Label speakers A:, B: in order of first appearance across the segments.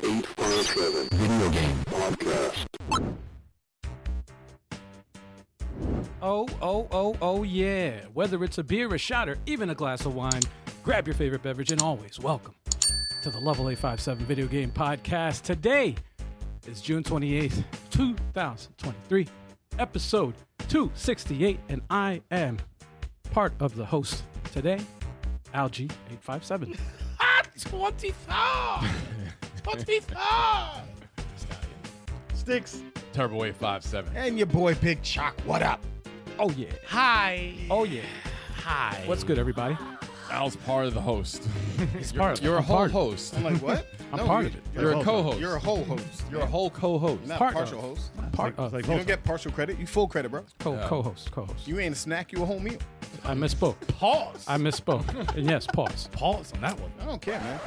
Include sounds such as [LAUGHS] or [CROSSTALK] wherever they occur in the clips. A: 24-7 Video Game Podcast.
B: Oh, oh, oh, oh, yeah. Whether it's a beer, a shot, or even a glass of wine, grab your favorite beverage and always welcome to the Level 857 Video Game Podcast. Today is June 28th, 2023, episode 268, and I am part of the host today, Algie 857.
C: [LAUGHS]
D: 25! Sticks. Turbo Wave 57.
C: And your boy Big Chalk, what up?
B: Oh, yeah.
D: Hi.
B: Oh, yeah.
D: Hi.
B: What's good, everybody?
D: Al's part of the host.
B: It's part
D: You're a
B: I'm
D: whole
B: part of it.
D: host.
C: I'm like, what?
B: I'm part of it.
D: You're a co-host.
C: You're a whole host.
D: You're a whole co-host.
C: not
B: part
C: partial
B: of-
C: host.
B: Part of
C: You don't get partial credit. You full credit, bro.
B: co- co-host, co-host.
C: You ain't a snack. You a whole meal.
B: I misspoke.
C: Pause.
B: I
C: [LAUGHS]
B: misspoke. and yes, pause.
E: pause on that one.
C: I don't care, man.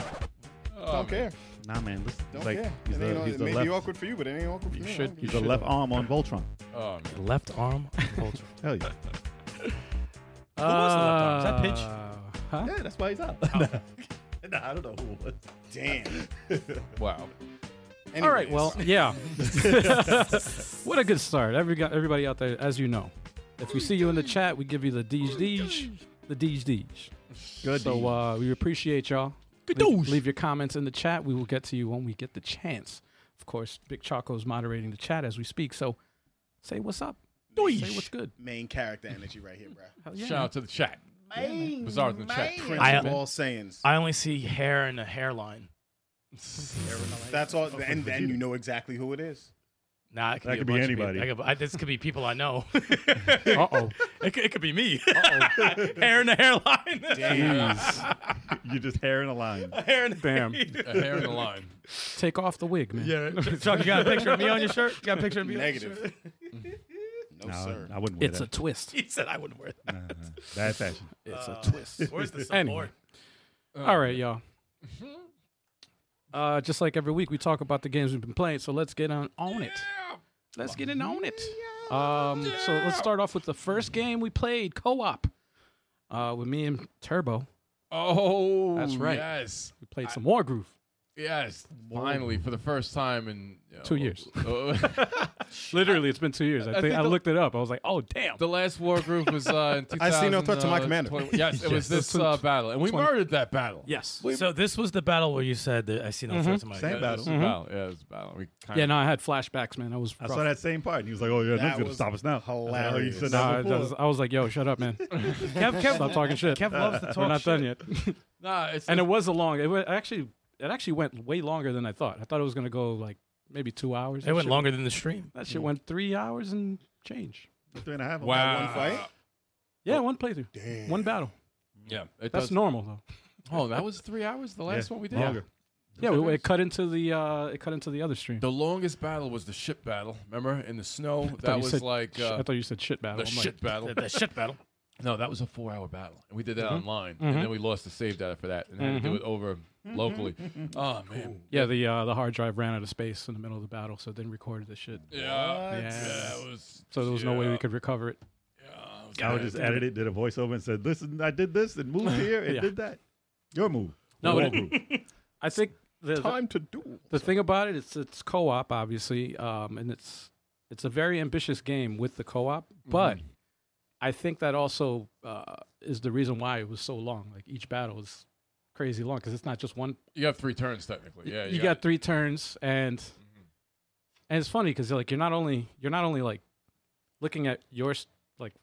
C: don't care.
E: Nah, man. This,
C: Don't
E: like,
C: care.
E: He's
C: It,
E: the,
C: ain't,
E: he's
C: it
E: the
C: may be
E: left,
C: awkward for you, but it ain't awkward for me. I
D: should-
C: don't
E: he's
C: give
E: the left arm on Voltron.
D: Um,
B: Left arm
E: Hell yeah.
B: Uh,
E: Who was the left
F: Uh,
B: Huh?
E: Yeah, that's why he's out. nah, I don't know who it was.
C: a- Damn.
D: wow.
B: All right. Well,
C: Anyways.
B: yeah. [LAUGHS] what a good start. Every got everybody out there, as you know, if we see you in the chat, we give you the deej deej, the deej deej.
E: Good.
B: So
E: dude.
B: uh, we appreciate y'all. Leave, leave your comments in the chat. We will get to you when we get the chance. Of course, Big Chaco's moderating the chat as we speak. So say what's up. Say what's good.
C: main character energy right here, bro.
B: Hell yeah.
D: Shout out to the chat. Bizarre in the chat.
C: Prince of all sayings.
F: I only see hair and a hairline.
C: That's all. And then you know exactly who it is.
F: Nah, it could
E: That
F: be, a
E: could be
F: bunch of
E: anybody.
F: people. That could- I- this could be people
E: [LAUGHS]
F: I know.
B: Uh oh.
F: it, could, it could be me. [LAUGHS] hair and a hairline.
E: Jeez. you just hair in a line.
F: [LAUGHS] hair and
B: Bam. [LAUGHS]
D: A hair in the line.
B: Take off the wig, man.
F: Yeah, Chuck, you got a picture of me on your shirt? You got a picture of me? on your shirt?
C: Negative. [LAUGHS]
E: [LAUGHS]
C: no,
E: No,
C: sir.
E: I wouldn't wear
B: It's a
E: that.
B: twist.
F: [LAUGHS] He said I wouldn't wear that.
E: Bad fashion.
B: It's a twist.
F: Where's the support?
B: Anyway. All right, y'all. Uh, just like every week, we talk about the games we've been playing. So let's get on on it. Let's get in on it. Um, so let's start off with the first game we played, co-op, uh, with me and Turbo.
D: Oh,
B: That's right.
D: Yes.
B: We played some War Groove.
D: Yes. Finally, for the first time in you know,
B: Two
D: [LAUGHS]
B: years.
D: uh,
B: Literally, it's been two years. I, think,
D: think
B: I
D: the-
B: looked it up. I was like, oh damn.
D: the last war group was uh, in 2000.
C: [LAUGHS] I see no threat to my commander.
D: uh, 20 Yes,
C: [LAUGHS]
D: it was
B: Yes.
D: this uh, battle, and we murdered that battle.
B: yes.
F: So this was the battle where you said that I
B: Mm-hmm.
F: see no threat to my
D: Yeah,
E: Same
D: it was
E: battle.
C: Mm-hmm.
D: a battle. Yeah, it was a battle. We kind
B: Yeah.
D: of
B: No, I had flashbacks, man. I was.
E: I
B: rough.
E: saw that same part, and he was like, "Oh, yeah, nothing's gonna
C: was
E: stop us now."
C: hilarious.
E: I was like, "Oh, you said
B: Nah,
E: that
B: I,
E: before."
B: was, I was like, yo, shut [LAUGHS] up, man.
F: Kev, Kev,
B: Stop talking shit.
F: Kev loves
E: Uh,
F: to talk
B: We're not
F: shit.
B: done yet.
D: Nah, it's
B: and it was a long. It wa- actually, it actually went way longer than I thought. I thought it was gonna go like maybe two hours.
F: It
B: That
F: went
B: shit-
F: longer than
E: [LAUGHS]
F: the stream.
B: That shit went three hours and
D: Oh.
B: change.
E: Three and a half.
D: wow.
C: One fight.
B: Yeah, one playthrough, one battle.
D: Yeah, it
B: That's
D: does.
B: normal though.
D: oh, that was three hours. The last one we did.
E: Longer.
B: Yeah, we, it cut into the uh, it cut into the other stream.
D: The longest battle was the ship battle. Remember in the snow?
B: I thought
D: That
B: you
D: was
B: said
D: like
B: sh-
D: uh,
B: I thought you said shit battle.
D: the
B: I'm like,
D: shit battle.
F: The, the shit battle.
D: No, that was a four-hour battle, and we did that
B: Mm-hmm.
D: online, and then we lost the save data for that, and had to do it over
C: Mm-hmm.
D: locally. Oh man,
B: yeah, the uh, the hard drive ran out of space in the middle of the battle, so it didn't record the shit.
D: yeah,
B: Yeah.
D: yeah, it was.
B: So there was no way
D: yeah,
B: we could recover it.
D: yeah, it was
E: I would
D: bad.
E: just added it, did a voiceover, and said, "Listen, I did this and moved here and
B: Yeah.
E: did that." Your move.
B: No,
E: Your
B: but it-
E: move.
B: I think the, the-
C: Time to do.
B: The thing about it, it's it's co-op obviously, um, and it's it's a very ambitious game with the co-op.
D: Mm-hmm.
B: But I think that also uh, is the reason why it was so long. Like each battle is crazy long because it's not just one.
D: You have three turns technically. Yeah, Mm-hmm.
B: you, got three turns, and and it's funny because like you're not only you're not only like looking at your s- like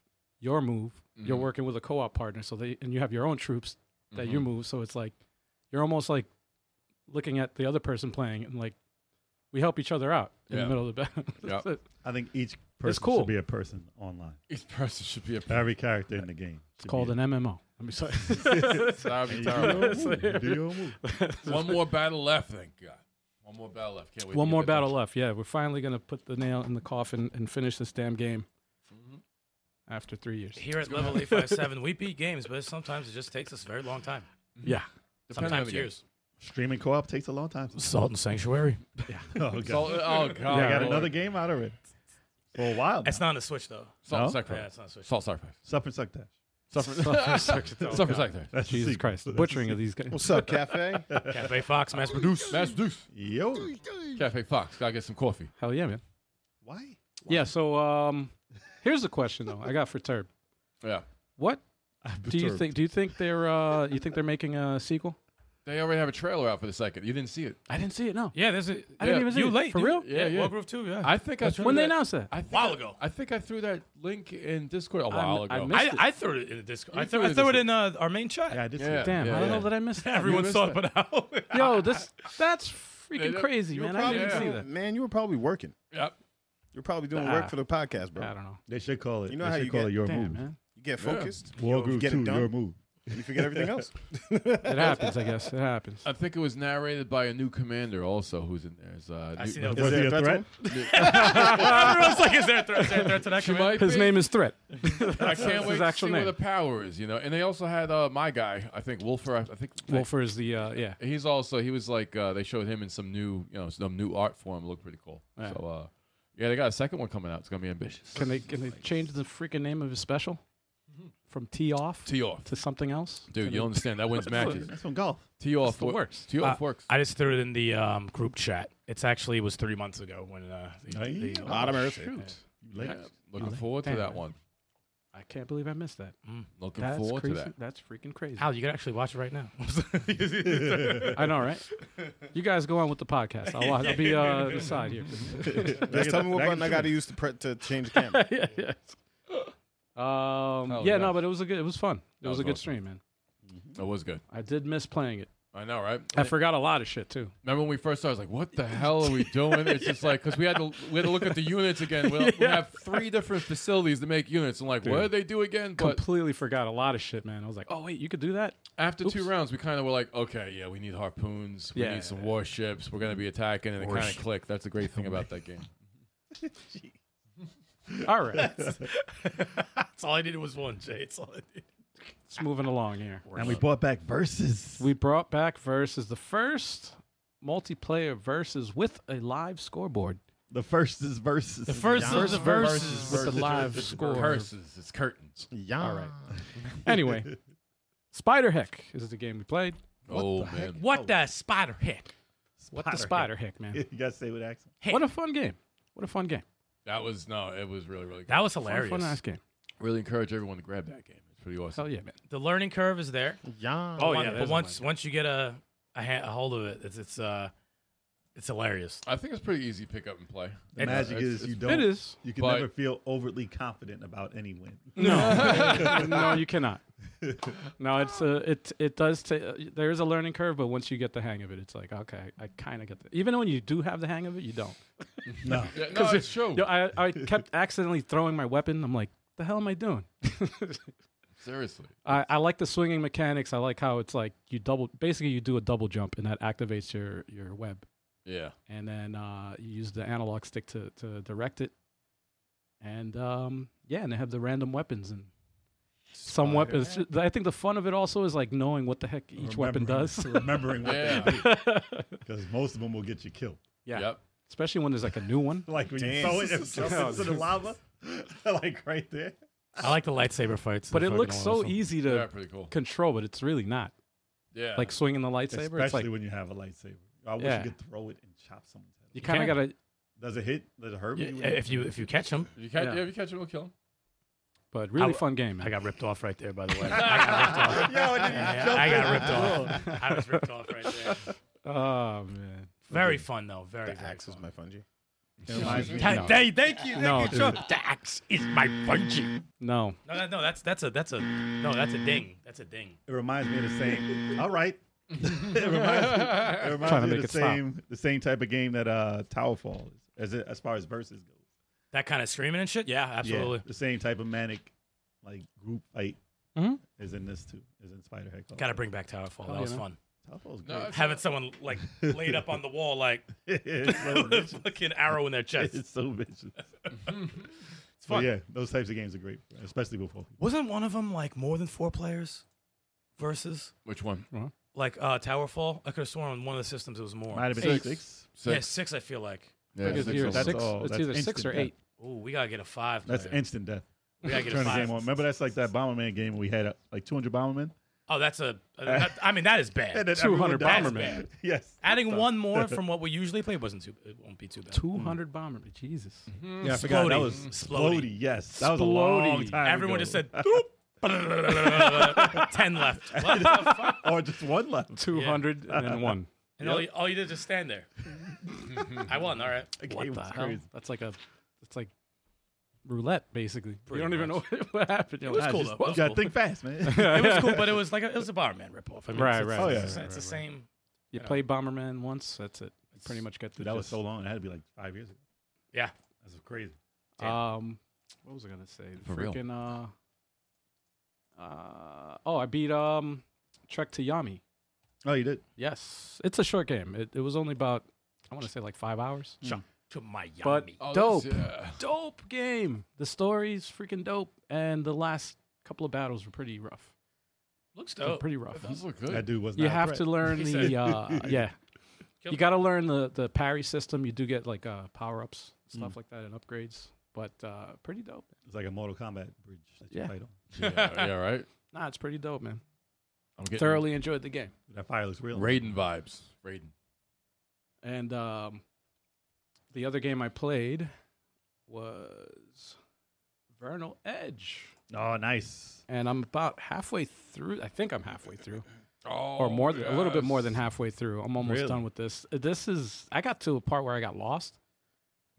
B: your move. You're
D: Mhm.
B: working with a co-op partner, so they and you have your own troops that
D: Mm-hmm.
B: you move. So it's like you're almost like looking at the other person playing and like we help each other out in
D: Yeah.
B: the middle of the battle.
D: Yep.
B: [LAUGHS] That's it.
E: I think each person
B: cool.
E: should be a person online.
D: Each person should be a.
E: Every character in the game.
B: It's called
E: [LAUGHS]
B: an MMO. Let me say. [LAUGHS]
D: That [LAUGHS] would be terrible.
E: MMO.
D: One more battle left, thank God. One more battle left. Can't wait.
B: One
D: to
B: more
D: get that
B: battle left. Yeah, we're finally gonna put the nail in the coffin and finish this damn game Mm-hmm. after three years.
F: Here at Level 857, we beat games, but sometimes it just takes us a very long time.
B: Yeah.
D: Depending on
F: Sometimes
D: the game.
F: years.
E: Streaming co-op takes a long time.
F: Salt and Sanctuary.
E: [LAUGHS] Oh god,
D: Salt- oh God!
E: I got
D: Lord.
E: another game out of it for a while.
F: It's not on the Switch, though.
D: Salt
E: No?
D: sacrifice.
B: [LAUGHS]
F: Yeah, it's not on the Switch.
D: Salt sacrifice.
E: Sup and suck dash.
D: Suffer,
B: Suffer secretary.
D: suffer sector.
E: That's the
B: Jesus
E: sequel.
B: Christ, the
E: [LAUGHS] That's the
B: butchering of these guys.
C: What's up, Cafe?
F: Cafe Fox, mass produced.
D: Master Deuce.
E: [LAUGHS] Yo.
D: Cafe Fox. Gotta get some coffee.
B: Hell yeah, man.
C: Why?
B: Yeah. So um, here's the question though. I got for Turb.
D: Yeah.
C: [LAUGHS]
B: What do you
E: Perturbed.
B: think? Do you think they're uh, you think they're making a sequel?
D: They already have a trailer out for the second. You didn't see it.
B: I didn't see it. No.
F: Yeah, there's a.
B: I didn't
D: Yeah.
B: even see
F: You
B: it.
F: late
B: for
F: dude.
B: real?
D: Yeah, yeah.
F: War Grove Two. Yeah.
D: I think I threw
B: When they
D: that-
B: announced that?
D: I think
F: While
D: I-
F: ago.
D: I think I threw that link in Discord a while
B: I
D: ago.
B: missed
F: I, I threw it in the Discord. I
D: You threw
F: threw,
D: it
F: I
D: in
F: threw it
D: Discord.
F: in uh, our main chat.
E: Yeah, I just
D: Yeah.
B: Damn. I don't know
D: Yeah.
B: that I
D: [LAUGHS]
B: missed that.
F: Everyone
D: missed
F: saw it, but out. [LAUGHS]
B: Yo, this that's freaking
D: that-
B: crazy,
D: you
B: man.
D: were
B: I didn't
D: probably-
B: see
D: yeah.
B: that.
C: Man, you were probably working.
D: Yep.
C: You're probably doing work
B: Ah.
C: for the podcast, bro.
B: I don't know.
E: They should call it.
C: You know
E: they
C: how
E: should
C: you
E: call
C: get-
E: it your
B: Damn,
E: move.
B: man.
C: You get focused.
E: War
C: you
E: Group
C: get it
E: Two, your
C: done.
E: move.
C: You forget everything else.
B: It happens, I guess. It happens.
D: [LAUGHS] I think it was narrated by a new commander also who's in there. It's, uh,
F: I
D: new-
F: seen that.
E: Was
C: there
E: he
C: a
E: a
C: threat to
E: threat?
F: [LAUGHS] Everyone's like, is there a threat? Is there a threat to that?
D: She
F: command?
D: might
B: His
D: be.
B: name is Threat.
D: I can't wait to
B: actual
D: see where
B: name.
D: the power is, you know. And they also had uh, my guy, I think Wolfer. I, I think
B: Wolfer is the uh, yeah.
D: he's also he was like uh, they showed him in some new, you know, some new art form. It looked pretty cool. So uh, yeah, they got a second one coming out. It's gonna be ambitious.
B: Can they can they change the freaking name of his special
D: Mm-hmm.
B: from T off
D: Tee off,
B: to something else?
D: dude. You don't understand that
B: [LAUGHS]
D: wins matches.
E: That's from golf.
D: Tee off
B: the
D: wor-
B: worst. Uh,
D: Tee off works.
F: I just threw it in the um, group chat. It's actually it was three months ago when uh, the, the,
E: Aye.
C: Lot of mercy.
D: Shoot.
E: You late.
D: Yeah, looking forward to
B: Damn.
D: that one.
B: I can't believe I missed that.
F: Mm.
D: Looking
B: That's
D: forward
B: crazy.
D: to that.
B: That's freaking crazy.
F: Al, you can actually watch it right now.
B: I know,
D: [LAUGHS]
B: right? You guys go on with the podcast. I'll, watch, I'll be uh,
D: [LAUGHS]
B: the side here.
C: Just tell me what
E: Back
C: button I
E: into
C: got to use to, pre- to change the camera.
B: yeah, yes. Um,
D: Oh,
B: yeah,
D: yeah.
B: no, but it was a good. It was fun. It
D: That
B: was,
D: was
B: a good
D: awesome.
B: stream, man.
D: That was good.
B: I did miss playing it.
D: I know, right?
B: I forgot a lot of shit too.
D: Remember when we first started? I was like, "What the hell are we doing?" It's just like because we had to we had to look at the units again. We, we have three different facilities to make units. I'm like, "What did they do again?" But
B: Completely forgot a lot of shit, man. I was like, oh wait, you could do [LAUGHS] that.
D: after two rounds, we kind of were like, "Okay, yeah, we need harpoons. We
B: Yeah.
D: need some warships. We're gonna be attacking," and it kind of clicked. That's the great thing about that game.
B: All right, it's
F: [LAUGHS] That's all I needed was one, Jay. It's all I needed.
B: moving along here.
E: And we brought back verses.
B: We brought back versus the first multiplayer versus with a live scoreboard.
E: The first is verses. The
F: First,
B: First
F: the
B: versus,
F: verses.
B: with the live score.
D: Curses, it's curtains.
C: Yeah. All right.
E: [LAUGHS]
B: Anyway, [LAUGHS] Spider Heck is the game we played.
D: oh man,
F: What the spider heck?
B: What the Spider Heck, man?
E: [LAUGHS] you gotta say with accent.
B: What a fun game. What a fun game.
D: that was no, it was really really. Good.
F: That was
B: What a
F: hilarious.
B: fun ass game.
D: Really encourage everyone to grab that game. It's pretty awesome.
B: Hell yeah, man.
F: the learning curve is there.
C: Yeah.
F: Oh
B: yeah, there's
F: but
B: a
F: once once you get a a, ha- a hold of it, it's it's uh it's hilarious.
D: I think it's pretty easy to pick up and play.
E: The
F: It's-
E: magic
D: it's-
E: is you
D: it's-
E: don't.
B: It is.
E: You can
D: But-
E: never feel overtly confident about any win.
B: [LAUGHS] No, no, you cannot. No, it's uh, it it does. ta- uh, there is a learning curve, but once you get the hang of it, it's like okay, I kind of get the. Even when you do have the hang of it, you don't.
E: No.
D: Yeah, no, it's true.
B: [LAUGHS] Yo, I I kept accidentally throwing my weapon. I'm like, the hell am I doing? [LAUGHS]
D: Seriously.
B: I, I like the swinging mechanics. I like how it's like you double. Basically, you do a double jump, and that activates your your web,
D: Yeah.
B: and then uh, you use the analog stick to to direct it. And um, yeah, and they have the random weapons and some weapons. I think the fun of it also is like knowing what the heck [LAUGHS] each weapon
E: Remembering-
B: does. [LAUGHS]
E: [LAUGHS] Remembering what
D: Yeah.
E: they do. Because most of them will get you killed.
B: yeah,
D: Yep.
B: especially when there's like a new one.
E: Like when you
C: Damn.
E: throw
B: [LAUGHS]
E: it and it jumps into the lava, [LAUGHS] like right there.
F: I like the lightsaber fights.
B: But
F: They're
B: it looks
F: fucking
B: so
F: awesome.
B: easy
D: Yeah,
B: to
D: pretty cool.
B: control, but it's really not.
D: Yeah.
B: Like swinging the lightsaber,
E: Especially
B: it's like
E: when you have a lightsaber. I wish
B: Yeah.
E: you could throw it and chop someone's head.
B: you kind of
F: can.
B: gotta.
E: off. Does it hit? Does it hurt
F: Yeah,
E: me? when
F: if you if you catch them,
D: if you catch,
B: yeah.
D: yeah. if you catch him, we'll kill him.
B: But really
F: w-
B: fun game. Man.
F: I got ripped off right there.
E: [LAUGHS]
F: By the way, I got ripped off.
E: Yo, and then you
F: Yeah,
E: jump
F: I
E: in.
F: got ripped off. [LAUGHS] I was ripped off right there.
B: oh man.
F: Very fun though. Very
C: The
F: very
C: axe is
F: fun.
C: my fungi.
E: It reminds me-
F: Th- they- thank you. Thank
B: No,
F: you,
B: dude.
F: Trump. The axe is my punching.
B: No.
F: No, no, no, that's that's a that's a no, that's a ding. That's a ding.
E: it reminds me of the same.
B: [LAUGHS]
E: All right. [LAUGHS] it reminds me, it reminds
B: Trying to
E: me
B: make
E: of
B: it
E: the
B: stop.
E: same the same type of game that uh Towerfall is as it, as far as verses goes.
F: That kind of screaming and shit. Yeah, absolutely.
E: Yeah, the same type of manic like group fight
F: Mm-hmm.
B: Mhm.
E: is in this too. Is in Spider Heck. also.
F: Got to bring back Towerfall.
B: Hell
F: that was
B: yeah.
F: fun.
E: Towerfall's
D: No,
E: great.
D: it's-
F: Having someone like laid up on the wall like
E: [LAUGHS] it's, so
F: [LAUGHS] with a
E: vicious.
F: fucking arrow in their chest.
E: it's so
F: [LAUGHS]
E: vicious.
F: It's
E: But
F: fun.
E: yeah, those types of games are great, especially before.
F: Wasn't one of them like more than four players versus
D: Which one?
F: like uh Towerfall? I could have sworn on one of the systems it was more.
E: Might have been
D: Six.
E: six.
F: yeah, six. I feel like.
D: Yeah,
B: It's
D: six
B: either
D: or
E: that's
B: six,
E: all.
B: it's
E: That's
B: either six
E: instant
B: or
E: death.
B: eight.
F: Ooh, we gotta get a five.
E: That's
F: player.
E: instant death.
F: We gotta get
E: Turn
F: a
E: the
F: five.
E: game on. Remember that's like that Bomberman game we had uh, like 200 Bomberman.
F: Oh,
B: [LAUGHS]
F: that's a. that- I mean, that is
E: And
F: bad.
E: then everyone
B: 200
E: died.
F: Bomberman.
E: [LAUGHS] Yes.
F: Adding one
B: [LAUGHS]
F: more from what we usually play wasn't too. It won't be too bad.
B: Two hundred bomber. Jesus.
E: Yeah, I forgot that
F: Splody.
E: was
F: Splody.
E: Splody. Yes, that was a
B: Splody.
E: long time.
F: Everyone
E: ago.
F: just
B: [LAUGHS]
F: said. "Doop." [LAUGHS] Ten left. What the fuck?
E: [LAUGHS] or just one
F: [LAUGHS]
E: left.
B: Two hundred and then one.
F: And all, you, all you did is just stand
B: [LAUGHS]
F: there. I won. All right.
E: That
B: What
E: game
B: the
E: was
B: hell?
E: crazy.
B: That's like a. It's like roulette, basically.
F: Pretty
B: you don't even
F: much.
B: know [LAUGHS] what happened. You're
F: It was
B: like,
F: cool
B: "Ah,
F: though. It
E: You
F: was
E: gotta
F: cool.
E: think fast,
F: [LAUGHS]
E: man.
B: [LAUGHS]
F: it was cool, but it was like a, it was a barman ripoff. I mean,
B: Right,
F: it's,
B: right.
F: It's,
E: Oh, yeah.
F: it's, it's the same.
B: You play Bomberman once, that's it. You pretty much got the
E: Dude, that was
B: gist.
E: so long. It had to be like five years ago.
F: Yeah.
E: That's crazy.
F: damn.
B: Um, what was I gonna say?
D: For real.
B: Freaking uh, uh, oh, I beat um, Trek to Yami.
E: Oh, you did.
B: Yes, it's a short game. It, it was only about I want to say like five hours.
F: To my yummy.
B: But
D: Oh,
B: dope,
D: this- yeah.
B: dope game. The story's freaking dope, and the last couple of battles were pretty rough.
F: Looks
B: They're
F: dope.
B: pretty rough.
D: Those look good.
E: That dude was.
B: you
E: not a
B: have
E: threat.
B: to [LAUGHS]
E: [LAUGHS]
B: learn
F: He
B: the
F: said-
B: uh, yeah. You
F: Kill him.
B: got to learn the the parry system. You do get like uh, power ups, stuff like that, and upgrades. But uh, pretty dope.
E: It's like a Mortal Kombat bridge that you
B: Yeah.
E: fight on.
B: [LAUGHS]
D: yeah, [LAUGHS] yeah, right.
B: Nah, it's pretty dope, man.
D: I'm getting
B: Thoroughly enjoyed the game.
E: That fire looks real.
D: Raiden vibes. Raiden.
B: And um, the other game I played was Vernal Edge.
E: Oh, nice.
B: And I'm about halfway through. I think I'm halfway through,
D: Oh,
B: or more, th- a little bit more than
D: yes.
B: halfway through. I'm almost
E: Really?
B: done with this. Uh, This is. I got to a part where I got lost.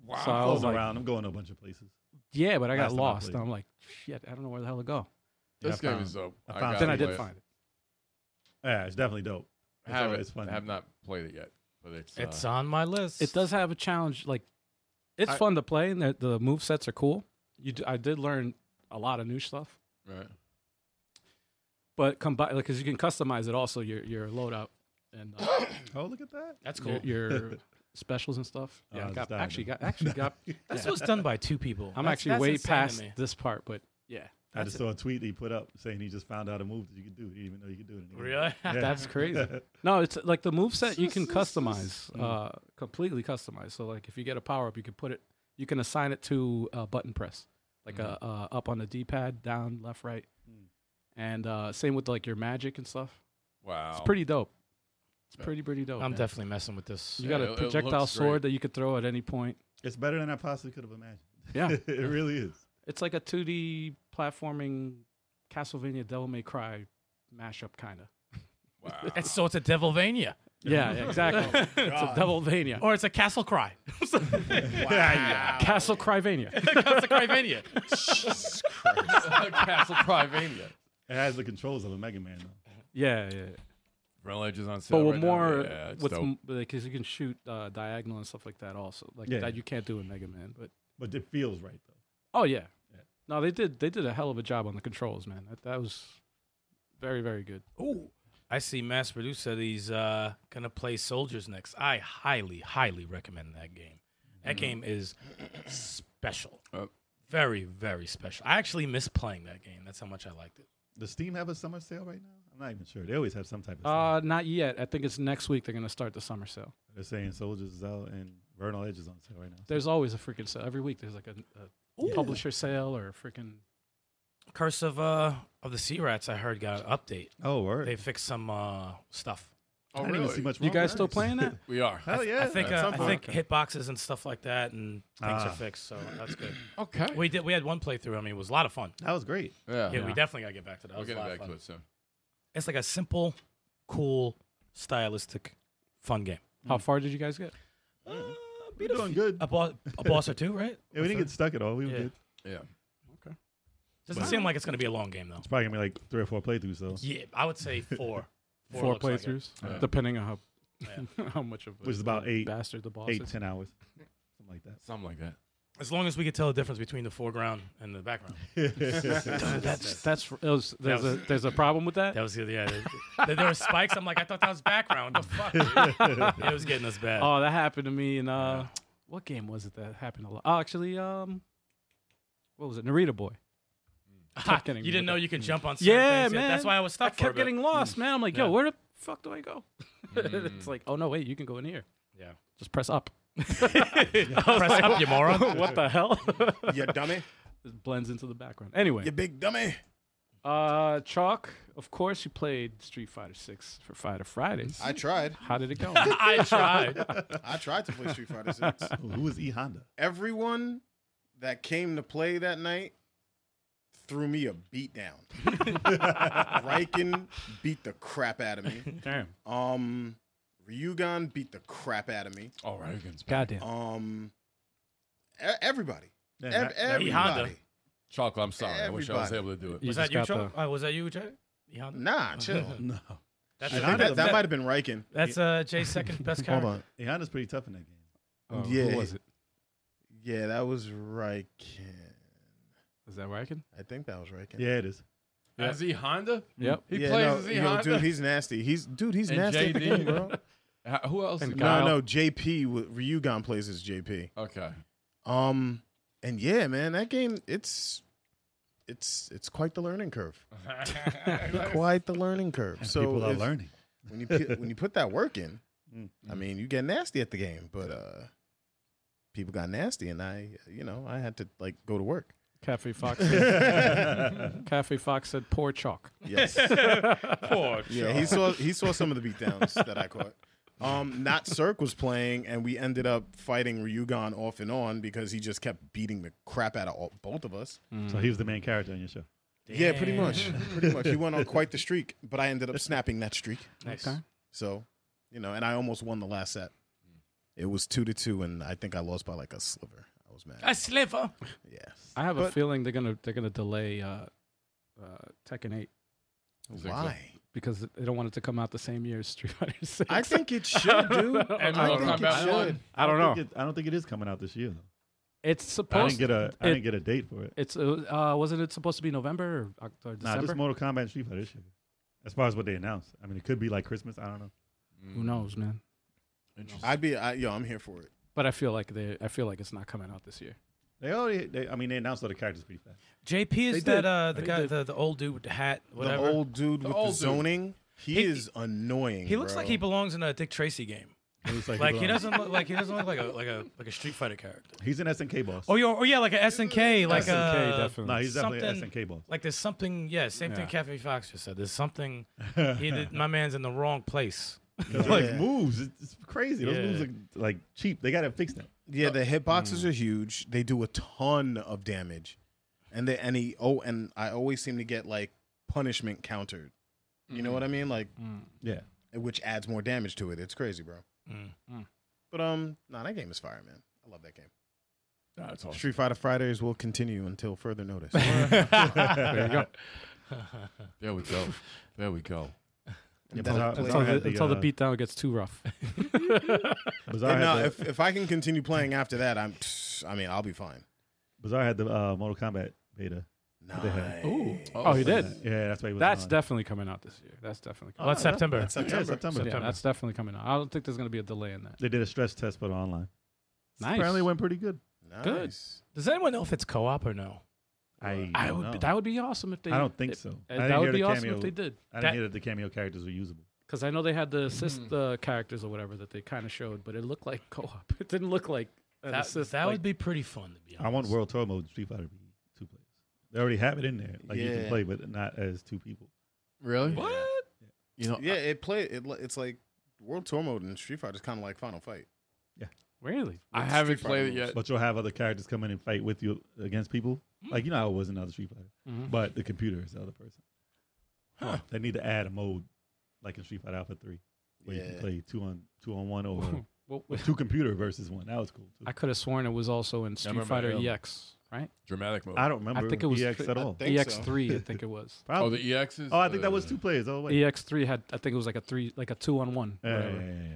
D: Wow.
B: So I was
E: Closing
B: like,
E: around. I'm going to a bunch of places.
B: yeah, but I
E: Last
B: got
E: time I
B: lost.
E: played.
B: and I'm like, shit, I don't know where the hell to go.
D: this
E: Yeah,
D: game
E: I found-
D: is dope.
E: I found-
D: gotta
B: Then I
D: play
B: did
D: it.
B: find it.
E: Yeah, it's definitely dope. It's
D: Have
E: alright,
D: it.
E: it's fun.
D: I have not played it yet, but it's.
F: It's
D: uh,
F: on my list.
B: It does have a challenge. Like, it's
D: I-
B: fun to play, and the, the move sets are cool. You, d- I did learn a lot of new stuff.
D: right.
B: but combine like because you can customize it also your your loadout and uh,
E: Oh, look at that.
F: That's
B: your,
F: cool.
B: your specials and stuff.
E: Oh,
B: Yeah, I
E: it's
B: got,
E: dying,
B: actually
E: man.
B: got actually
E: [LAUGHS]
B: got. [LAUGHS]
F: This
B: yeah.
F: was done by two people.
B: I'm
F: That's-
B: actually
F: that's
B: way
F: insane to
B: past
F: me.
B: this part, but yeah,
E: I
F: That's
E: just
F: it.
E: saw a tweet that he put up saying he just found out a move that you could do. He didn't even know you could do it. anymore. Hmm.
F: Really?
E: [LAUGHS]
F: [LAUGHS]
E: Yeah.
B: that's crazy. No, it's like the move set you can customize,
E: Mm.
B: uh, completely customize. So like if you get a power up, you can put it, you can assign it to a button press, like uh
F: Mm-hmm.
B: uh, up on the D-pad, down, left, right,
E: Mm.
B: and uh, same with like your magic and stuff.
D: Wow.
B: It's pretty dope. It's
D: Yeah.
B: pretty pretty dope.
F: I'm
B: man.
F: definitely messing with this.
B: You
D: Yeah,
B: got
D: it-
B: a
D: it
B: projectile
D: looks
B: sword that you could throw at any
F: [LAUGHS]
B: point.
E: It's better than I possibly could have imagined.
B: Yeah,
E: [LAUGHS] it really is.
B: it's like a 2D platforming Castlevania Devil May Cry mashup, kind of.
D: Wow. [LAUGHS]
F: It's, so it's a Devilvania,
B: Yeah, yeah, [LAUGHS] exactly. it's a Devilvania.
F: or it's a Castle Cry. [LAUGHS] it's a
E: Yeah.
B: Castle Cryvania.
F: Cryvania.
D: Jesus Christ. Castle Privania.
E: It has the controls of a Mega Man though.
B: yeah, yeah. yeah.
D: Real Edge is on sale.
B: But with
D: right now.
B: more,
D: Yeah, it's
B: with
D: dope.
B: because you can shoot uh, diagonal and stuff like that. Also, like
E: Yeah,
B: that
E: yeah.
B: you can't do in Mega Man. But
E: But it feels right though.
B: oh yeah.
E: Yeah.
B: no, they did they did a hell of a job on the controls, man. That, that was very very good.
F: Ooh. I see Mass Produce said he's uh, gonna play Soldiers next. I highly, highly recommend that game. That game is special.
D: Oh.
F: Very, very special. I actually miss playing that game. That's how much I liked it.
E: Does Steam have a summer sale right now? I'm not even sure. They always have some type of. Sale.
B: Uh, not yet. I think it's next week they're gonna start the summer sale.
E: They're saying Soldiers is out and Vernal Edge is on sale right now.
B: There's always a freaking sale every week. There's like a, a publisher sale or a freaking
F: Curse of uh of the Sea Rats, I heard got an update.
E: oh, word.
F: They fixed some uh, stuff.
E: I
D: Oh,
E: didn't even see
D: really?
E: much.
B: You
E: wrong
B: guys
E: with
B: still playing [LAUGHS] that?
D: We are.
E: Hell yeah!
F: I think
E: at
F: uh,
E: some
F: I
E: point.
F: think hitboxes and stuff like that, and things
E: Ah.
F: are fixed. So that's good.
D: Okay.
F: we did. We had one playthrough. I mean, it was a lot of fun.
E: that was great.
D: Yeah.
F: Yeah,
B: Yeah.
F: we definitely gotta get back to that. It
D: We'll
F: was a
D: get
F: lot
D: back
F: of fun.
D: to it soon.
F: It's like a simple, cool, stylistic, fun game.
B: How far did you guys get? Mm.
E: We're doing good.
F: Uh, A boss, a boss or two, right?
E: Yeah, we didn't get stuck at all. We were
F: Yeah.
E: good.
D: Yeah.
F: Doesn't seem like it's gonna be a long game though.
E: It's probably gonna be like three or four playthroughs though,
F: Yeah, I would say [LAUGHS] four.
B: Four
F: looks like it.
B: playthroughs,
D: Yeah.
B: depending on how [LAUGHS] how much of a
E: which is about eight,
B: bastard the boss
E: eight,
B: is.
E: ten hours, something like that.
D: Something like that.
F: As long as we could tell the difference between the foreground and the background.
B: That's that's it was, there's
F: was-
B: a there's a problem with that.
F: [LAUGHS] That was the yeah. there- there were spikes. I'm like, I thought that was background. What the
B: [LAUGHS]
F: fuck? dude? it was getting us bad.
B: oh, that happened to me in uh, what game was it that happened a lot? Oh, actually, um, what was it? Narita
F: [LAUGHS]
B: Boy. kept getting
F: you didn't
B: me
F: know
B: with
F: you can jump on.
B: that.
F: certain
B: Yeah,
F: things.
B: man.
F: That's why I was stuck.
B: I kept
F: for a bit. [LAUGHS]
B: getting lost, man. I'm like, yo,
F: Yeah. Mm.
B: where the fuck do I go? [LAUGHS] it's like, oh no, wait, you can go in here.
F: Yeah. [LAUGHS]
B: Just press up. [LAUGHS]
F: Press up, you moron.
B: what the hell?
C: [LAUGHS] You dummy.
B: [LAUGHS] It blends into the background. Anyway,
C: You big dummy.
B: uh, Chalk, of course, you played Street Fighter Six for Fighter Fridays.
G: I tried.
B: How did it go?
F: [LAUGHS] I tried.
G: I
C: I tried to play Street Fighter Six.
E: Who was E Honda?
C: Everyone that came to play that night threw me a beat down. Riken beat the crap out of me.
B: Damn.
C: Um, Ryugan beat the crap out of me.
D: All right, against
B: Goddamn.
C: Um, e- everybody,
E: Yeah,
C: Ev-
E: that- that-
C: everybody.
F: Honda.
D: Chocolate. I'm sorry. I wish I was
C: Everybody.
D: able to do it.
B: You
F: Was that
B: just
F: you,
B: got
F: Chuck? Oh, was that you, Jay? Yeah.
C: Nah, chill.
E: No.
F: That's,
C: I
E: Shit,
C: think
E: Honda-
C: that, that might have been Riken.
F: that's uh, Jay's second best character.
C: [LAUGHS] Hold on.
E: E Honda's pretty tough in that game.
B: the- uh,
C: Yeah.
B: Who was it?
C: Yeah, that was Riken.
B: Is that Riken?
C: I think that was Riken.
E: Yeah, it is.
D: As E Honda?
B: Yep.
D: He
C: Yeah,
D: plays
C: no,
D: as E
C: yo, dude,
D: Honda.
C: he's nasty. He's dude, he's
D: And
C: nasty, at the
D: JD.
C: [LAUGHS] game, bro.
D: Ha- Who else?
B: And
D: is-
B: Kyle.
C: No, no, JP with Ryugan plays as JP.
D: Okay.
C: Um, and yeah, man, that game it's it's it's quite the learning curve.
D: [LAUGHS]
C: [LAUGHS] quite the learning curve.
E: And
C: so
E: people are
C: if- [LAUGHS]
E: learning.
C: when you pu- when you put that work in,
E: [LAUGHS] Mm.
C: I mean, you get nasty at the game, but uh, people got nasty, and I, you know, I had to like go
D: [LAUGHS]
C: to work.
B: Cafe Fox. said- Cafe Fox said, "Poor Chalk."
C: Yes.
F: Poor
C: Yeah, he saw he saw some of the beatdowns that I caught. Um, not Cirque was playing, and we ended up fighting Ryugan off and on because he just kept beating the crap out of all, both of us.
B: Hmm.
E: So he was the main character on your show.
C: Yeah, pretty much, pretty much. He went on quite the streak, but I ended up snapping that streak.
F: Nice.
B: Okay.
C: So, you know, and I almost won the last set. It was two to two, and I think I lost by like a sliver. I was mad.
F: A sliver.
C: Yeah,
B: I have a
C: But-
B: feeling they're gonna they're gonna delay uh, uh, Tekken Eight
C: why?
B: because they don't want it to come out the same year as Street [LAUGHS] Fighter Six.
C: I think it should,
F: [LAUGHS]
C: dude.
D: And
C: I
D: Mortal
C: think it
D: Kombat
C: should.
D: One.
B: I don't know.
E: think it- I don't think it is coming out this year. Though.
B: It's
E: I
B: supposed.
E: didn't get a. I
B: it-
E: didn't get a date for it.
B: It's uh, uh, wasn't it supposed to be November or, Oct- or
E: Nah,
B: December?
E: just Mortal Kombat and Street Fighter this year. As far as what they announced, I mean, it could be like Christmas. I don't know.
B: Who knows, man?
D: Interesting.
C: I'd be, I, yo, I'm here for it.
B: But I feel like they I feel like it's not coming out this year.
E: They already. They, I mean, they announced all the characters pretty fast.
F: JP
C: They
F: is that
C: did.
F: uh, the
B: They
F: guy,
B: did.
F: the, the old dude with the hat, whatever.
C: The old dude
D: The
C: with
D: old
C: the
D: dude.
C: zoning, he,
F: He-
C: is annoying.
F: he looks
C: bro.
F: like he belongs in a Dick Tracy game.
E: It was like,
F: Like he doesn't look like he doesn't look like a like a like a Street
E: [LAUGHS]
F: Fighter character.
E: He's an SNK boss.
F: Oh, yeah, oh yeah, like a SNK, like
B: SNK,
C: Uh,
F: a
B: definitely.
E: no, he's definitely an
F: something-
B: [LAUGHS]
E: SNK boss.
F: like there's something. Yeah, same thing.
B: Yeah.
F: Cafe Fox just said. There's something. He, did, my man's in the wrong place.
E: Like
C: Yeah.
E: moves, it's, it's crazy. Those
F: Yeah.
E: moves are like cheap. They gotta fix
B: [LAUGHS]
E: them.
C: Yeah, the hitboxes are huge. They do a ton of damage, and they and he oh, and I always seem to get like punishment countered. You know what I mean? Like
E: Yeah.
C: which adds more damage to it. It's crazy, bro.
F: Mm.
B: Mm.
C: But um, nah, that game is fire, man. I love that game.
D: That's awesome.
C: Street Fighter Fridays will continue until further notice.
B: There you go.
D: There we go. There we go.
E: but
C: And then
E: how-
C: I'll play-
B: Until
E: Bizarre
B: the,
E: had the,
B: until the
E: uh,
B: beatdown gets too rough.
E: Bizarre
C: And
E: had,
C: no,
E: the,
C: if, if I can continue playing after that, I'm. I mean, I'll be fine.
E: Bizarre had the uh, Mortal Kombat beta. They
C: Nice.
E: had-
B: Oh, he did.
E: Yeah, that's why he was.
B: That's
E: on.
B: definitely coming out this year. That's definitely coming.
F: Well, that's September.
C: Oh, That's
E: Yeah,
C: September.
E: September.
B: Yeah, that's definitely coming out. I don't think there's gonna be a delay in that.
E: They did a stress test for the online.
B: Nice.
E: Apparently, it went pretty good.
F: Good.
C: Nice.
F: Does anyone know if it's co-op or no?
E: I,
B: I
E: don't
B: would.
E: know.
B: That would be awesome if they.
E: I don't think
B: if-
E: so.
B: uh,
E: I didn't
B: that
E: hear
B: would
E: the
B: be awesome
E: cameo.
B: if they did,
E: I didn't
F: that-
E: hear that the cameo characters were usable.
B: because I know they had the assist uh, characters or whatever that they kind of showed, but it looked like co-op. [LAUGHS] It didn't look like an
F: That,
B: assist.
F: that
B: like,
F: would be pretty fun to be honest.
E: I want World Tour mode in Street Fighter be two players. They already have it in there. Like you can
C: Yeah.
E: play, but not as two people.
D: Really?
C: What?
D: You know,
C: Yeah, it play. It, li- it's like World Tour mode in Street Fighter is kind of like Final Fight.
B: really.
D: I
C: Street
D: haven't
C: Fighter
D: played it
C: rules.
D: yet.
E: But you'll have other characters come in and fight with you against people.
B: Mm.
E: Like you know how it was in other Street Fighter,
B: [LAUGHS] Mhm.
E: but the computer is the other person. They need to add a mode like in Street Fighter Alpha Three, where you
C: Yeah.
E: can play two on two on
B: [LAUGHS]
E: one or
B: Well,
E: two computer versus one. That was cool. Too.
B: I could have sworn it was also in Street
D: remember
B: Fighter
D: Halo.
B: EX, right?
D: Dramatic mode.
E: I don't remember.
B: I think it was
E: EX
B: three-
E: at
C: I
E: all.
C: think so.
B: EX three, I
E: [LAUGHS]
B: think it was. E
D: Oh,
E: Probably.
D: the EXs?
E: Oh, I think that was
D: Uh,
E: two players. Oh wait.
B: EX three had, I think it was like a three, like a two on one.
E: Yeah, yeah,
B: whatever.
E: yeah, yeah, yeah.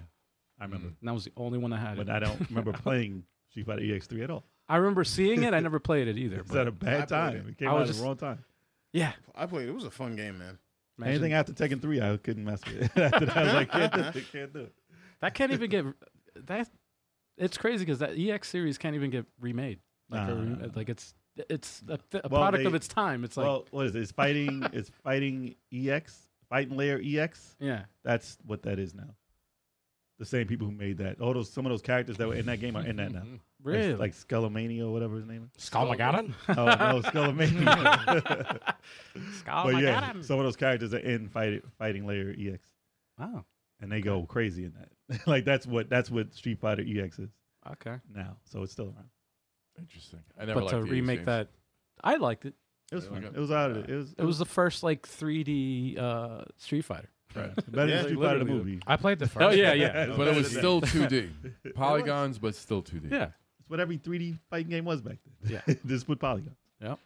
E: I remember,
B: And that was the only one that had
E: but
B: it.
E: I
B: [LAUGHS]
E: don't remember playing Street Fighter EX three at all.
B: I remember seeing
E: [LAUGHS]
B: it. I never played it either.
E: It's at
B: But
E: a bad
C: I played
E: time. It came
B: I
E: out
B: was
E: at the
B: just-
E: wrong time.
B: yeah,
C: I played. It was a fun game, man.
B: imagine-
E: Anything after Tekken three, I couldn't mess with. It. [LAUGHS] after that, I was like, can't do it, can't do it.
B: that can't even get that. It's crazy because that EX series can't even get remade. Like,
E: Nah,
B: a
E: nah,
B: re-
E: nah.
B: like it's it's a, a
E: Well,
B: product
E: they-
B: of its time. It's like
E: well, what is it? It's fighting. it's fighting EX. Fighting layer E EX.
B: yeah,
E: That's what that is now. the same people who made that. All those some of those characters that were in that game are in that
B: Mm-hmm.
E: now. Like-
B: [LAUGHS] Really?
E: Like, Skullomania or whatever his name is.
F: Skalmagadon?
B: [LAUGHS]
E: Oh no,
B: Oh
E: [LAUGHS] Skullomania. but yeah,
B: [LAUGHS]
F: Skalmagadon.
E: some of those characters are in fight, Fighting Layer EX,
B: wow.
E: and they go crazy in that. [LAUGHS] like that's what that's what Street Fighter EX is
B: Okay.
E: now. So it's still around.
D: Interesting. I never
B: but
D: liked
B: to
D: these
B: remake
D: games.
B: that, I liked it.
E: It was
D: Yeah,
E: fun.
D: okay.
E: It was out of it. It was
B: It was the first like 3D uh, Street Fighter.
D: Right.
E: [LAUGHS] better
C: Yeah,
E: than Street Fighter the
B: literally.
E: movie.
F: I played the first.
B: Oh yeah,
E: [LAUGHS]
B: yeah.
D: But it was
E: Better
D: still
E: than-
D: 2D. Polygons, but still 2D.
B: Yeah.
E: [LAUGHS] It's what every 3D fighting game was back then.
B: Yeah.
E: [LAUGHS] just put polygons.
B: Yep.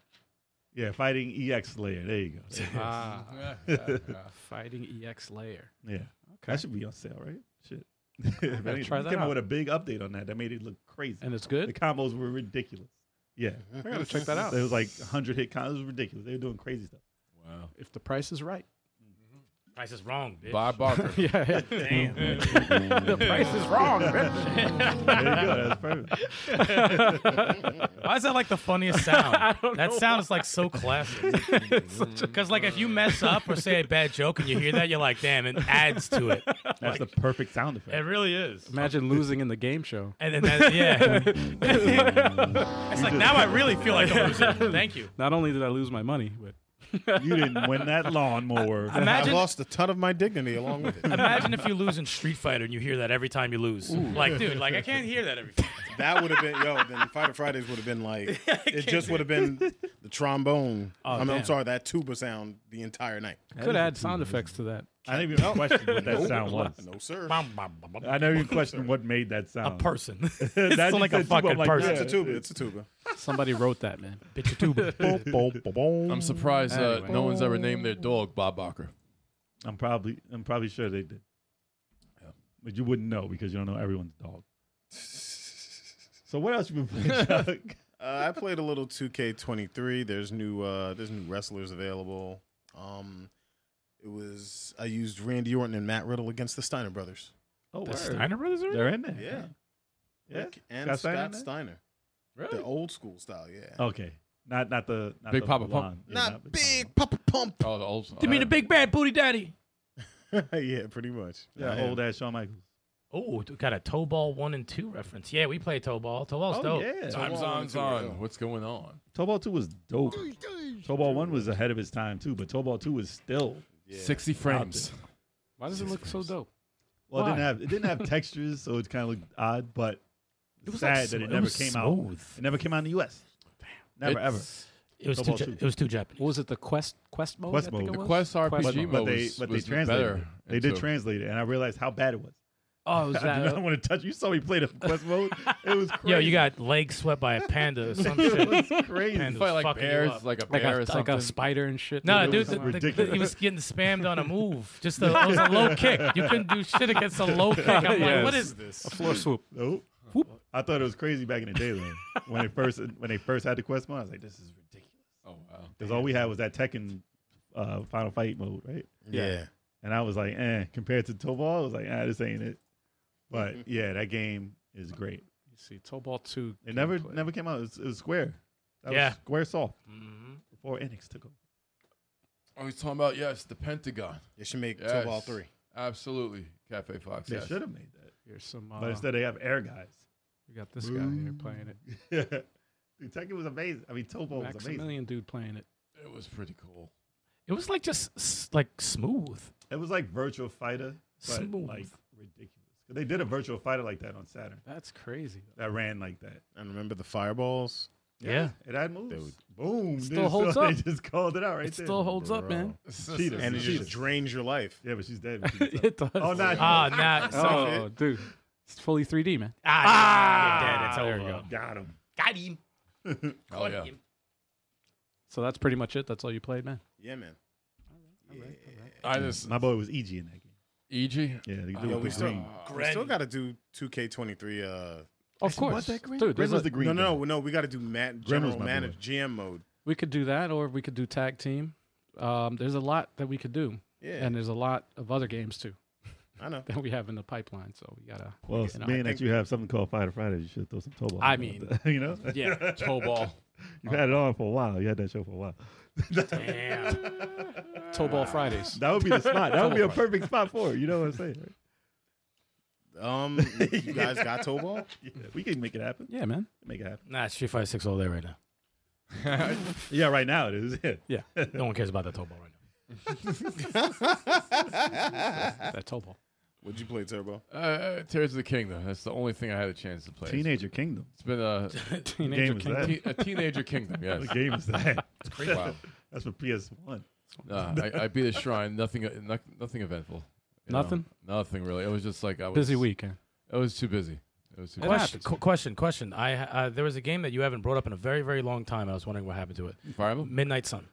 E: Yeah, fighting EX layer. There you go. There you
B: [LAUGHS]
E: go.
B: Ah,
D: [LAUGHS] Yeah, yeah,
B: [LAUGHS]
D: yeah.
B: fighting EX layer.
E: yeah,
B: Okay.
E: that should be on sale, right? Shit. [LAUGHS] If anything,
B: try
E: he
B: that
E: came
B: out.
E: out with a big update on that that made it look crazy.
B: And it's
E: the
B: good.
E: combos were ridiculous. Yeah,
B: I gotta check that out
E: it was like 100 hit combos. It was ridiculous. They were doing crazy stuff.
D: Wow.
B: if the price is right.
F: Price is wrong, bitch.
D: Bob Barker.
B: [LAUGHS]
E: [LAUGHS]
B: yeah.
F: Damn.
B: [LAUGHS] the price is wrong.
E: There you go. That's perfect.
F: [LAUGHS] Why is that like the [LAUGHS] funniest sound? that sounds like so [LAUGHS] classic. Because like if you mess up or say a bad joke and you hear that, you're like, damn, it adds to it.
E: That's the perfect sound
F: It
E: effect.
F: really is.
B: Imagine losing in the game show.
F: And then that, [LAUGHS] yeah, it's like now I really feel like a loser. Thank [LAUGHS] you.
B: Not only did I lose my money, but
E: You didn't win that lawnmower.
C: I
F: Imagine,
C: lost a ton of my dignity along with
E: [LAUGHS]
C: it.
F: imagine if you lose in Street Fighter and you hear that every time you lose. Like, dude, like I can't hear that [LAUGHS] every.
C: That would have been yo. Then Fighter Fridays would have
E: [LAUGHS]
C: been like it just would have been the trombone.
E: Oh,
C: I mean, I'm
B: damn.
C: sorry, that tuba sound the
E: [LAUGHS]
C: entire night.
B: could add sound effects to that.
E: I didn't even question what that sound was.
C: No sir,
E: I never even questioned what made that
F: A
E: sound.
F: person.
E: [LAUGHS]
F: It's
E: That
F: still
E: just
F: like a
E: said tuba. I'm
F: fucking
E: like,
F: person.
C: it's a tuba. It's a tuba. [LAUGHS]
B: Somebody wrote that, man.
F: Bitch, a tuba.
D: I'm surprised uh,
B: Anyway.
D: no one's ever named their dog Bob Barker.
E: I'm probably I'm probably sure they did. But you wouldn't know because you don't know everyone's dog. So what else you been
F: [LAUGHS]
E: playing, Chuck?
C: Uh, I played a little 2K23. There's new uh, there's new wrestlers available. Um, it was I used Randy Orton and Matt Riddle against the Steiner brothers.
E: Oh,
F: The
E: word.
F: Steiner brothers are in
E: They're in there.
C: Yeah.
E: Yeah.
C: Rick and
E: Scott Steiner in
C: Scott
E: there?
C: Steiner, the old school style. Yeah,
E: Okay. Not not the not
D: Big
E: the
D: Papa Pump.
E: blonde. Yeah,
C: not,
E: Papa
C: big Papa Pump.
D: Oh, the old.
F: You mean the big bad booty daddy?
C: yeah, pretty much.
E: Pump.
C: I
E: Yeah,
C: am.
E: old ass Shawn Michaels.
F: Oh, got a toe ball one and two reference. Yeah, we play toe ball. Toe ball's
E: Oh,
F: dope.
E: yeah.
D: Time's
C: Come on,
D: on's
C: too,
D: on.
C: yo.
D: What's going on?
E: Tobal 2 was dope. Tobal 1 was ahead of his time too, but Tobal 2 was still
C: Yeah.
D: 60 frames.
B: Why does it look so dope?
E: well, it didn't
B: Why?
E: have it didn't
F: [LAUGHS]
E: have textures, so it kind of looked odd, but
F: It was
E: sad
F: like
E: that
F: sm-
E: it
F: it
E: never
F: was
E: came
F: smooth.
E: out. It never came out in the US. Damn. Never ever.
D: It's-
F: It was
E: Toe
F: too.
E: ball
F: Ja-
E: two.
F: it was too Japanese.
B: What was it? The Quest Quest mode?
E: Quest
B: I think
E: mode.
B: it
E: The
B: was?
D: Quest RPG
B: mode.
D: mode.
E: But they
D: was-
E: but they
D: was
E: translated.
D: better
E: it. They did
D: into-
E: translate it, and I realized how bad it was.
B: Oh, it was
E: [LAUGHS]
F: uh,
E: I do
B: that?
E: not want to touch. You saw me play the
F: [LAUGHS]
E: quest mode. It was crazy.
F: Yo, you got legs swept by a panda or
E: [LAUGHS]
F: some
E: it
F: shit.
E: was crazy.
F: Panda.
D: Fight like
F: fucking you
D: bears,
F: up.
D: like a
B: like
D: bear or
B: a, like
D: something.
B: a spider and shit.
F: No,
E: It
F: dude,
E: was
F: the, the-
E: ridiculous.
F: he was getting spammed on
E: [LAUGHS]
F: a move. Just a, it was a low kick. You couldn't do shit against a low kick. I'm like, what
B: Yes.
F: is this?
B: a floor swoop.
E: Nope. I thought it was crazy back in the day though. when they first when they first had the quest mode, I was like, this is ridiculous.
D: oh wow.
E: Because all we had was that Tekken uh, Final Fight mode, right?
C: Yeah.
E: And I was like, eh. Compared to Tobal, I was like, ah, this ain't it. But yeah, that game is great.
B: You see, toe ball two.
E: It never
B: gameplay.
E: never came out. It was, it was Square. That
F: Yeah.
E: was Square Soft
F: Mhm.
E: before Enix took over.
D: Oh, he's talking about yes, the Pentagon.
C: It should make
D: Yes.
C: two ball three.
D: Absolutely, Cafe Fox.
E: They
D: yes.
E: should have made that,
B: Here's some. Uh,
E: but instead they have Air Guys.
B: you got this guy here playing it.
E: Dude, Tekken was amazing. I mean, Tobo was amazing.
B: Maximilian dude playing it.
D: It was pretty cool.
F: It was like just s-
E: [LAUGHS]
F: like smooth.
E: It was like Virtual Fighter, but
F: Smooth.
E: like ridiculous. 'Cause They did a Virtual Fighter like that on Saturn
B: That's crazy.
E: that ran like that.
C: And remember the fireballs?
F: Yeah.
E: it had moves. Boom!
B: still
E: dude,
B: holds
E: [LAUGHS] so
B: up.
E: They just called it out right
B: it
E: there.
B: still holds up, man.
E: Cheater.
C: And it
E: Cheater.
C: just drains your life.
E: Yeah, but she's dead.
B: [LAUGHS] it does.
E: oh, nah.
F: Ah, nah. so-
B: Oh, dude, it's fully 3D, man.
F: ah, you're dead.
B: there
F: It's
B: you
F: over.
B: go.
E: got him.
F: Got him.
D: Oh yeah.
B: So that's pretty much it. That's all you played, man.
C: Yeah, man.
D: I just E
E: My boy was EG in that game.
D: EG.
E: Yeah, the dude
C: Yo,
E: with
C: we
E: the
C: still,
E: green.
C: we still got to do 2K23. Uh,
B: Of
E: what,
B: course,
E: that green?
B: dude.
E: Grim
B: there's
E: was
B: a-
E: the green.
C: no, no,
E: guy.
C: no, no. We got to do Matt
E: Grim was
C: General
E: my
C: Manager
E: boy.
C: GM mode.
B: we could do that, or we could do tag team. Um, there's a lot that we could do,
C: Yeah,
B: and there's a lot of other games too [LAUGHS]
C: I know.
B: that we have in the pipeline. So we gotta.
E: Well,
B: you know,
E: being
B: I
E: that
C: think-
E: you have something called Fighter Fridays, you should throw some Tobo.
B: I
E: on
B: mean-
E: that, [LAUGHS] you know,
B: Yeah,
D: Toe ball.
E: you've had it on for a while. You had that show for a while.
F: [LAUGHS] Damn.
B: Toe Ball Fridays.
E: That would be the spot. That would be a perfect spot for it. You know what I'm saying? right?
C: Um, you guys got toe ball?
E: [LAUGHS] Yeah, we can make it happen.
B: Yeah, man.
E: Make it happen.
F: Nah, it's Street Fighter 6 all day right now.
E: Yeah, right now it is. [LAUGHS] Yeah.
B: Yeah,
F: No one cares about that toe ball right now.
B: [LAUGHS] that toe ball.
C: Would you play Turbo?
D: Uh, Tears of the Kingdom. That's the only thing I had a chance to play.
E: Teenager Kingdom.
D: It's been a,
B: Teenager
E: game is
B: King.
E: that?
D: te- a
E: [LAUGHS]
D: teenager kingdom. Yes.
E: What game is that?
D: Wow.
E: That's for PS1.
D: Nah, I, I beat a shrine. Nothing. no- Nothing eventful. you know?
B: Nothing?
D: nothing really. It was just like I was
B: Busy eh? weekend.
D: I was too busy. It was too
B: It
D: busy.
F: Question, qu- question, question. I uh, there was a game that you haven't brought up in a very, very long time. and I was wondering what happened to it.
D: Fire Emblem?
F: Midnight Sun,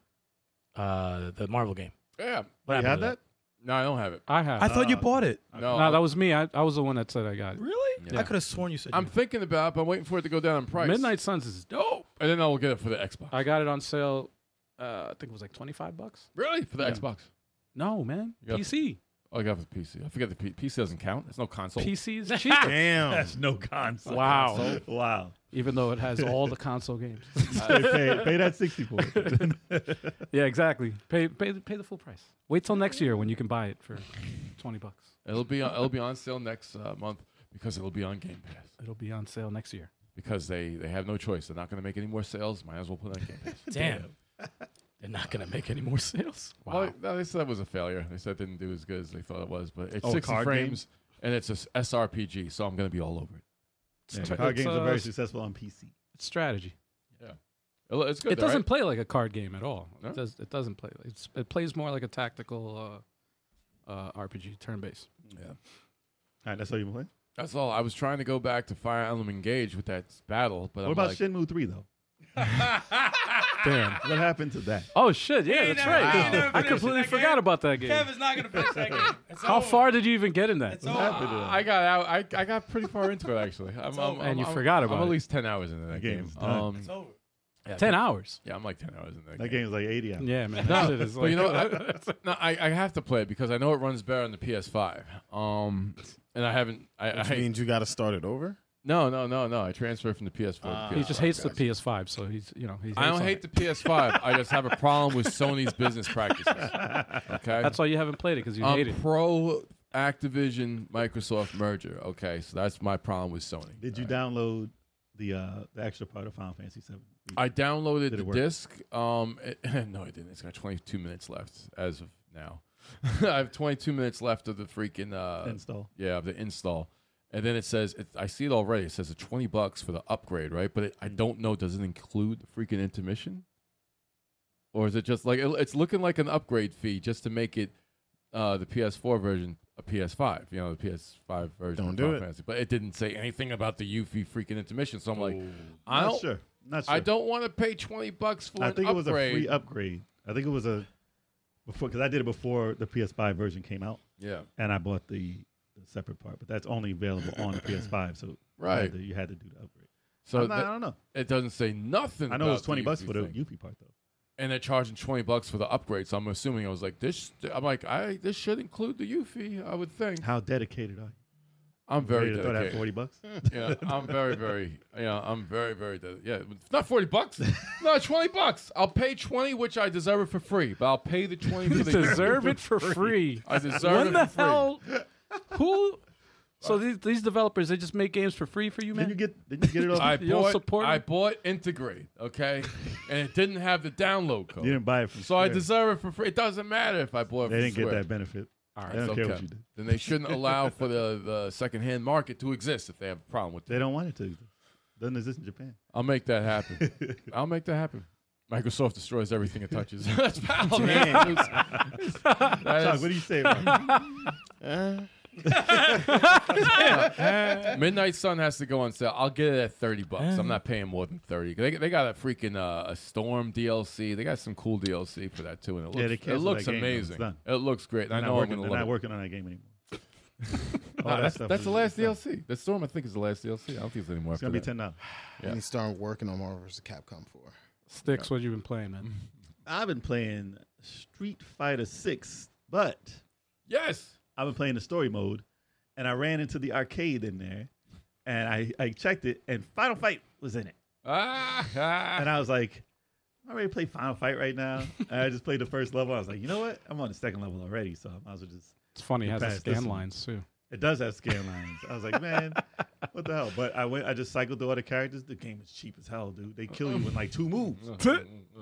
F: uh, the Marvel game.
D: Yeah.
F: What
E: you
F: happened
E: had
F: to
E: that?
D: No, I don't have it.
B: I have.
F: I thought you
E: Uh,
F: bought it.
D: No.
B: no, that was me. I, I was the one that said I got it.
F: Really?
D: Yeah.
F: I could have sworn you said.
D: I'm
F: you-
D: thinking about. it, but I'm waiting for it to go down in price.
B: Midnight Suns is dope.
D: and then I will get it for the Xbox.
B: I got it on sale. Uh, I think it was like twenty five bucks.
D: really for the
B: Yeah.
D: Xbox?
B: No, man.
D: You got-
B: PC.
D: Oh, I got it for PC. I forget the P- PC doesn't count. It's no console.
B: PC [LAUGHS] is cheaper.
E: [LAUGHS]
C: Damn.
E: That's no console.
B: Wow.
E: [LAUGHS] Wow.
B: Even though it has all the console games.
E: pay, pay, pay that 60 for it. [LAUGHS]
B: Yeah, exactly. Pay pay pay the full price. Wait till next year when you can buy it for twenty bucks.
D: It'll be on, it'll be on sale next uh, month because it'll be on Game Pass.
B: It'll be on sale next year.
D: Because they, they have no choice. They're not going to make any more sales. Might as well put it on Game Pass.
F: Damn. They're not gonna make any more [LAUGHS] sales. Wow.
D: Well, no, they said that was a failure. They said it didn't do as good as they thought it was. But it's
E: Oh,
D: 60
E: card game?
D: frames and it's a s- SRPG, so I'm going to be all over it.
E: Yeah,
B: Stra-
E: card
B: it's,
E: games
B: uh,
E: are very successful on PC.
B: It's strategy.
D: It'll- It's good.
B: it
D: though,
B: doesn't
D: right?
B: play like a card game at all.
D: No?
B: It does. It doesn't play. It's, it plays more like a tactical uh, uh, RPG, turn based.
E: All right, that's how you play.
D: That's all. I was trying to go back to Fire Emblem Engage with that s- battle, but
E: What
D: I'm
E: about
D: like,
E: Shenmue 3, though?
B: Damn.
E: What happened to that?
B: Oh shit! Yeah, that's
F: never-
B: right.
F: he never
B: I
F: finished
B: completely
F: that game.
B: forgot about that game.
F: not gonna finish that
B: [LAUGHS]
F: game.
B: How far did you even get in that?
E: What happened to that?
D: Oh, I got out. I, I got pretty far into it actually. I'm, I'm,
B: And
D: I'm-
B: you
D: I'm-
B: forgot
D: I'm
B: about
D: at
B: it.
D: least ten hours into that
E: The
D: game.
E: game's done.
D: Um,
F: over.
D: yeah,
B: Ten hours.
D: Yeah, I'm like ten hours in that,
E: that
D: game.
E: game's like 80 hours.
B: Yeah, man. That shit is
D: But
B: like,
D: you know,
E: [LAUGHS]
D: I, no, I, I have to play it because I know it runs better on the PS5. Um, and I haven't. I,
C: Which
D: I
C: means you got to start it over.
D: no, no, no, no. I transferred from the PS4.
C: Ah.
D: to the
B: he
D: PS5.
B: just hates the PS5, so he's you know he's.
D: I don't hate the PS5. I just have a problem with Sony's business
E: [LAUGHS]
D: practices. Okay,
B: That's why you haven't played it because you
D: I'm
B: hate
D: [LAUGHS]
B: it.
D: pro Activision Microsoft merger. Okay, so that's my problem with Sony.
E: Did you download the uh, the extra part of Final Fantasy 7?
D: I downloaded
E: Did it
D: the
E: work?
D: disc. Um, [LAUGHS] it- no, I didn't. It's got 22 minutes left as of now. [LAUGHS] I have 22 minutes left of the freaking uh,
E: Install.
D: yeah, of the install. And then it says, it, I see it already. It says it's 20 bucks for the upgrade, right? But it,
E: Mm.
D: I don't know. Does it include the freaking intermission, or is it just like it, it's looking like an upgrade fee just to make it uh, the PS4 version a PS5? You know, the PS5 version.
C: Don't
D: of
C: do
D: Final
C: it.
D: Fantasy. But it didn't say anything about the Yuffie freaking intermission. So I'm like, I
E: Not
D: don't.
E: sure. Not sure.
D: I don't want to pay 20 bucks for
E: I
D: an
E: think it was a
D: upgrade.
E: free upgrade. I think it was a before because I did it before the PS5 version came out,
D: yeah.
E: and I bought the, the separate part. But that's only available on the PS5, so you
D: Right.
E: had to, you had to do the upgrade.
D: So
E: I'm not-
D: that-
E: I don't know.
D: it doesn't say nothing.
E: I know it was
D: about the
E: 20 bucks
D: Yuffie
E: for the E.
D: thing.
E: UP part though.
D: and they're charging 20 bucks for the upgrade. So I'm assuming I was like, this, I'm like, I, this should include the Yuffie, I would think.
E: How dedicated are you?
D: I'm very
E: Ready to throw that
D: dedicated.
E: 40 bucks.
D: Yeah, I'm very,
E: [LAUGHS]
D: very, yeah, I'm very, very, dedicated. yeah, not 40 bucks, no, 20 bucks. I'll pay 20, which I deserve it for free, but I'll pay the 20 for
B: You
D: the [LAUGHS]
B: deserve it for free.
D: I deserve
B: When
D: it
B: the
D: for free. Uh,
B: hell? Who? So these these developers they just make games for free for you,
E: Then
B: man.
E: you get then you get it off.
D: I
B: You don't
D: bought,
B: support
D: I
B: him?
D: bought Integrate, okay, and it didn't have the download code.
E: you didn't buy it from.
D: So I
E: Square.
D: deserve it for free. It doesn't matter if I bought it
E: They
D: from
E: didn't get
D: Square.
E: that benefit.
D: All right,
E: They don't
D: it's
E: care
D: okay.
E: what you do.
D: Then they shouldn't allow for the, the secondhand market to exist if they have a problem with
E: [LAUGHS]
D: that.
E: They don't want it to. Doesn't exist in Japan.
D: I'll make that happen. I'll make that happen. Microsoft destroys everything it touches. [LAUGHS] That's foul, [LAUGHS] man. That
E: Chuck,
D: is-
E: what do you say? [LAUGHS] About it?
C: Eh.
D: Midnight Sun has to go on sale. I'll get it at thirty bucks.
E: Eh.
D: I'm not paying more than thirty. They, they got a freaking uh, a Storm DLC. They got some cool DLC for that too, and it
E: Yeah, they
D: looks it
E: canceled
D: looks
E: that game, though. It's
D: amazing.
E: done.
D: it looks great. and I
E: They're
D: know
E: not
D: I'm
E: working,
D: gonna
E: they're
D: love
E: not
D: it.
E: working on that game [LAUGHS] anymore.
D: Nah,
E: All that
D: Oh, that's
E: stuff
D: that's
E: is
D: the
E: just
D: last
E: done.
D: DLC. The Storm, I think, is the last DLC. I don't think it's anymore.
E: It's gonna be ten dollars.
C: And he started working on Marvel vs. Capcom 4.
B: Sticks, what you been playing, man?
E: I've been playing Street Fighter Six, but
D: Yes.
E: I've been playing the story mode, and I ran into the arcade in there, and I, I checked it, and Final Fight was in it,
D: Ah,
E: and I was like, I'm ready to play Final Fight right now. and I just played the first level. I was like, you know what? I'm on the second level already, so I might as well just.
B: It's funny. It has
E: Pass
B: the
E: this
B: scan
E: one.
B: lines too.
E: It does have scan lines. I was like, man, what the hell? But I went. I just cycled through all the characters. The game is cheap as hell, dude. They kill you in like two moves.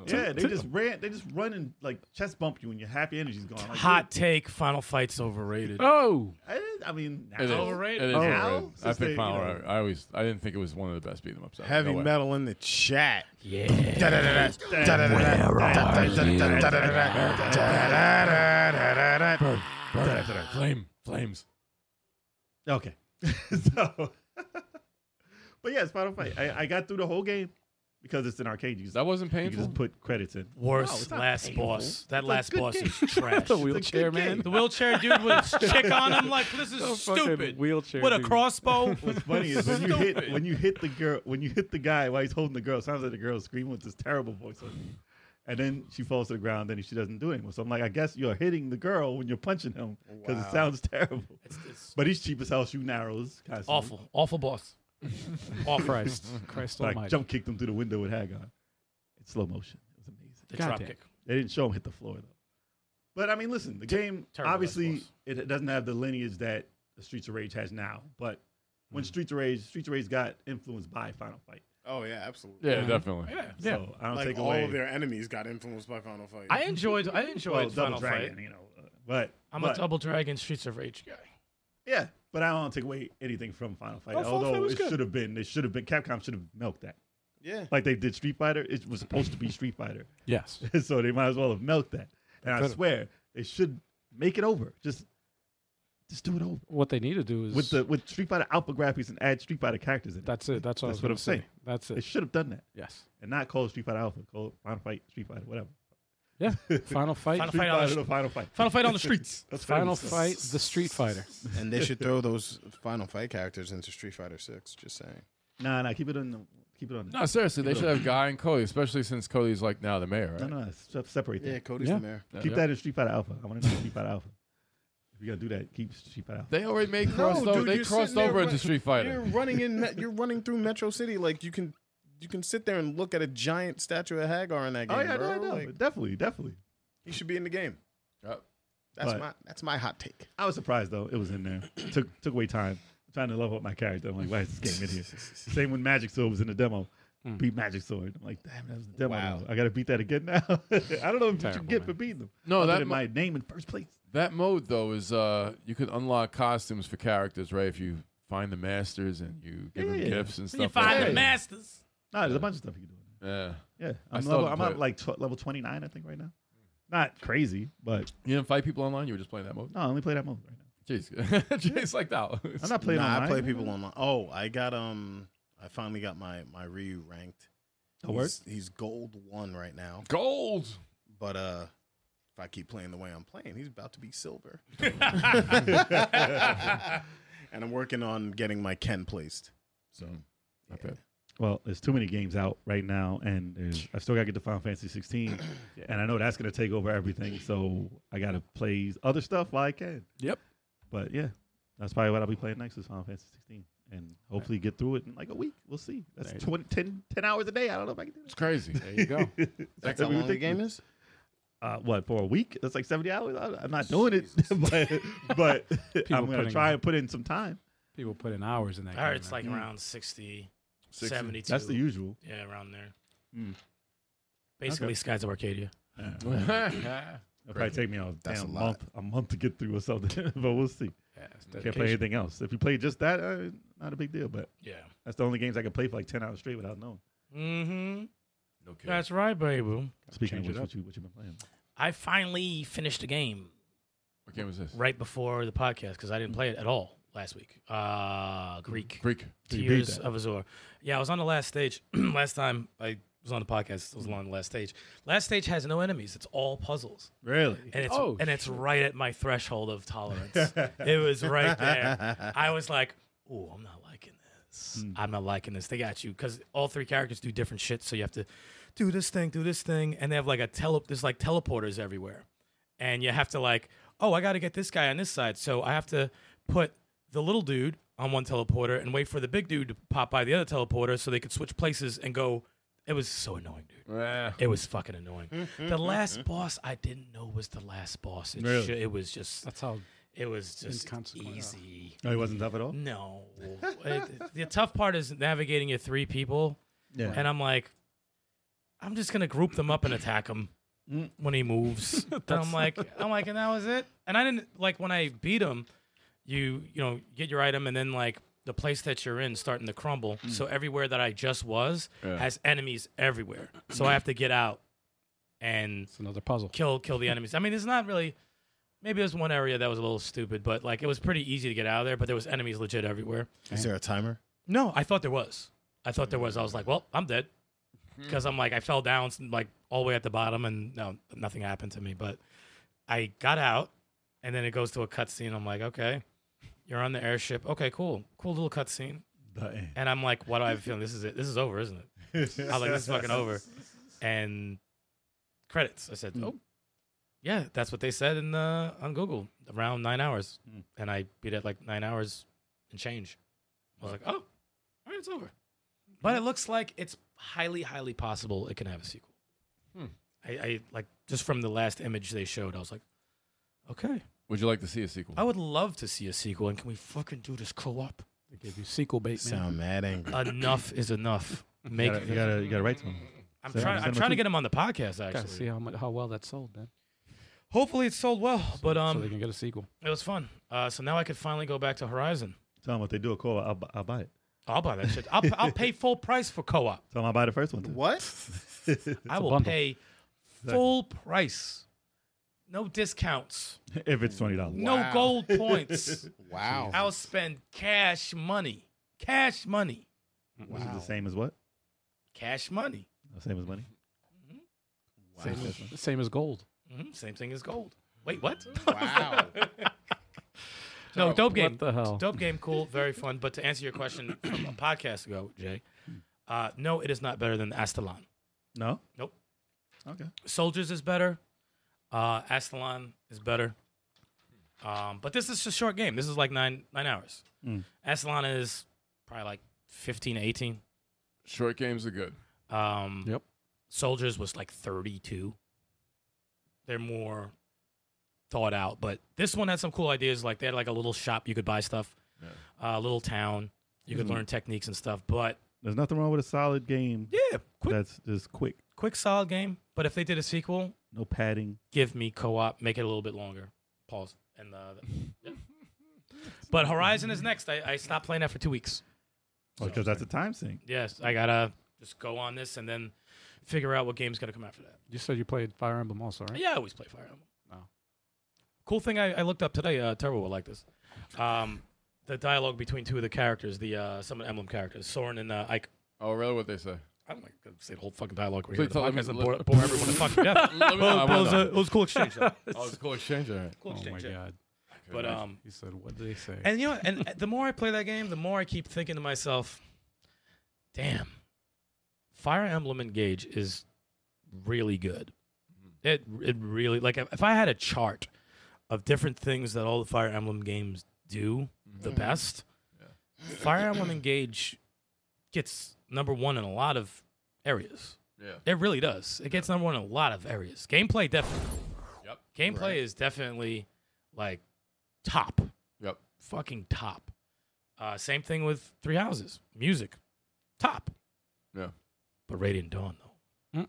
E: Yeah, they just ran. They just run and like chest bump you, and your happy energy's gone. Like,
F: Hot take: Final Fight's
B: [LAUGHS]
F: overrated.
B: Oh,
E: dude, I, didn't- I mean,
D: It is.
E: now-
F: Overrated.
D: It is
E: Now?
D: overrated. I
E: Since
D: picked
E: they,
D: Final
E: you know-
D: Round. I always I didn't think it was one of the best beat 'em ups.
C: Heavy
D: no way.
C: metal in the chat.
F: Yeah.
C: Da-da-da-da, da-da-da-da,
E: [LAUGHS]
C: da-da-da-da, da-da-da-da, da-da-da-da-da-da.
D: Flame, flames.
E: Okay. [LAUGHS] so, [LAUGHS] but yeah, it's Final Fight. I, I got through the whole game because it's an arcade. You just,
D: That wasn't
E: you can
D: painful.
E: just put credits in.
F: Worst
E: No, it's not
F: last
E: painful.
F: boss. That
E: It's a
F: last
E: good
F: boss
E: game.
F: is trash.
B: the wheelchair
E: good game.
B: man.
F: [LAUGHS] The wheelchair dude with his chick on him, like this is
B: The fucking
F: stupid.
B: wheelchair
F: with a
B: dude.
F: crossbow.
E: What's funny is when you hit when you hit the girl when you hit the guy while he's holding the girl. it Sounds like the girl screaming with this terrible voice on you. And then she falls to the ground. Then she doesn't do anymore. So I'm like, I guess you're hitting the girl when you're punching him because it sounds [LAUGHS] terrible.
F: it's
E: But he's cheap as hell shooting arrows. Constantly.
F: awful, awful boss. awful.
B: Christ, Christ
E: Like
B: Almighty.
E: jump kicked him through the window with Hagon. It's slow motion. It was amazing.
F: The
B: Goddamn.
F: drop kick.
E: They didn't show him hit the floor though. But I mean, listen, the game
F: terrible, I
E: obviously
F: suppose.
E: it doesn't have the lineage that the Streets of Rage has now. But when Streets of Rage, Streets of Rage got influenced by Final Fight.
C: Oh yeah, absolutely.
D: Yeah, definitely.
B: Yeah.
E: So I don't
C: Like
E: take
C: all
E: away
C: of their enemies got influenced by Final Fight.
F: I enjoyed. I enjoyed
E: well, Double
F: Final
E: Dragon,
F: Fight.
E: you know. uh, But
F: I'm
E: but,
F: a Double Dragon Streets of Rage guy.
E: Yeah, but I don't take away anything from Final Fight.
B: Oh, Final
E: although
B: Fight was
E: it
B: good.
E: should have been, it should have been. Capcom should have milked that.
C: yeah.
E: Like they did Street Fighter. It was supposed to be Street Fighter. [LAUGHS]
B: Yes.
E: so they might as well have milked that. And I
B: Could've.
E: swear they should make it over. Just, just do it over
B: What they need to do is
E: with the with Street Fighter alpha graphics and add Street Fighter characters in it.
B: That's it. That's what,
E: That's
B: I
E: what
B: was
E: I'm
B: gonna say.
E: saying.
B: That's
E: They
B: it.
E: should have done that
B: Yes.
E: and not call it Street Fighter Alpha. Call it Final Fight, Street Fighter, whatever.
B: Yeah. Final fight.
F: Final
E: Street
F: Fight on the
E: Fighter, the Final Fight.
F: Final Fight on
E: [LAUGHS]
F: the streets.
E: That's what it
B: Final
E: was.
B: fight. The Street Fighter.
C: And they should throw those Final Fight characters into Street Fighter Six. Just saying.
E: Nah, nah. Keep it on. The, keep it on.
D: No, seriously, they should have Guy and Cody, especially since Cody's like now the mayor, right?
E: No, no, no. se- Separate that.
C: Yeah, Cody's
B: Yeah.
C: the mayor.
E: Keep
D: Yeah.
E: that in Street Fighter Alpha. I want to do Street Fighter Alpha. If you're gonna do that, keep Street Fighter Alpha.
D: They already made crossed over. They
C: you're
D: crossed
C: sitting there
D: over
C: run-
D: into Street Fighter.
C: You're running in. Me- You're running through Metro City like you can. You can sit there and look at a giant statue of Hagar in that game.
E: Oh yeah, I know,
C: bro.
E: I know.
C: Like,
E: definitely, definitely.
C: he should be in the game.
D: Yep.
C: That's
E: But-
C: my. That's my hot take.
E: I was surprised though it was in there. took took away time. I'm trying to level up my character. I'm like, why is this game in here? Same when Magic Sword was in the demo. Beat Magic Sword. I'm like, damn, that was the demo.
C: Wow.
E: now. I gotta beat that again now. [LAUGHS] I don't know what you
B: Terrible,
E: get
B: man.
E: for beating them.
D: No,
E: Other
D: Oh, that
E: than
D: mo-
E: my name in first place.
D: That mode though is uh you could unlock costumes for characters, right? If you find the masters and you give them
E: Yeah.
D: gifts and stuff.
F: You find
D: like
F: the
D: that.
F: masters.
E: No, there's a bunch of stuff you can do.
D: Yeah.
E: Yeah,
D: I
E: I'm
D: still haven't
E: level, I'm
D: played
E: at
D: it.
E: like tw- level 29, I think, right now. Not crazy, but
D: You didn't fight people online. You were just playing that mode.
E: no, I only play that mode right now.
D: Jeez, [LAUGHS] Jeez, like that.
E: I'm not playing
C: nah,
E: online.
C: I play people online. Oh, I got um. I finally got my my Ryu ranked.
E: Oh, word?
C: He's, he's gold one right now,
D: [LAUGHS] gold.
C: but uh, if I keep playing the way I'm playing, he's about to be
F: [LAUGHS]
C: silver. [LAUGHS] and I'm working on getting my Ken placed. So
D: Not bad.
E: Well, there's too many games out right now, and there's I still got to get to Final
B: [CLEARS THROAT]
E: Fantasy 16, and I know that's gonna take over everything. So I gotta play other stuff while I can.
B: Yep.
E: But yeah, that's probably what I'll be playing next is Final Fantasy 16, and hopefully get through it in like a week. We'll see. That's 20, 10, 10 hours a day. I don't know if I can do
D: It's
F: [LAUGHS]
D: crazy.
B: There
D: [LAUGHS]
B: you go.
E: that.
C: that's how long the game is.
E: Uh, what for a week? That's like 70 hours. I- I'm not doing it, [LAUGHS]
B: [LAUGHS]
E: but, but I'm gonna
B: putting-
E: try and put in some time.
B: People put in hours in that.
F: I heard
B: game,
F: it's
B: man.
F: like around 60, 72.
E: That's the usual.
F: Yeah, around there.
E: Mm.
F: Basically, Skies of Arcadia.
E: It'll probably take me a,
C: That's a
E: damn
C: lot.
E: month, a month to get through or something, [LAUGHS] but we'll see.
B: Yeah, it's
E: Can't play
B: dedication.
E: anything else. If you play just that, uh, not a big deal. But
F: Yeah.
E: that's the only games I can play for like ten hours straight without knowing.
F: Mm-hmm.
D: no kidding.
F: That's right, baby.
E: Speaking of
B: change
E: which,
B: it
E: what you what you been playing?
F: I finally finished the game
D: what game is this?
F: right before the podcast because I didn't play it at all last week. Uh, Greek.
D: Greek.
E: You beat
F: Tears
E: that.
F: of Azor. Yeah, I was on the last stage. [CLEARS THROAT] last time I was on the podcast, I was on the last stage. Last stage has no enemies. It's all puzzles.
E: Really?
F: [LAUGHS] And it's
B: Oh,
F: and it's right at my threshold of tolerance. it was right there. I was like, "Ooh, I'm not liking this. I'm not liking this." They got you cuz all three characters do different shit, so you have to do this thing, do this thing, and they have like a tele there's like teleporters everywhere. And you have to like, "Oh, I got to get this guy on this side." So I have to put the little dude on one teleporter and wait for the big dude to pop by the other teleporter so they could switch places and go it was so annoying, dude.
D: Yeah.
F: It was fucking annoying. the last boss I didn't know was the last boss. It,
E: Really?
F: sh- it was just
B: That's how
F: it was just
B: Inconsequential.
F: easy.
E: No, he wasn't tough at all.
F: No, [LAUGHS] It- the tough part is navigating your three people,
E: Yeah.
F: and I'm like, I'm just gonna group them up and attack him
E: Mm.
F: when he moves. and I'm like, I'm like, and that was it. And I didn't like when I beat him. You you know get your item and then like the place that you're in starting to crumble. So everywhere that I just was
D: Yeah.
F: has enemies everywhere. So I have to get out and
B: It's another puzzle.
F: kill kill the enemies. I mean, it's not really. Maybe there's one area that was a little stupid, but like it was pretty easy to get out of there. But there was enemies legit everywhere.
C: Is there a timer?
F: No, I thought there was. I thought there was. I was like, well, I'm dead because I'm like I fell down like all the way at the bottom, and no, nothing happened to me. But I got out, and then it goes to a cutscene. I'm like, okay, you're on the airship. Okay, cool, cool little cutscene.
E: The-
F: And I'm like, what do I have a feeling? This is it. This is over, isn't it? [LAUGHS] I was like, this is fucking over. And credits. I said,
E: Hmm.
F: oh, yeah, that's what they said in uh, on Google around nine hours,
E: Mm.
F: and I beat it like nine hours and change. I was like, oh, all right, it's over. But it looks like it's highly, highly possible it can have a sequel.
D: Hmm.
F: I, I like just from the last image they showed, I was like, okay,
D: Would you like to see a sequel?
F: I would love to see a sequel, and can we fucking do
E: [COUGHS]
F: this co-op?
B: They gave you sequel bait, man.
C: Sound mad
E: [LAUGHS]
C: angry.
F: Enough is enough. Make.
E: you, gotta, you gotta, you gotta write to him.
F: I'm
E: say that
F: trying.
E: was
F: I'm
E: number
F: trying to
E: two.
F: get him on the podcast.
B: Gotta see
F: Actually,
B: how much, how well that sold, man.
F: hopefully it sold well. [SIGHS] But
B: so
F: um,
B: they can get a sequel.
F: It was fun. Uh, so now I could finally go back to Horizon.
E: Tell him if they do a co-op, I'll, bu- I'll buy it.
F: I'll buy that shit. I'll, I'll pay full price for co-op.
E: Tell him I'll buy the first one. too.
C: What?
E: [LAUGHS]
F: I will
B: bundle.
F: pay full price. No discounts.
E: if it's twenty dollars.
F: No
C: Wow.
F: gold points.
C: Wow.
F: I'll spend cash money. Cash money.
E: Is it the same as what?
F: Cash money.
E: The same as money. Mm-hmm.
C: Wow.
B: Same as gold.
F: Mhm, Same thing as gold. Wait, what?
C: Wow.
F: [LAUGHS] no, dope game.
B: What the hell?
F: Dope game, cool, very fun. But to answer your question from a podcast ago, Jay, uh, no, it is not better than Astalan.
E: No.
F: Nope.
E: Okay.
F: Soldiers is better. Uh, Astalon is better. Um, but this is a short game. This is like nine nine hours.
E: Mm.
F: Astalon is probably like 15 to 18.
D: Short games are good.
F: Um,
B: Yep.
F: Soldiers was like 32. They're more thought out. But this one had some cool ideas. Like they had like a little shop you could buy stuff, uh, a little town. You could
E: Mhm.
F: learn techniques and stuff. But
E: There's nothing wrong with a solid game.
F: yeah, quick,
E: That's just quick.
F: quick, solid game. But if they did a sequel,
E: No padding.
F: give me co-op, make it a little bit longer. Pause. And uh, yeah. but Horizon is next. I, I stopped playing that for two weeks.
E: Because Oh, that's a time sink.
F: Yes, I gotta just go on this and then figure out what game's gonna come after that.
B: You said you played Fire Emblem also, right?
F: Yeah, I always play Fire Emblem.
B: Oh.
F: Cool thing I, I looked up today. Uh, Turbo will like this. Um, the dialogue between two of the characters, the uh, some of the emblem characters, Soren and uh, Ike.
D: Oh, really? What they say?
F: I don't like to say the whole fucking dialogue right
D: So
F: here.
D: you tell
F: The podcast
D: them-
F: would bore,
D: let-
F: bore everyone to fucking
D: Let
F: death.
D: me know, I
F: [LAUGHS] Well,
D: wanna
F: it, was a,
D: know.
F: it was a cool exchange. though.
D: Oh, it's a cool exchange. All right.
F: Cool
B: Oh my
F: exchange. yeah.
B: god.
F: But um,
B: He said, "What did they say?"
F: And you know, and uh, the more I play that game, the more I keep thinking to myself, "Damn, Fire Emblem Engage is really good. It it really like if I had a chart of different things that all the Fire Emblem games do the best, Fire Emblem Engage gets number one in a lot of areas.
D: Yeah.
F: It really does. It gets number one in a lot of areas. Gameplay definitely.
D: Yep.
F: Gameplay
C: Right.
F: is definitely like top
D: Yep.
F: fucking top. Uh, same thing with Three Houses. Music, top.
D: Yeah.
F: But Radiant Dawn, though.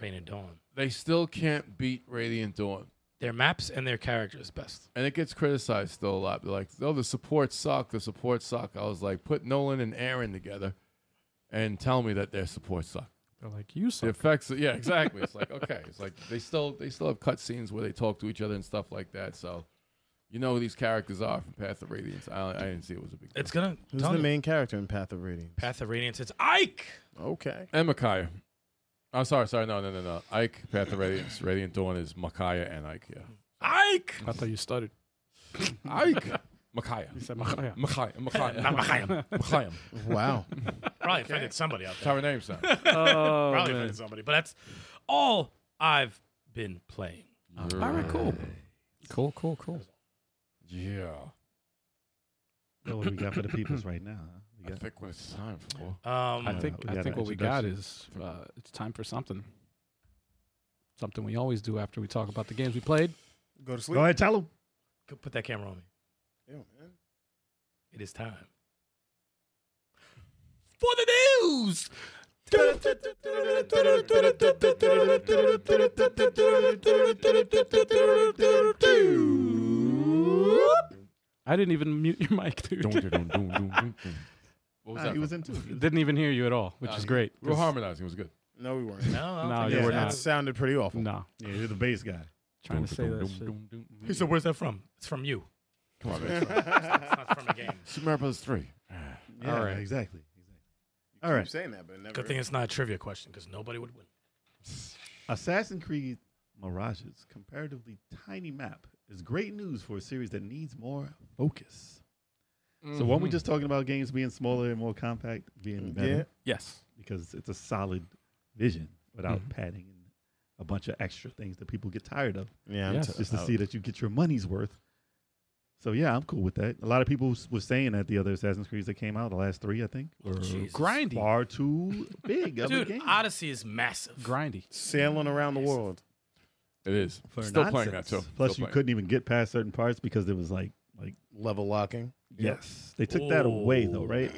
F: Radiant Dawn.
D: [LAUGHS] they still can't beat Radiant Dawn.
F: Their maps and their characters best.
D: And it gets criticized still a lot. They're like, oh, the supports suck. The supports suck. I was like, put Nolan and Aaron together and tell me that their supports suck.
B: They're like, "You
D: The
B: suck."
D: effects, yeah, exactly. It's like okay, it's like they still they still have cutscenes where they talk to each other and stuff like that. So, you know who these characters are from Path of Radiance. I, I didn't see it was a big.
F: It's gonna.
C: Who's
F: tell
C: the
F: you.
C: main character in Path of Radiance?
F: Path of Radiance. It's Ike.
E: [LAUGHS]
C: Okay.
D: and Micaiah. I'm sorry, sorry, no, no, no, no. Ike, Path of Radiance, Radiant Dawn is Micaiah and Ike. Yeah,
F: Ike.
B: I thought you stuttered.
D: Ike,
B: [LAUGHS]
D: Micaiah,
B: You said, oh, "Maya."
D: Micaiah,
F: I'm
D: Micaiah,
F: Chaim.
D: Micaiah.
C: Wow.
F: Probably offended somebody out
D: [LAUGHS] That's
F: [LAUGHS] there.
D: how her name sounds.
B: "Oh,
F: Probably
B: man.
F: offended somebody. But that's all I've been playing.
B: [LAUGHS] All right, cool, cool, cool, cool."
D: Yeah,
E: That's what we got for the peoples right now. huh? We
D: I
E: got-
D: think what it's time for.
F: Um,
B: I
E: Uh,
B: think
E: we
B: I
E: got
B: think
E: an
B: what we got
E: introduction.
B: is uh, it's time for something. Something we always do after we talk about the games we played.
C: Go to sleep.
E: Go ahead, tell him.
F: Go Put that camera on me.
C: Yeah, man.
F: It is time for the news.
B: I didn't even mute your mic, dude.
D: Dun, dun, dun, dun, dun, dun, dun. What was
E: Nah,
D: that?
E: Ah, he was
D: from?
E: in two.
B: [LAUGHS] Didn't even hear you at all, which
D: Nah,
B: is
D: he-
B: great.
D: We were harmonizing. It was good.
C: No, we weren't.
F: No,
B: No,
E: Oh,
F: no,
B: you
C: yeah,
B: were
C: that
B: not.
C: sounded pretty awful.
B: No,
E: Yeah, you're the bass
C: [LAUGHS]
E: guy.
B: trying to say that shit.
F: He said, "Where's that from? It's from you.
D: Come on, man.
F: It's not from a game.
D: Super Mario Bros. 3.
E: Yeah,
B: All right.
E: exactly. exactly.
C: You
E: All
C: keep
E: right.
C: saying that, but it never.
F: Good thing it's not a trivia question because nobody would win.
E: Assassin's Creed Mirage's comparatively tiny map is great news for a series that needs more focus. So, weren't we just talking about games being smaller and more compact being better?
C: Yeah.
B: Yes.
E: Because it's a solid vision without padding and a bunch of extra things that people get tired of.
C: Yeah, I'm
B: Yes.
C: t-
E: just to
C: out.
E: see that you get your money's worth. So yeah, I'm cool with that. A lot of people s- were saying that the other Assassin's Creeds that came out, the last three, I think, were
F: Jesus.
B: Grindy.
E: far too big of a
F: Dude,
E: game.
F: Odyssey is massive.
B: Grindy.
C: sailing
E: Mm.
C: around the world.
D: It is.
E: for
D: Still playing that,
E: nonsense.
D: too.
E: Plus,
D: Still
E: you
D: playing.
E: couldn't even get past certain parts because there was like, like
C: Level locking.
E: yes, they took that away though,
F: Ooh.
E: right?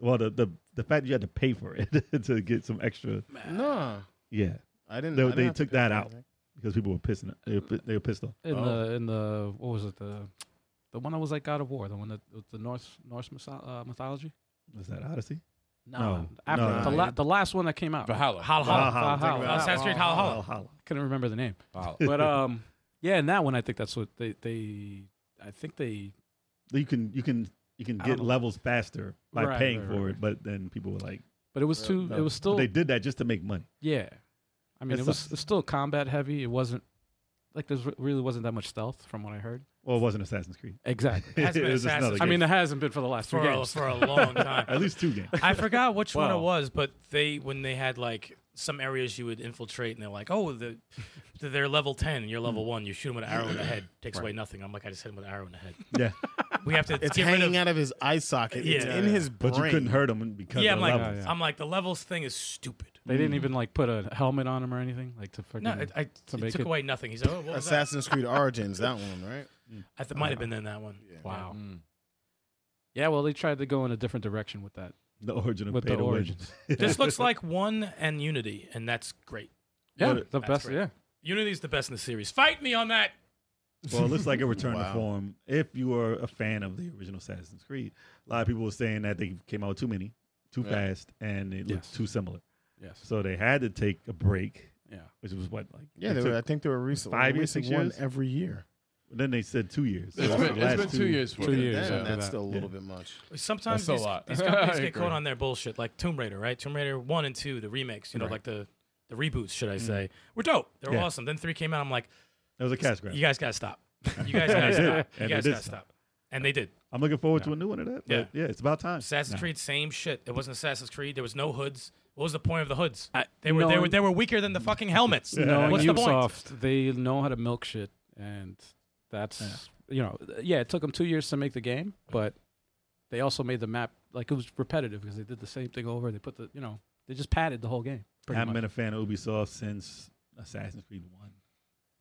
E: Well, the the the fact you had to pay for it [LAUGHS] to get some extra,
C: No,
E: yeah,
C: I didn't.
E: They-
C: I didn't
E: they
C: have to
E: took
C: pay
E: that
C: for
E: out.
C: anything.
E: because people were pissing, they were, pi- they were pissed off.
B: In
C: Oh.
B: the in the what was it the the one that was like God of War, the one that with the Norse Norse mytho- uh, mythology.
E: Was that Odyssey? No.
B: after
E: No,
B: the,
E: no,
B: la-
E: yeah.
B: the last one that came [LAUGHS] out. I
D: Valhalla.
F: Valhalla.
E: Valhalla.
B: Valhalla.
F: Uh-huh. Assassin's Creed Valhalla.
E: Valhalla.
B: couldn't remember the
F: [LAUGHS]
B: name,
D: Valhalla.
B: but um, yeah, and that one I think that's what they they I think they
E: you can you can you can
B: I
E: get
B: don't know.
E: levels faster by
B: Right,
E: paying
B: right,
E: for
B: right,
E: it, but then people were like,
B: but it was too
E: no.
B: it was
E: But
B: still
E: they did that just to make money.
B: yeah, I mean
E: It
B: it was,
E: sucks.
B: it was still combat heavy. It wasn't like there's re- really wasn't that much stealth from what I heard.
E: Well, it wasn't Assassin's Creed.
B: Exactly.
E: [LAUGHS]
F: Has been
E: It was just
F: Assassin's
E: another
B: I
E: game.
B: mean, it hasn't been for the last three
F: for a,
B: games.
F: for a
B: [LAUGHS]
F: long time.
E: at least two games.
F: I forgot which one
B: Wow.
F: it was, but they when they had like some areas you would infiltrate, and they're like, "Oh, the, they're level ten, and you're level one. You shoot them with an arrow in the head, takes away nothing." I'm like, "I just hit him with an arrow in the head."
E: Yeah,
F: We have to
C: It's
F: get rid
C: hanging
F: of.
C: out of his eye socket. it's
F: Yeah.
C: in his brain.
E: but you couldn't hurt them because
F: yeah,
E: of
F: I'm
E: the
F: like,
E: levels.
B: yeah.
F: I'm like, the levels thing is stupid.
B: They
E: Mm.
B: didn't even like put a helmet on him or anything like to fucking.
F: No, it, I, it
B: Hmm. Somebody
F: took
B: could-
F: away nothing. He's like, "Oh, what was that?"
C: Assassin's Creed Origins, that one, right?
F: I th- might have been in that
C: [LAUGHS]
F: one.
B: wow.
D: Mm.
B: Yeah, well, they tried to go in a different direction with that.
E: The origin of
B: With
E: pay
B: the
E: to win. [LAUGHS]
B: origins.
F: this looks like one and Unity, and that's great.
B: Yeah,
E: But-
B: the
F: That's
B: best.
F: great.
B: Yeah,
F: Unity's the best in the series. Fight me on that.
E: Well, it looks like a return
C: Wow.
E: to form. If you are a fan of the original Assassin's Creed, a lot of people were saying that they came out with too many, too
D: Yeah.
E: fast, and it
B: Yes.
E: looked too similar.
B: yes,
E: So they had to take a break,
B: yeah.
E: which was what like
C: Yeah,
E: it
C: they
E: took-
C: were, I think they were recently
E: Five years,
C: releasing
E: six
C: one
E: years?
C: every year.
E: Then they said two years. So
D: It's
E: the
D: been, it's
E: last
D: been two years for
B: two
D: it.
B: years.
C: Then
B: Yeah.
D: Yeah.
B: after
C: that's
B: that.
C: still a little
E: Yeah.
C: bit much.
F: Sometimes
D: That's a
F: these,
D: lot.
F: these
D: I
E: [LAUGHS]
F: companies get
D: agree.
F: caught on their bullshit, like Tomb Raider, right? Tomb Raider one and two, the remakes, you know,
E: Right. Mm-hmm.
F: like the the reboots, should I say, were dope. They're
E: Yeah.
F: awesome. Then three came out. I'm like,
E: It was a cash grab.
F: you guys
E: [LAUGHS]
F: gotta stop. You guys gotta
E: They did.
F: stop. You
E: And they
F: guys
E: did
F: gotta
E: stop.
F: stop. And they did.
E: I'm looking forward to a new one of that. But yeah, it's about time.
F: Assassin's
E: Nah.
F: Creed, same shit. It wasn't Assassin's Creed. There was no hoods. What was the point of the hoods?
B: I-
F: they were they
B: knowing-
F: were they were weaker than the
E: Mm. [LAUGHS]
F: fucking helmets.
E: Knowing
F: What's the point?
B: Ubisoft, they know how to milk shit, and that's you know, yeah. It took them two years to make the game, but they also made the map like it was repetitive because they did the same thing over. They put the you know they just padded the whole game. Pretty
E: I've
B: much.
E: been a fan of Ubisoft since Assassin's Creed One.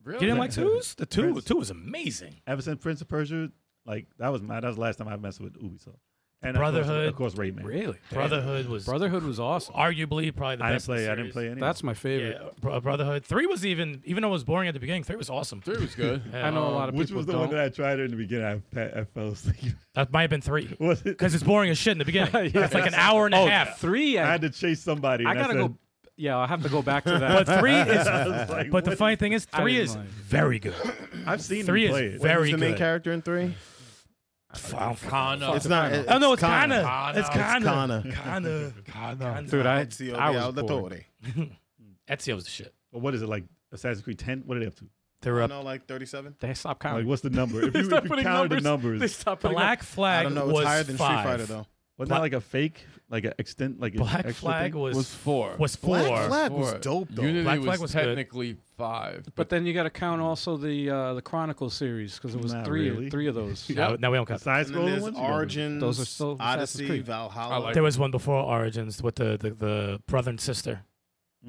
D: Really?
F: You didn't like twos? The two
E: Prince.
F: two was amazing.
E: Ever since Prince of Persia, like that was my that was the last time I messed with Ubisoft. And
F: Brotherhood.
E: of course, of course Rayman.
B: really
F: Brotherhood was
B: Brotherhood was awesome.
F: arguably probably the
E: I didn't
F: best. in the
E: play. I didn't
F: series.
E: play any.
B: That's my favorite.
F: Yeah, Bro- Brotherhood three was even even though it was boring at the beginning. Three was awesome.
D: Three was good.
F: Yeah,
B: I know a lot of
E: which
B: people
E: was the
B: don't.
E: one that I tried in the beginning. I, I fell asleep. [LAUGHS]
F: That might have been three
E: was it?
F: because it's boring as shit in the beginning. It's like an hour and a
B: oh,
F: half.
B: three.
E: I
B: I,
E: had to chase somebody.
B: I
E: and
B: gotta
E: said,
B: go. Yeah, I have to go
E: [LAUGHS]
B: back to
F: But
B: that.
F: three is.
E: I was like,
F: But the
E: what
F: funny thing is,
B: I
F: three
B: didn't
F: is
B: mind.
F: very good.
E: is- I've seen
F: Three
E: him
F: is
E: play it.
F: very
C: Who's the main
F: good.
C: character in three?
D: Kana.
C: It's not.
F: Oh no, it's
C: Kana.
F: Kana. It's
C: It's
F: Kana.
C: Kana.
F: Kana. Kana.
B: Dude, I,
C: It's the-
B: I
C: yeah,
B: was
C: the
B: bored.
C: authority.
F: [LAUGHS] Ezio was the shit.
E: But what is it like? Assassin's Creed Ten. What are they up to?
F: They're
C: I
F: up.
C: know, like thirty-seven.
B: They stopped
E: Like,
B: counting.
E: what's
B: [LAUGHS]
E: the number? If you, if you count the numbers,
B: They stopped putting
F: Black
C: I
F: Flag
C: don't know. It's
F: was
C: higher than Street
F: five.
C: Fighter though.
E: wasn't that like a fake, like an extent, like an
F: Black
E: extra
F: Flag
E: thing?
F: was
D: was four.
F: was four.
C: Black Flag was
D: Four.
C: dope though.
D: Unity
F: Black Flag
D: was,
F: was good.
D: technically five.
B: But then you got to count also the uh, the Chronicle series because it was
E: Not
B: three
E: really.
B: three of those.
E: [LAUGHS]
F: Now, now we don't
E: The
F: count.
E: side
C: and then
E: scrolling
C: there's
E: ones. You know,
C: Origins,
B: Those are still Assassin's
C: Odyssey,
B: Creed.
C: Valhalla.
D: I like
F: There was one before Origins with the, the, the brother and sister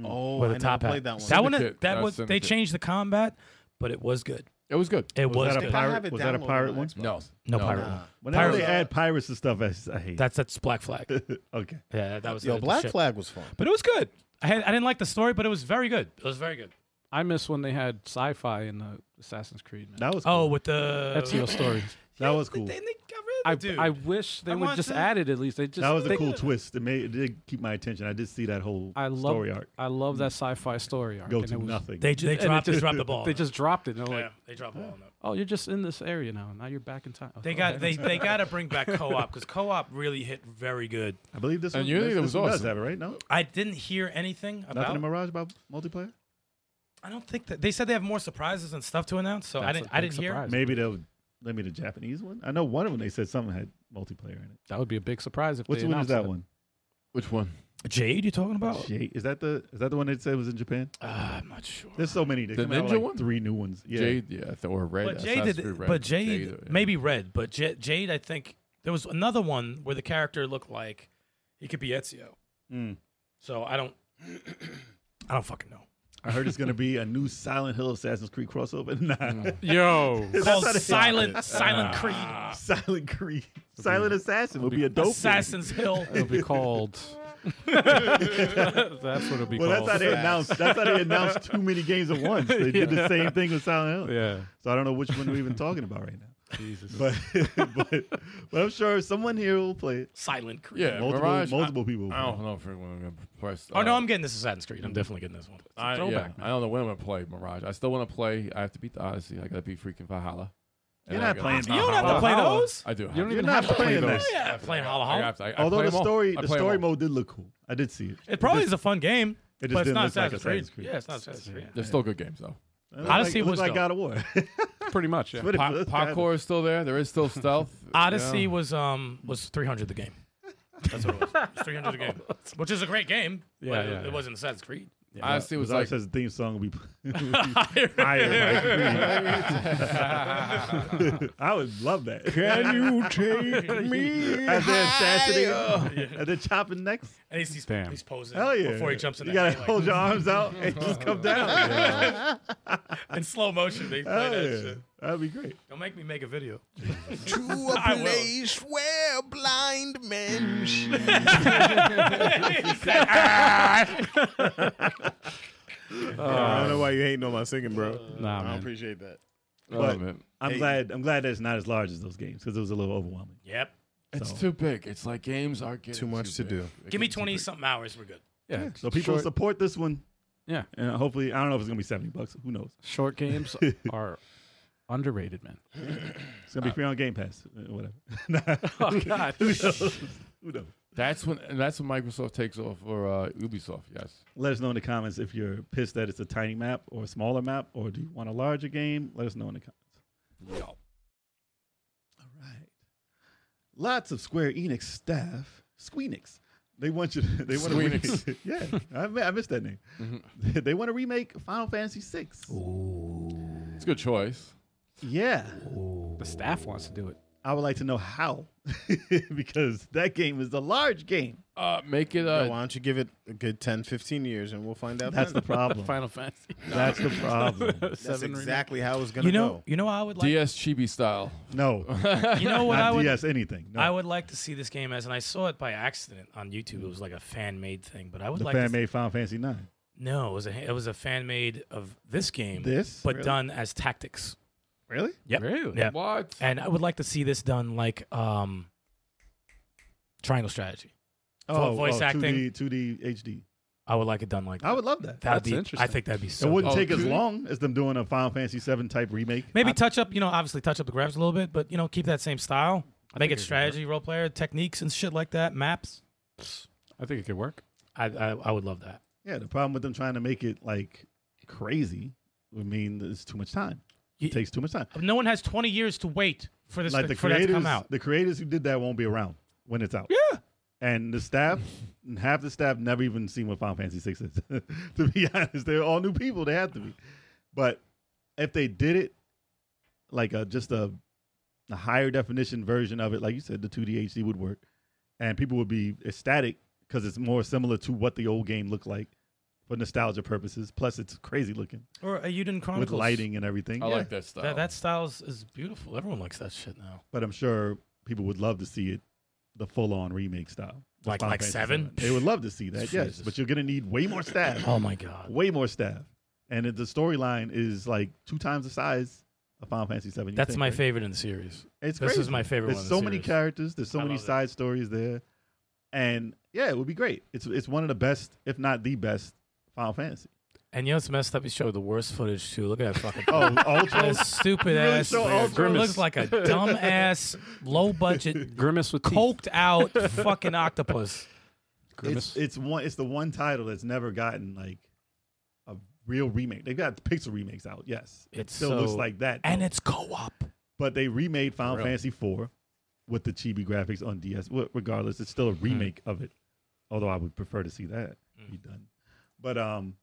C: oh,
F: with
C: I
F: a top
C: never
F: hat.
C: played that one.
F: That one,
D: Syndicate.
F: that
D: That's
F: was they
D: Syndicate.
F: changed the combat, but it was good.
D: It was good.
F: It was,
E: was that a
F: good.
C: I
E: pirate?
C: have it
E: Was that a
C: downloaded
E: pirate
C: on
E: one?
C: Xbox.
D: No,
F: no, pirate.
C: Nah.
F: one.
E: Whenever
F: Pirate-
E: they add pirates and stuff, I, s- I hate.
F: That's that's Black Flag. yeah,
E: it. [LAUGHS] okay.
F: that, that was
C: Yo,
F: the
C: Black
F: shit.
C: Flag was fun.
F: But it was good. I had, I didn't like the story, but it was very good. It was very good.
B: I miss when they had sci-fi in the Assassin's Creed. Man.
E: That was cool.
F: Oh, with the
B: That's
F: [LAUGHS]
B: your story.
E: that was cool.
F: They, they got rid
B: I
F: of the dude.
B: I wish they
F: I
B: would
F: want
B: just
F: to-
B: add it at least. They just
E: that was a
B: they-
E: cool twist. It made it did keep my attention. I did see that whole
B: I love
E: story arc Mm.
B: I love that sci-fi story arc.
E: go
B: and
E: to
B: it was,
E: nothing.
F: they ju- they
B: it
F: dropped, they
B: just-
F: dropped the ball.
B: They just dropped it. And they're
F: yeah,
B: like,
F: they dropped the ball. On that.
B: oh, you're just in this area now. Now you're back in time.
F: They got they,
B: [LAUGHS]
F: they got to bring back co-op because co-op really hit very good.
E: I believe this
D: And
E: one.
D: you
E: this,
D: think it was
E: this one does
D: awesome.
E: have it right? No,
F: I didn't hear anything
E: nothing
F: about.
E: in Mirage about multiplayer.
F: I don't think that they said they have more surprises and stuff to announce. So I
B: That's
F: didn't
B: a
F: I
B: big
F: didn't hear.
B: surprise.
E: Maybe they'll let me the Japanese one. I know one of them they said something had multiplayer in it.
B: That would be a big surprise if
E: Which
B: they
E: one
B: announced
E: is that one?
D: Which one?
F: Jade, you talking about?
E: Jade. Is that the is that the one they said was in Japan?
F: Uh, I'm not sure.
E: There's so many. They
D: The
E: come out with,
D: ninja
E: like,
D: one?
E: Three new ones. Yeah.
D: Jade, yeah, I thought- or Red.
F: But Jade,
D: Assassin's
F: did,
D: Creed Red.
F: but Jade,
D: or-
F: maybe Red, but Jade, Jade, I think there was another one where the character looked like he could be Ezio.
E: Mm.
F: So I don't, [CLEARS THROAT] I don't fucking know.
E: I heard it's gonna be a new Silent Hill Assassin's Creed crossover. [LAUGHS] Nah.
B: Yo,
E: That's
F: Called
E: not a- Ah.
F: Silent Silent Creed,
E: Silent Creed. Silent Assassin would be a dope. one.
F: Assassin's Hill.
B: [LAUGHS] it'll be
F: [LAUGHS]
B: called. [LAUGHS] that's what it'll be
E: Well, that's
B: called.
E: how they
C: Fast.
E: announced. That's how they announced too many games at once. They did the same thing with Silent Hill.
B: yeah,
E: So I don't know which one we're even talking about right now. Jesus. [LAUGHS] But but, but I'm sure someone here will play it.
F: Silent Creed.
D: yeah,
E: Multiple
D: Mirage, I-
E: multiple people. Will
D: I,
E: play
D: don't know if I'm gonna press.
F: Oh no,
D: uh,
F: I'm getting this Assassin's Creed. I'm definitely getting this one.
D: I, yeah,
B: throwback,
D: I don't know when I'm gonna play Mirage. I still want to play. I have to beat the Odyssey. I gotta beat freaking Valhalla. And
E: You're
D: I
E: not
D: gotta-
E: playing
F: You don't have
B: Valhalla.
F: to play
B: Valhalla.
F: those. Oh,
D: I do. have
B: you don't
D: to.
B: even
E: not
B: have to play
E: playing
B: those.
E: that.
F: Yeah, playing Hollow
D: I
F: Hollow.
D: have to. I, I
E: it. Although
D: play
E: the
D: 'em all.
E: story
D: I
E: the
D: play 'em
E: story
D: all.
E: mode did look cool. I did see it.
F: It probably
E: just-
F: is a fun game,
E: It just
F: but it's
E: didn't
F: not
E: look like
F: Assassin's Creed.
E: Assassin's Creed.
F: Yeah, it's not Assassin's Creed.
D: They're still good games though.
E: It looked
F: Honestly,
E: like,
F: it was
E: looked like
F: dope.
E: God of War.
B: [LAUGHS] pretty much. Yeah.
E: [LAUGHS]
B: [LAUGHS]
E: But it
D: Pa-
E: was kind of-
D: parkour is still there. There is still stealth.
F: [LAUGHS] Odyssey was um was 300 the game. That's what it was. It was 300 the
E: [LAUGHS]
F: game, which is a great game. Yeah,
B: Yeah,
F: but
B: yeah,
F: it,
B: yeah.
F: it wasn't Assassin's Creed.
D: Odyssey was
E: Bizarre
D: like
E: says the theme song will be [LAUGHS] higher. I would love that. Can you [LAUGHS] take me? As they're assassinating, as they're chopping necks.
F: And he's, he's,
B: Damn.
F: he's posing
E: Hell yeah!
F: before he jumps in.
E: you
F: the
E: gotta
F: air, like,
E: hold your arms out and just come down.
F: in slow motion. They play
E: Hell
F: that
E: yeah.
F: shit.
E: That'd be great.
F: Don't make me make a video.
C: To a
F: [LAUGHS] I will.
C: where blind men I don't know why you hating on my singing, bro.
B: Nah,
C: I don't
B: man.
C: appreciate that.
D: oh, man.
E: I'm
C: Hey.
E: glad. I'm glad that it's not as large as those games because it was a little overwhelming.
F: Yep.
D: It's
E: So-
D: too big. It's like games are getting
C: Too much to
D: big.
C: do.
D: They're
F: Give me
D: getting too
F: 20
D: big.
F: something hours. We're good.
B: yeah,
E: So people
B: short,
E: support this one.
B: Yeah.
E: and hopefully, I don't know if it's gonna be seventy bucks. Who knows?
B: short
E: [LAUGHS]
B: games are underrated, man.
E: It's gonna be free on Game Pass. Uh, Whatever. Nah.
B: [LAUGHS] Oh God,
E: [LAUGHS] Who knows? Who knows?
D: That's when and that's when Microsoft takes off or uh, Ubisoft. Yes.
E: Let us know in the comments if you're pissed that it's a tiny map or a smaller map, or do you want a larger game? Let us know in the comments. All right. Lots of Square Enix staff, Squeenix. They want you. To, [LAUGHS] they want to.
D: Squeenix.
E: yeah, I, mi- I missed that name. [LAUGHS] They want to remake Final Fantasy VI.
D: It's a good choice.
E: Yeah,
B: [LAUGHS] the staff wants to do it.
E: I would like to know how, [LAUGHS] because that game is a large game.
D: Uh, make it
C: Yo,
D: uh,
C: why don't you give it a good 10, 15 years and we'll find out
E: That's the
C: then.
E: problem.
B: Final Fantasy. [LAUGHS]
E: That's the problem. [LAUGHS]
C: That's
B: remake.
C: exactly how it's going to
F: You know,
C: go.
F: you know, I would like.
D: DS Chibi style.
E: No,
F: You know what I
E: not
F: would.
E: DS anything. No.
F: I would like to see this game as, and I saw it by accident on YouTube. It was like a fan made thing, but I would
E: the
F: like. to
E: fan
F: s-
E: made Final Fantasy Nine.
F: No, it was a it was a fan made of this game.
E: This?
F: but
E: Really?
F: done as tactics.
E: Really?
F: Yep.
B: Really?
F: Yeah.
D: What?
F: And I would like to see this done like um Triangle Strategy.
E: Oh,
F: Vo- Oh, voice
E: 2D,
F: acting.
E: 2D HD.
F: I would like it done like that.
E: I would love that.
F: That'd
B: That's
F: be,
B: interesting.
F: I think that'd be
E: it
F: so.
E: wouldn't
D: Oh,
E: take as
D: 2D?
E: long as them doing a Final Fantasy VII type remake.
F: Maybe touch up, you know, obviously touch up the graphics a little bit, but you know, keep that same style. Make
B: think
F: it
B: it could
F: strategy, role player, techniques and shit like that, maps.
B: I think it could work.
F: I I, I would love that.
E: Yeah, the problem with them trying to make it like crazy would mean that it's too much time.
F: You-
E: It takes too much time.
F: No one has 20 years to wait for this
E: Like the
F: for that to
E: creators,
F: come out.
E: the creators who did that won't be around when it's out.
F: Yeah.
E: And the staff, [LAUGHS] half the staff never even seen what Final Fantasy VI is. [LAUGHS] to be honest, they're all new people. They have to be. But if they did it like a just a, a higher definition version of it, like you said, the 2D HD would work, and people would be ecstatic because it's more similar to what the old game looked like for nostalgia purposes. Plus, it's crazy looking
F: Or a Uden Chronicles.
E: with lighting and everything.
D: I
E: Yeah.
D: like that style.
F: That, that style is, is beautiful. Everyone likes that shit now.
E: But I'm sure people would love to see it, the full on remake style. The
F: Like-
E: Final
F: like
E: Fantasy
F: seven?
E: They would love to see that, yes.
D: Jesus.
E: But you're gonna need way more staff.
F: [LAUGHS] Oh my god.
E: way more staff. And it, the storyline is like two times the size of Final Fantasy Seven. you
F: That's
E: think,
F: my
E: right?
F: favorite in the series.
E: It's
F: This
E: crazy.
F: is my favorite. one
E: There's
F: in
E: so
F: the
E: many
F: series.
E: characters. There's so
F: I
E: many
F: love it.
E: side stories there, and yeah, it would be great. It's it's one of the best, if not the best, Final
F: [LAUGHS]
E: Fantasy.
F: And you know what's messed up? He showed the worst footage too. Look at that fucking.
E: Oh, Ultra.
F: That stupid
E: really
F: ass.
E: show all
F: Grimace.
E: grimace.
F: Looks like a
E: [LAUGHS]
F: dumb ass, low budget,
B: Grimace with teeth.
F: coked out fucking octopus.
E: it's,
B: Grimace.
E: it's one. It's the one title that's never gotten like a real remake. They've got pixel remakes out. Yes, it
F: It's
E: still looks
F: so-
E: like that.
F: And
E: though.
F: it's co-op.
E: but they remade Final
D: real.
E: Fantasy IV with the chibi graphics on DS. Well, regardless, it's still a
F: Hmm.
E: remake of it. Although I would prefer to see that be done. But um,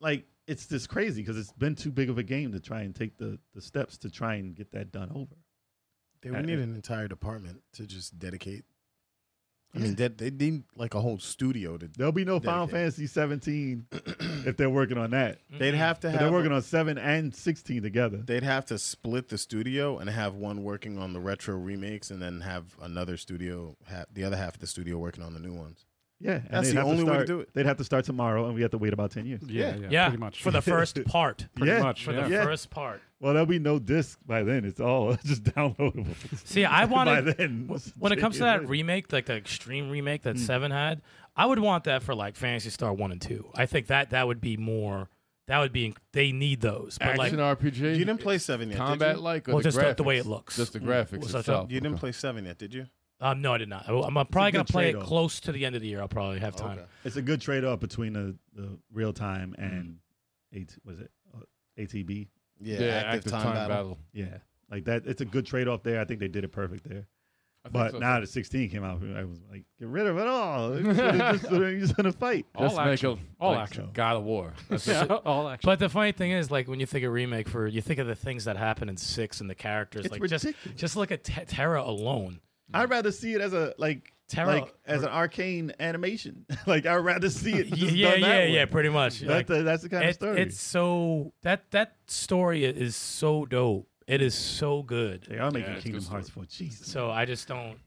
E: like it's just crazy because it's been too big of a game to try and take the the steps to try and get that done over.
C: They would
E: Uh,
C: need an entire department to just dedicate. I mean, that they need like a whole studio to.
E: There'll be no Final
C: Dedicated.
E: Fantasy 17 if they're working on that.
C: They'd have to
E: But
C: have.
E: they're working on seven and 16 together.
C: They'd have to split the studio and have one working on the retro remakes, and then have another studio, ha- the other half of the studio working on the new ones.
E: Yeah, and
C: That's
E: they'd
C: the
E: have
C: only way to
E: start-
C: do it.
E: They'd have to start tomorrow, and we have to wait about 10 years.
B: yeah, yeah,
C: yeah.
F: Yeah,
B: pretty much.
F: for
E: [LAUGHS]
F: the first part.
B: pretty
E: Yeah.
B: much.
F: For
B: yeah.
F: the
E: Yeah.
F: first part.
E: Well, there'll be no disc by then. It's all [LAUGHS] just downloadable.
F: See,
E: [LAUGHS]
F: I
E: by
F: wanted
E: then.
F: when it comes to that
E: Yeah.
F: remake, like the extreme remake
E: Mm.
F: that Seven had, I would want that for like Fantasy Star One and Two. I think that that would be more. That would be they need those. But like,
D: Action RPG.
C: You didn't play seven yet, did
D: combat
C: you?
D: like. or
F: Well,
D: the
F: just the- the way
D: graphics?
F: it looks.
D: Just the
F: Mm.
D: graphics
F: What's that, Tom?
D: itself.
C: You didn't play seven yet, did you?
F: um, no, I did not. I, am probably
E: good
F: gonna play it
E: trade-off.
F: close to the end of the year. I'll probably have time.
E: It's a good trade off between the, the real time and AT, was it uh, ATB?
C: Yeah, active, time, battle.
E: Yeah, like that. It's a good trade off there. I think they did it perfect there.
D: I think
E: But
D: so.
E: now that 16 came out, I was like, get rid of it all. [LAUGHS] You're just going to fight.
B: All
D: Just make
B: action.
D: a-
B: All
D: like
B: action.
D: God of War.
B: [LAUGHS]
D: That's
B: Yeah,
D: it.
B: all action.
F: But the funny thing is, like when you think of remake for, you think of the things that happen in six and the characters.
E: It's
F: like just
E: ridiculous.
F: just look at Te- Terra alone.
E: I'd rather see it as a like.
F: Terra
E: like as an arcane animation, [LAUGHS] like I'd rather see it. [LAUGHS] just
F: [LAUGHS] yeah,
E: done
F: yeah,
E: that way.
F: yeah, pretty much.
E: That-
F: Like,
E: that's the kind of
F: it-
E: story.
F: It's so that that story i- is so dope. It is so good.
E: they are making
D: Yeah, it's
E: Kingdom
D: good
E: Hearts for Jesus.
F: So I just don't.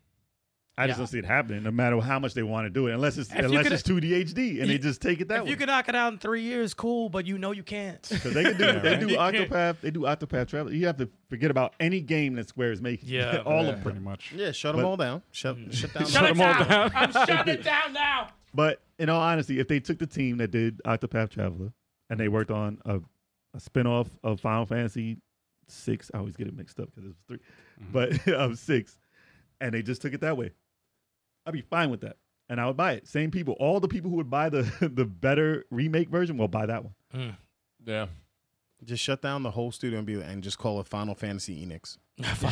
E: I just
F: Yeah.
E: don't see it happening, no matter how much they want to do it, unless it's
F: If you
E: unless
F: could-
E: it's two D HD and they
F: you-
E: just take it that
F: if
E: way.
F: you can knock it out in three years, cool. But you know you
E: [LAUGHS]
F: can't.
E: Because they can do
F: [LAUGHS]
E: they do
F: You can't-
E: Octopath, they do Octopath Travel. You have to forget about any game that Square is making.
F: Yeah,
E: [LAUGHS] all
D: yeah.
E: of them.
B: pretty much.
C: Yeah, shut them all down. Shut, shut down.
F: [LAUGHS] Shut
B: Put
F: it
B: them all
F: down.
B: down.
F: I'm
E: [LAUGHS]
F: shutting it down now.
E: But in all honesty, if they took the team that did Octopath Traveler and they worked on a, a spinoff of Final Fantasy six, I always get it mixed up because it was 3
B: Mm-hmm.
E: but [LAUGHS] of six, and they just took it that way, I'd be fine with that, and I would buy it. Same people, all the people who would buy the [LAUGHS] the better remake version will buy that one. [LAUGHS]
F: Hmm.
D: Yeah.
C: Just shut down the whole studio and be and just call it Final Fantasy Enix.
F: [LAUGHS]
E: [LAUGHS]
F: Final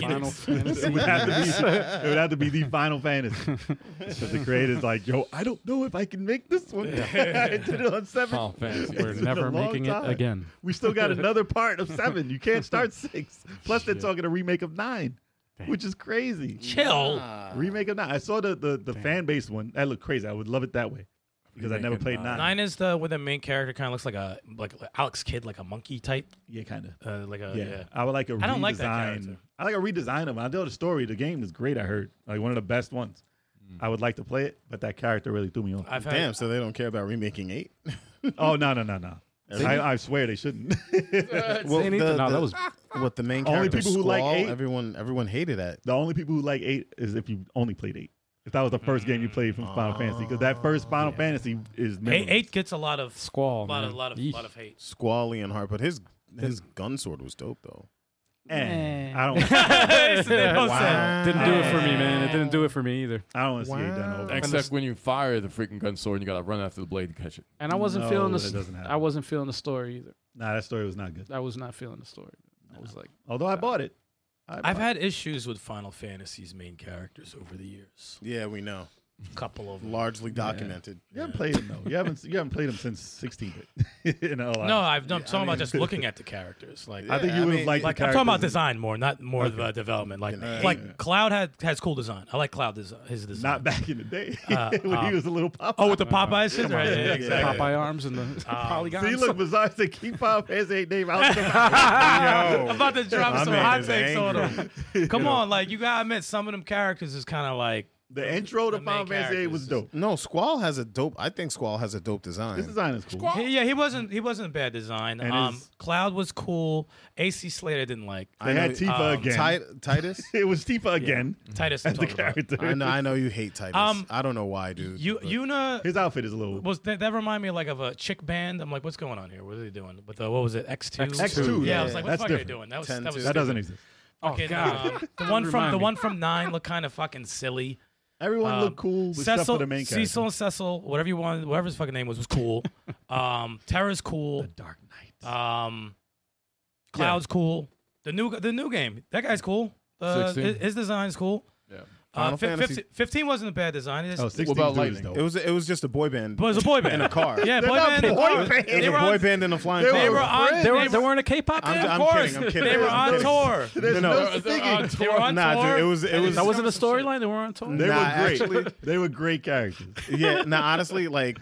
B: [LAUGHS] Final Fantasy.
E: it would have to be it would have to be the Final Fantasy. so the creator's like, yo, I don't know if I can make this one. [LAUGHS] I did it on seven.
D: Final Fantasy.
E: [LAUGHS] It's
B: We're
E: been a
B: never
E: long
B: making
E: time.
B: it again.
E: We
D: [LAUGHS]
E: still got another part of seven. You can't start six. Plus, they're talking a remake of nine, which is crazy.
F: Chill.
E: Remake of nine. I saw the the, the fan based one. That looked crazy. I would love it that way because I
D: Remake
E: never
D: of
E: played
D: nine.
E: nine.
F: Nine is the where the main character kind of looks like a like Alex Kidd, like a monkey type,
E: Yeah, kind of.
F: uh, like a
E: Yeah.
F: yeah.
E: I would like a redesign.
F: I don't like that character.
E: I like a redesign of it. I know the story. The game is great. I heard like one of the best ones.
F: Mm.
E: I would like to play it, but that character really threw me off.
F: I've had
C: Damn, so they don't care about remaking eight.
E: [LAUGHS]
C: [LAUGHS]
E: oh no no no no! I, I swear they shouldn't. [LAUGHS] the
C: Well,
B: They need to- no, that was-
C: what the main
E: Only
C: character
E: people who like
C: Squall,
E: eight-
C: Everyone, everyone hated that.
E: only people who like eight is if you only played eight. If that was the first game you played from Final Fantasy, because that first Final Fantasy is
F: eight,
E: memories.
F: eight gets a lot of
B: Squall.
F: a lot of
B: man.
F: lot of
B: Yeesh.
F: lot of hate.
C: Squall and Hart, but his his gun sword was dope though.
E: And I
F: [LAUGHS]
E: don't,
B: Didn't do it for me, man. It didn't do it for me either.
E: I don't want to see it done
C: Wow.
E: over.
D: Except when you fire the freaking gun sword and you gotta run after the blade to catch it.
B: And I wasn't
E: No,
B: feeling the.
E: that
B: s-
E: doesn't happen.
B: I wasn't feeling the story either.
E: Nah, that story was not good.
B: I was not feeling the story. I was like,
E: Although I bought it. I
F: I've had issues with Final Fantasy's main characters over the years.
C: Yeah, we know.
F: couple of them.
C: largely documented.
E: You haven't played him though. You haven't you haven't played him since 16 bit. [LAUGHS] you know, like,
F: No, I've, no, I'm talking about just looking at the characters. Like,
E: I think
C: Yeah,
E: you
C: I
E: would have
C: mean,
E: liked.
F: like
E: the
F: I'm talking about
E: characters
F: design more, not more of uh, development. Like,
C: Yeah.
F: like
C: Yeah.
F: Cloud had, has cool design. I like Cloud design. His
E: in-
F: design.
E: Not back in the day
F: [LAUGHS] Uh,
E: [LAUGHS] when
F: um,
E: he was a little pop.
F: oh, with the Popeye shit,
E: on.
F: right? Yeah,
E: Yeah,
F: exactly.
E: yeah. Um,
B: Popeye arms
E: [LAUGHS]
B: and the polygons.
E: See,
F: [LAUGHS]
E: look, bizarre. They keep up his eight name out. the mouth.
F: [LAUGHS] I'm about to drop
C: My
F: some
C: man
F: hot
C: is
F: takes on
C: angry. [LAUGHS]
F: him. Come on, like you gotta admit, some of them characters is kind of like
E: [LAUGHS] The intro to
F: The main
E: Final Fantasy VIII was
F: characters.
E: dope.
C: No, Squall has a dope. I think Squall has a dope design.
E: This design is cool.
F: he- yeah, he wasn't he wasn't a bad design.
E: And
F: Um,
E: his-
F: Cloud was cool. AC Slater didn't like
E: They had Tifa
F: um,
E: again.
C: Tit- Titus.
E: it was Tifa again
F: Titus.
E: as [LAUGHS] the
F: didn't Mm-hmm. talk about it.
E: character.
C: I know. I know you hate Titus.
F: Um,
C: I don't know why, dude.
F: You
C: but-
F: Yuna
E: His outfit is a little
F: was that, that remind me like of a chick band. I'm like, what's going on here? What are they doing? But the what was it? X two.
B: X2.
E: X2,
F: Yeah,
C: yeah,
F: I was like, what
E: that's
F: the fuck are they
E: different.
F: doing? That was
C: 10
F: that was
C: to-
E: that doesn't exist.
B: oh
F: fucking,
B: god,
F: uh, the one from
B: Remind
F: the
B: me.
F: one from nine looked kind of fucking silly.
E: Everyone
F: Um,
E: looked cool except
F: Cecil,
E: for the main character.
F: Cecil and Cecil, whatever you wanted, whatever his fucking name was,
C: [LAUGHS]
F: was cool. um, Terra's cool.
E: Dark Knight.
F: Um, Cloud's cool. The new the new game. That guy's cool. Uh,
D: Sixteen.
F: his, his design's cool.
D: Yeah.
F: Uh,
C: Final
F: fif-
C: Fantasy-
F: 15, 15 wasn't a bad design. It is-
E: oh,
C: [LAUGHS]
E: 16
D: What about
E: dude is
D: Lightning?
E: dope.
C: It was. It was just a boy band.
F: but it was a boy band
C: [LAUGHS] in a car.
F: Yeah, boy
E: not
F: band. in a
E: boy
F: car.
E: band.
C: It was
F: They
C: a
F: were
C: boy
F: on.
C: band in a flying
E: They
C: car.
F: They were on. They
B: They
F: were.
B: were they weren't a K-pop
C: I'm-
B: band.
C: I'm
B: of course.
C: kidding. I'm kidding.
F: They were
C: I'm
F: on
C: kidding.
F: tour.
E: [LAUGHS]
C: [LAUGHS]
E: There's
C: No,
E: no,
C: no.
F: uh,
E: singing.
F: They were on
C: Nah,
F: tour.
C: dude. It was. It was.
B: That wasn't a storyline. They were on tour.
E: They
C: Nah,
E: were great.
C: actually-
E: they were great characters.
F: [LAUGHS]
C: yeah. Now, honestly, like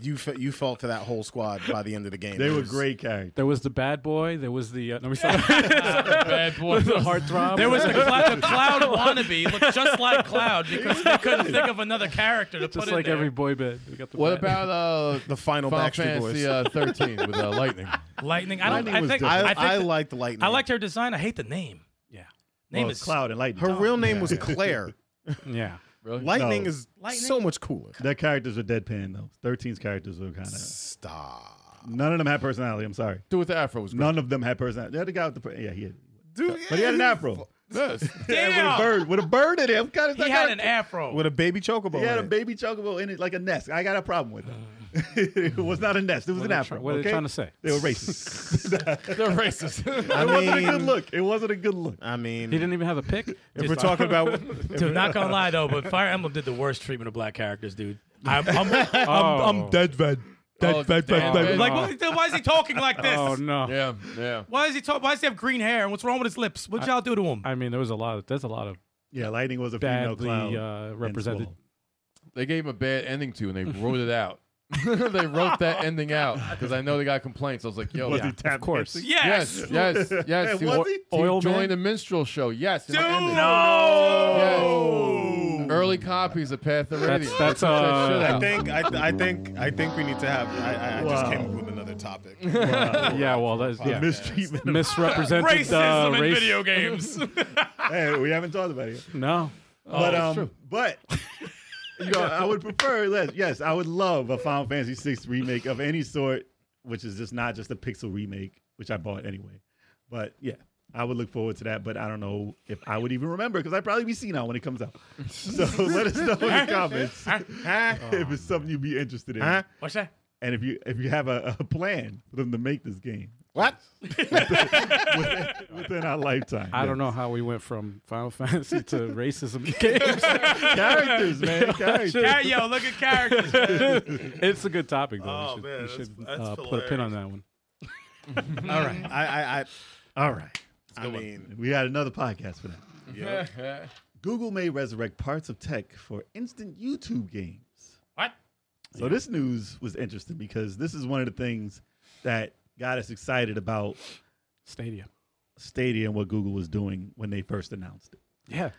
C: you, fe- you felt for that whole squad by the end of the game.
E: They
C: It
E: were
C: was-
E: great characters.
B: There was the bad boy. There was the uh,
E: [LAUGHS]
B: no, we saw the
D: Bad
B: [LAUGHS]
D: boy.
B: heartthrob.
F: There
B: [LAUGHS]
C: [LAUGHS]
F: was a cloud, the cloud wannabe looked just like Cloud because they couldn't think of another character to put
B: just
F: in
B: like
F: there.
B: every boy band. We got the
D: What
B: bad-
D: about uh,
C: The final
D: Final
C: Backstreet
D: Fantasy
C: Boys.
D: uh, 13 with uh, Lightning?
F: Lightning. I don't.
E: Lightning
F: I
E: was
F: think.
E: different.
F: I,
C: I,
F: think
C: I,
F: the-
C: liked Lightning.
F: I liked her design. I hate the name.
B: Yeah,
F: Name
E: Well,
F: is
E: Oh, Cloud and Lightning.
C: her real name
E: Yeah.
C: was Claire.
B: yeah.
D: Really?
C: Lightning
E: [LAUGHS] No.
C: is
F: Lightning?
C: so much cooler.
E: Their characters were deadpan though. 13's characters were kind of.
C: Stop,
E: None of them had personality. I'm sorry.
D: Dude with the afro was great.
E: None of them had personality. The other guy with the per- yeah, he had,
C: dude.
E: but he had an afro.
D: Yes.
E: And with a
F: Damn.
E: bird, with a bird in it. I'm kind of.
F: He had an afro.
C: with a baby chocobo.
E: He had a
C: in it.
E: baby chocobo in it, like a nest. I got a problem with
B: [LAUGHS]
E: it. [LAUGHS] it was not a nest. It was
B: What
E: an
B: are they
E: afro.
B: try- what are they
E: okay?
B: trying to say?
E: They were racist.
B: [LAUGHS]
D: They're racist.
C: I
E: [LAUGHS] it wasn't a good
C: mean,
E: look. It wasn't a good look.
C: I mean,
B: He didn't even have a
E: [LAUGHS]
B: pick.
C: if we're talking about
F: Dude, not gonna lie though, but Fire Emblem did the worst treatment of black characters, dude. I'm, I'm, I'm,
B: Oh.
F: I'm dead, man.
D: Oh, damn, man.
F: Like, why- dude, why is he talking like this?
B: Oh no.
D: [LAUGHS] yeah, yeah.
F: Why is he talk? Why does he have green hair? And what's wrong with his lips? What y'all do to him?
B: I mean, there was a lot. Of, there's a lot of
E: Yeah, lightning was a female
B: badly
E: clown.
B: uh, represented.
D: They gave him a bad ending to, and they wrote it out. [LAUGHS] they wrote that ending out because I know they got complaints. I was like, "Yo,
E: Was he
B: Of course.
E: dancing?
F: yes.
D: yes, yes, yes."
E: Was
D: wa-
E: he?
B: Oil
D: joined
B: Man?
D: the minstrel show. Yes, in the
F: Dude,
D: ending.
F: no.
D: Yes. Early copies of Path of
B: That's-
D: Radio.
B: that's,
D: Check that
B: uh,
D: shit
C: I
D: out.
C: think I, I think I think we need to have. I, I, I just
E: Wow.
C: came up with another
F: [LAUGHS]
C: topic.
B: Yeah. Well, that's
E: The
B: yeah. [LAUGHS]
E: mistreatment. of-
B: misrepresented uh,
F: Racism in
B: race. [LAUGHS]
F: video games.
E: hey, we haven't talked about it. Yet.
B: No.
C: Oh,
E: but um,
C: [LAUGHS]
E: but you know, I would prefer less. Yes, I would love a Final Fantasy VI remake of any sort, which is just not just a pixel remake, which I bought anyway. But yeah, I would look forward to that. But I don't know if I would even remember because I'd probably be senile when it comes
C: [LAUGHS]
E: out. So let us know in the comments [LAUGHS] if it's something you'd be interested in,
C: Huh?
F: What's that?
E: and if you if you have a, a plan for them to make this game
C: What?
E: [LAUGHS] within our lifetime.
B: I don't know how we went from Final [LAUGHS] Fantasy to racism [LAUGHS] games.
E: characters,
C: [LAUGHS]
E: man. Characters.
F: Yeah, yo, look at
B: [LAUGHS]
F: characters. man.
B: it's a good topic though.
F: Oh,
B: we should,
F: man,
B: we
F: that's-
B: should
F: that's
B: uh, put a pin on that one.
C: All right. I I I,
E: All right,
C: I mean,
E: we got another podcast for that.
C: yeah.
E: Google may resurrect parts of tech for instant YouTube games.
F: What?
E: So this news was interesting because this is one of the things that got us excited about
B: Stadia.
E: Stadia and what Google was doing when they first announced it.
B: Yeah.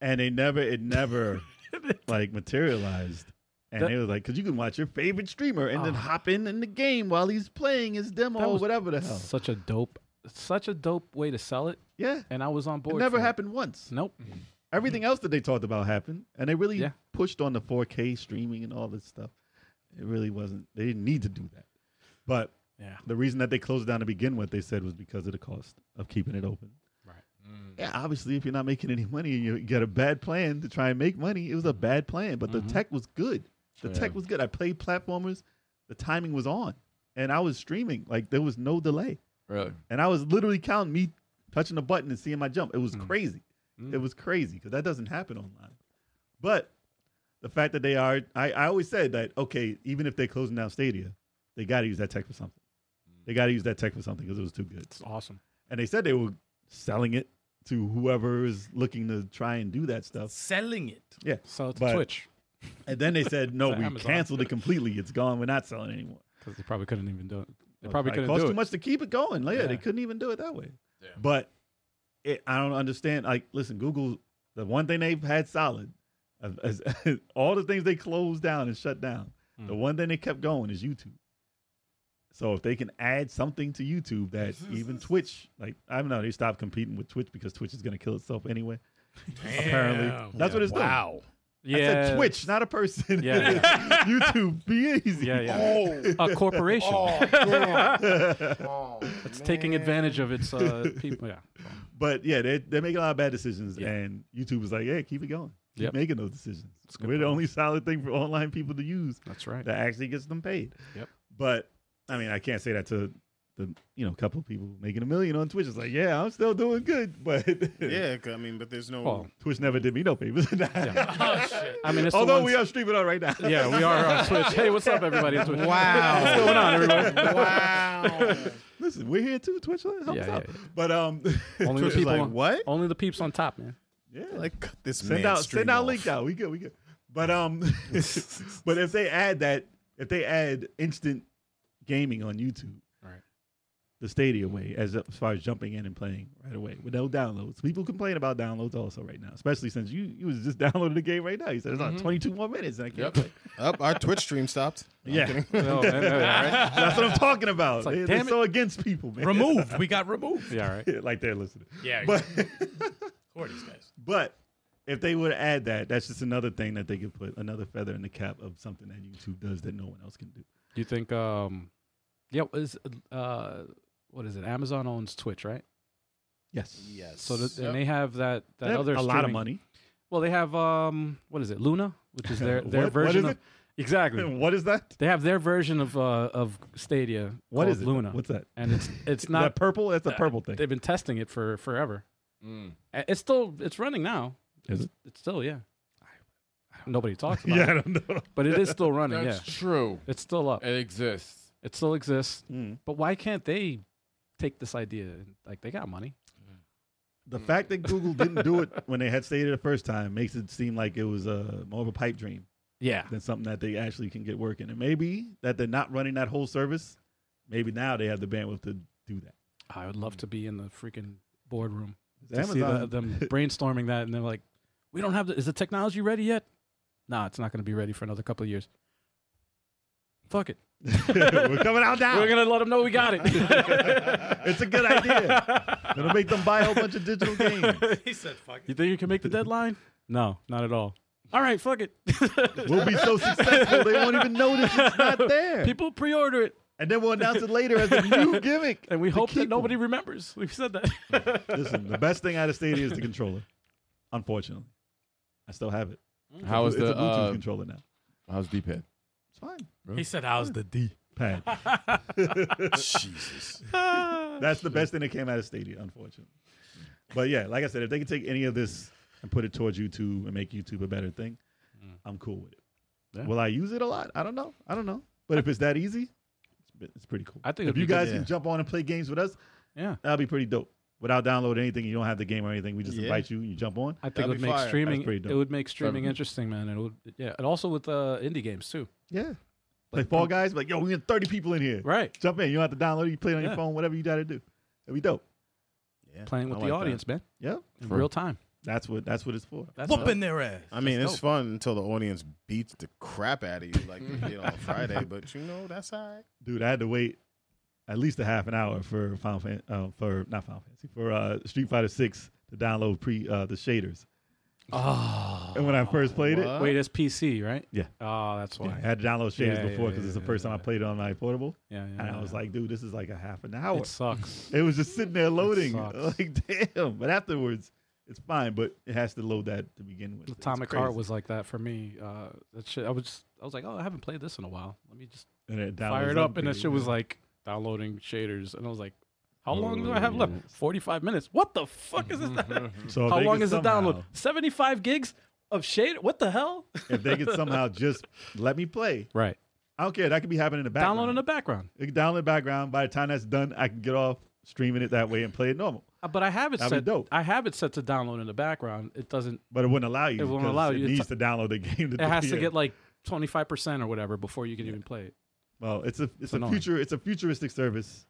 E: And they never
B: [LAUGHS]
E: it never like materialized. And
B: That-
E: they were like, because you can watch your favorite streamer and then
B: Ah.
E: hop in in the game while he's playing his demo
B: That
E: or
B: was
E: Oh, whatever the hell.
B: Such a dope, such a dope way to sell it,
E: Yeah.
B: and I was on
E: It
B: board.
E: never
B: for
E: happened once.
B: Nope.
E: Everything else that they talked about happened, and they really
B: Mm-hmm. Yeah.
E: pushed on the 4K streaming and all this stuff. It really wasn't. They didn't need to do that. But
B: Yeah.
E: the reason that they closed it down to begin with, they said, was because of the cost of keeping it open.
B: Right. Mm.
E: Yeah, obviously, if you're not making any money and you get a bad plan to try and make money, it was a
B: Mm-hmm.
E: bad plan. But the tech was good. The tech was good. I played platformers. The timing was on, and I was streaming. Like there was no delay,
D: Really?
E: and I was literally counting me touching the button
B: Hmm.
E: and seeing my jump. It was crazy. It was crazy because that doesn't happen online. But the fact that they are, I, I always said that, okay, even if they're closing down Stadia, they got to use that tech for something. They got to use that tech for something because it was too good.
B: It's awesome.
E: And they said they were selling it to whoever is looking to try and do that stuff.
F: Selling it.
E: Yeah.
B: So it's
E: But-
B: Twitch
E: And then
B: [LAUGHS]
E: they said, no,
B: To
E: we
B: Amazon.
E: canceled it completely. It's gone. We're not selling it anymore.
B: because they probably couldn't even do it. They probably
E: Like,
B: couldn't
E: cost
B: do
E: too
B: it.
E: much to keep it going. Like, yeah,
B: Yeah.
E: they couldn't even do it that way.
D: Yeah.
E: But it, I don't understand. Like, listen, Google. The one thing they've had solid, uh, is- [LAUGHS] all the things they closed down and shut down. The
B: Mm.
E: one thing they kept going is YouTube. So if they can add something to YouTube that even Twitch, like I don't know, they stopped competing with Twitch because Twitch is going to kill itself anyway. Apparently,
F: Damn.
E: that's what it's doing.
C: Wow.
E: I
B: Yeah,
E: said Twitch, not a person.
B: Yeah,
E: [LAUGHS] YouTube, be easy.
B: Yeah, [LAUGHS] yeah.
C: Oh.
B: a corporation.
C: Oh, damn.
E: [LAUGHS]
C: Oh,
B: [LAUGHS] It's taking
C: man.
B: advantage of its uh, people. Yeah,
E: But yeah, they're, they're making a lot of bad decisions,
B: Yeah.
E: and YouTube is like, "Yeah, keep it going. Keep
B: Yep.
E: making those decisions.
B: That's a good
E: We're the
B: point.
E: only solid thing for online people to use
B: that's right.
E: that actually gets them paid."
B: Yep.
E: But I mean, I can't say that to the you know couple of people making a million on Twitch. It's like, yeah, I'm still doing good, [LAUGHS] but
C: [LAUGHS] Yeah, 'cause, I mean, but there's no.
B: Well,
E: Twitch never did me no favors. [LAUGHS]
F: Oh shit.
B: I mean, it's the
E: Although
B: ones-
E: we are streaming on right now.
B: [LAUGHS] Yeah,
E: [LAUGHS]
B: we are on Twitch. Hey, what's up, everybody? on Twitch?
C: Wow.
B: what's going on,
E: [LAUGHS]
B: everybody?
C: [LAUGHS] wow.
E: Listen, we're here too. Twitch help
B: Yeah,
E: us
B: yeah,
E: out.
B: yeah.
E: But um, [LAUGHS]
B: Only
C: Twitch
B: the
C: is
B: people.
C: like,
B: on- Oh,
C: what?
B: Only the peeps on top, man.
E: yeah,
C: [LAUGHS] Like, cut this
E: send
C: man
E: out
C: stream
E: send out
C: off.
E: link out. We good, we good. But um [LAUGHS] but if they add that if they add instant gaming on YouTube,
B: Right.
E: the stadia way as, as far as jumping in and playing right away with no downloads. People complain about downloads also right now, especially since you you was just [LAUGHS] downloading the game right now. You said it's
B: Mhm.
E: not twenty two more minutes and I
D: Yep.
E: can't play.
C: Up, our Twitch stream stopped. No, I'm
E: Yeah.
C: kidding.
B: No, man, no, [LAUGHS] yeah, right?
E: [LAUGHS] That's what I'm talking about.
B: It's like,
E: They-
B: damn
E: they're
B: it.
E: so against people, man.
F: removed. We got removed.
B: Yeah, right.
E: [LAUGHS] like they're listening.
F: Yeah.
E: But
F: who are these guys?
E: But if they would add that, that's just another thing that they could put another feather in the cap of something that YouTube does that no one else can do.
B: You think? Um, yeah. Is uh, what is it? Amazon owns Twitch, right?
E: Yes.
C: Yes.
B: So that,
D: Yep.
B: and they have that that
E: They have
B: other
E: a lot of
B: streaming-
E: money.
B: Well, they have um, what is it? Luna, which is
E: [LAUGHS]
B: their their
E: What- what
B: version
E: is
B: of exactly.
E: [LAUGHS] What is that?
B: They have their version of uh, of Stadia.
E: What
B: called
E: is it?
B: Luna?
E: What's that?
B: and it's it's
E: [LAUGHS] Is that
B: not.
E: purple. That's a
B: uh,
E: purple thing.
B: They've been testing it for forever.
D: Mm.
B: Uh, It's still it's running now.
E: Is it?
B: It's still yeah. Nobody
E: [LAUGHS]
B: talks about
E: Yeah, I
B: it,
E: don't know. Eh.
B: but it is still running.
D: That's
B: yeah,
D: true.
B: it's still up.
D: It exists.
B: It still exists.
E: Mm.
B: But why can't they take this idea? and, Like they got money.
E: The fact that Google didn't do it when they had stated it the first time makes it seem like it was uh, more of a pipe dream
B: Yeah,
E: than something that they actually can get working. And maybe that they're not running that whole service. Maybe now they have the bandwidth to do that.
B: I would love to be in the freaking boardroom to see
E: [LAUGHS]
B: the,
E: Amazon,
B: them brainstorming that, and they're like, "We don't have the. Is the technology ready yet? Nah, it's not going to be ready for another couple of years. Fuck it.
E: [LAUGHS] we're coming out now.
B: We're gonna let them know we got
E: [LAUGHS]
B: it.
E: it's a good idea.
B: [LAUGHS]
E: It'll make them buy a whole bunch of digital games.
F: [LAUGHS] He said, "Fuck
B: you
F: it."
B: think you can make the deadline? No, not at all. All right, fuck it.
E: [LAUGHS] We'll be so successful they won't even notice
B: [LAUGHS]
E: it's not there.
B: People pre-order it,
E: and then we'll announce it later as a
B: [LAUGHS]
E: new gimmick.
B: and we
E: to
B: hope that
E: keep
B: nobody [LAUGHS]
E: them.
B: remembers. We've said that. [LAUGHS]
E: Listen, the best thing out of Stadia is the controller. Unfortunately, I still have it.
D: How is
E: it's
D: the
E: a Bluetooth
D: uh,
E: controller now?
D: how's D-pad?
E: It's fine.
F: He said, "How's the D?"
B: [LAUGHS]
E: Pad.
C: Jesus.
E: That's the best thing that came out of Stadia, unfortunately. But yeah, like I said, if they can take any of this and put it towards YouTube and make YouTube a better thing, I'm cool with it.
B: Mm. Yeah.
E: Will I use it a lot? I don't know. I don't know. But if it's that easy, it's, it's pretty cool.
B: I think it'd
E: if
B: be
E: you
B: good,
E: guys
C: yeah.
E: can jump on and play games with us,
B: yeah,
E: that'd be pretty dope. Without downloading anything, you don't have the game or anything. We just
C: Yeah.
E: invite you, you jump on.
B: I think it
C: That'd
B: would
C: be
B: make
C: fire. That's
B: streaming.
E: pretty dope.
B: It would make streaming
D: That'd-
B: interesting, man. And it would, yeah, and also with uh, indie games too.
E: Yeah. Like Fall Guys, like, yo, we got 30 people in here.
B: Right,
E: Jump in. You don't have to download it. You play it on
B: Yeah.
E: your phone, whatever you got to do. That'd be dope.
C: Yeah,
B: playing
C: I
B: with
C: like
B: the
C: that.
B: audience, man,
E: Yeah.
B: in
D: True.
B: real time.
E: That's what that's what it's for.
B: That's
F: Whooping their ass.
C: I mean,
B: That's
C: it's
B: dope.
C: fun until the audience beats the crap out of you like they
E: [LAUGHS]
C: did on Friday, but you know, that's all right.
E: Dude, I had to wait at least a half an hour for Final Fan, uh, for not Final Fantasy, for uh, Street Fighter 6 to download pre uh, the shaders.
B: Oh,
E: And when I first played it,
C: What?
B: wait, that's PC, right?
E: Yeah.
B: Oh, that's
E: yeah, I
B: why.
E: had to download shaders
B: Yeah, yeah,
E: before because
B: yeah,
E: it's the
B: yeah,
E: first
B: yeah,
E: time I played it on my portable.
B: Yeah, yeah.
E: And I was
B: yeah.
E: like, dude, this is like a half an hour.
B: it sucks.
E: It was just sitting there loading. [LAUGHS]
B: sucks.
E: Like, damn. But afterwards, it's fine, but it has to load that to begin with. [LAUGHS] It's
B: Atomic Heart
E: crazy.
B: was like that for me. Uh, that shit, I was, just, I was like, oh, I haven't played this in a while. Let me just
E: and it
B: fire
E: downloads
B: it up, and that
E: for
B: shit
E: you.
B: was like downloading shaders, and I was like, how long do I have left? Forty-five minutes. What the fuck is this?
E: So
B: [LAUGHS]
E: if
B: how
E: they
B: long
E: could
B: is the
E: somehow-
B: download? Seventy-five gigs. of shade. What the hell?
E: if they could somehow just let me play.
B: Right.
E: I don't care. That could be happening
B: [LAUGHS]
E: in the background.
B: Download in the background.
E: It can download the background. By the time that's done, I can get off streaming it that way and play it normal.
B: Uh, But I have it
E: That'd be
B: set.
E: dope.
B: I have it set to download in the background. It doesn't.
E: But it wouldn't allow you.
B: It won't
E: because
B: allow
E: It
B: you. It's-
E: needs to download the game. To [LAUGHS]
B: It has
E: do
B: to get like twenty five percent or whatever before you can even play it.
E: Well, it's a it's a
B: annoying.
E: future it's a futuristic service,